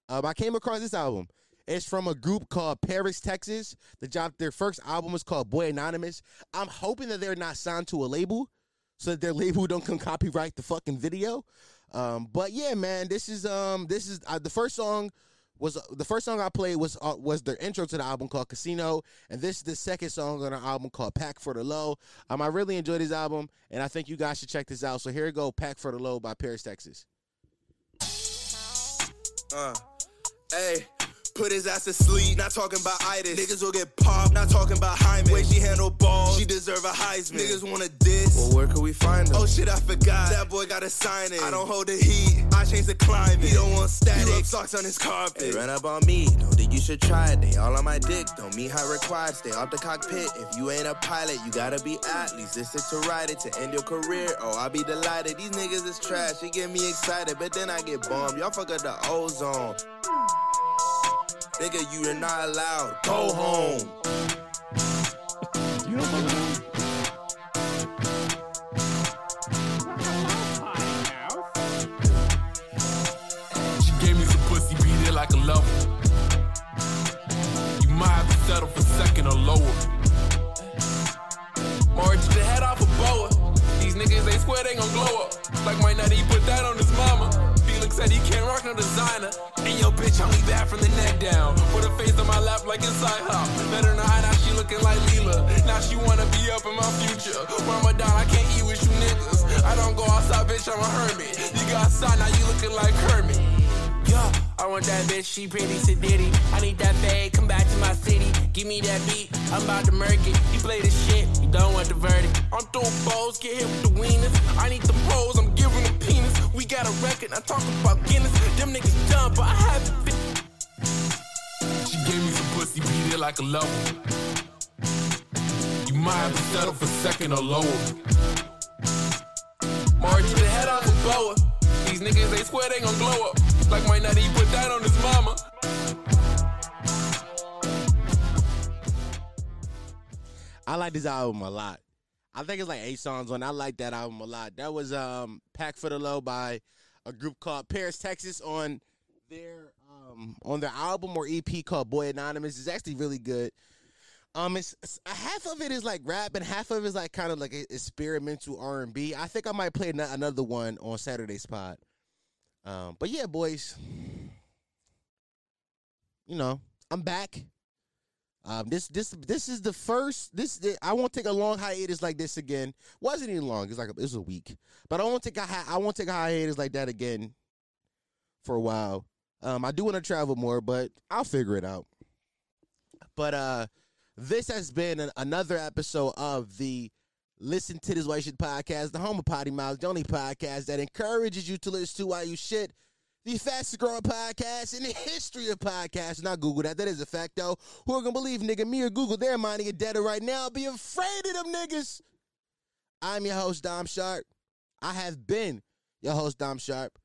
um, I came across this album. It's from a group called Paris, Texas. The job, their first album is called Boy Anonymous. I'm hoping that they're not signed to a label, so that their [LAUGHS] label don't come copyright the fucking video. Um, but yeah, man, this is um, this is uh, the first song was the first song I played was uh, was their intro to the album called Casino, and this is the second song on our album called Pack for the Low. Um, I really enjoyed this album, and I think you guys should check this out. So here we go, Pack for the Low by Paris, Texas.
Uh, hey. Put his ass to sleep, not talking about itis. Niggas will get popped, not talking about Hyman. Way she handle balls, she deserve a Heisman. Niggas wanna diss. Well, where could we find him? Oh shit, I forgot. That boy gotta sign it. I don't hold the heat, I change the climate. He don't want static. He rub socks on his carpet. They ran up on me, don't think you should try it. They all on my dick, don't meet high required. Stay off the cockpit. If you ain't a pilot, you gotta be athletes. This is to ride it to end your career. Oh, I'll be delighted. These niggas is trash. They get me excited, but then I get bombed. Y'all fuck up the ozone. Nigga, you are not allowed. Go home.
She gave me some pussy, beat it like a lover. You might have to settle for second or lower. March the head off a boa. These niggas, they swear they gon' glow up. Like my nutty put that on his mama. Felix said he can't rock no designer. And yo, bitch, I'm bad from the neck down. With a face on my lap like inside hop. Let her know how now she looking like Leela. Now she wanna be up in my future. Ramadan, I can't eat with you niggas. I don't go outside, bitch, I'm a hermit. You got outside, now you looking like Kermit. Yo, I want that bitch, she pretty sedity. I need that fade, come back to my city. Give me that beat, I'm about to murk it. You play the shit, you don't want the verdict. I'm throwing balls, get hit with the wieners. I need them hoes, I'm giving them penis. We got a record, I talk about Guinness. Them niggas dumb, but I have a bitch. She gave me some pussy, beat it like a lover. You might have to settle for second or lower. March the head off a boa. These niggas, they swear they gon' blow up. Like my nutty put that on his mama.
I like this album a lot. I think it's like eight songs on. I like that album a lot. That was um Pack for the Low by a group called Paris, Texas on their um on their album or EP called Boy Anonymous. It's actually really good. Um, it's, it's- half of it is like rap and half of it is like kind of like e- experimental R and B. I think I might play ano- another one on Saturday's pod. Um, but yeah, boys, you know I'm back. Um, this this this is the first. This the- I won't take a long hiatus like this again. Wasn't even long. It's like a, it was a week, but I won't take a hi- I won't take a hiatus like that again for a while. Um, I do want to travel more, but I'll figure it out. But uh, this has been an, another episode of the Listen to This Why You Should podcast, the home of Potty Mouth, the only podcast that encourages you to listen to why you should. The fastest growing podcast in the history of podcasts. Not Google that. That is a fact, though. Who are going to believe, nigga? Me or Google? They're minding your data right now. Be afraid of them niggas. I'm your host, Dom Sharp. I have been your host, Dom Sharp.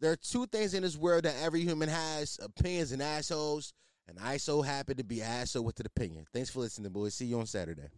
There are two things in this world that every human has opinions and assholes. And I so happen to be an asshole with an opinion. Thanks for listening, boys. See you on Saturday.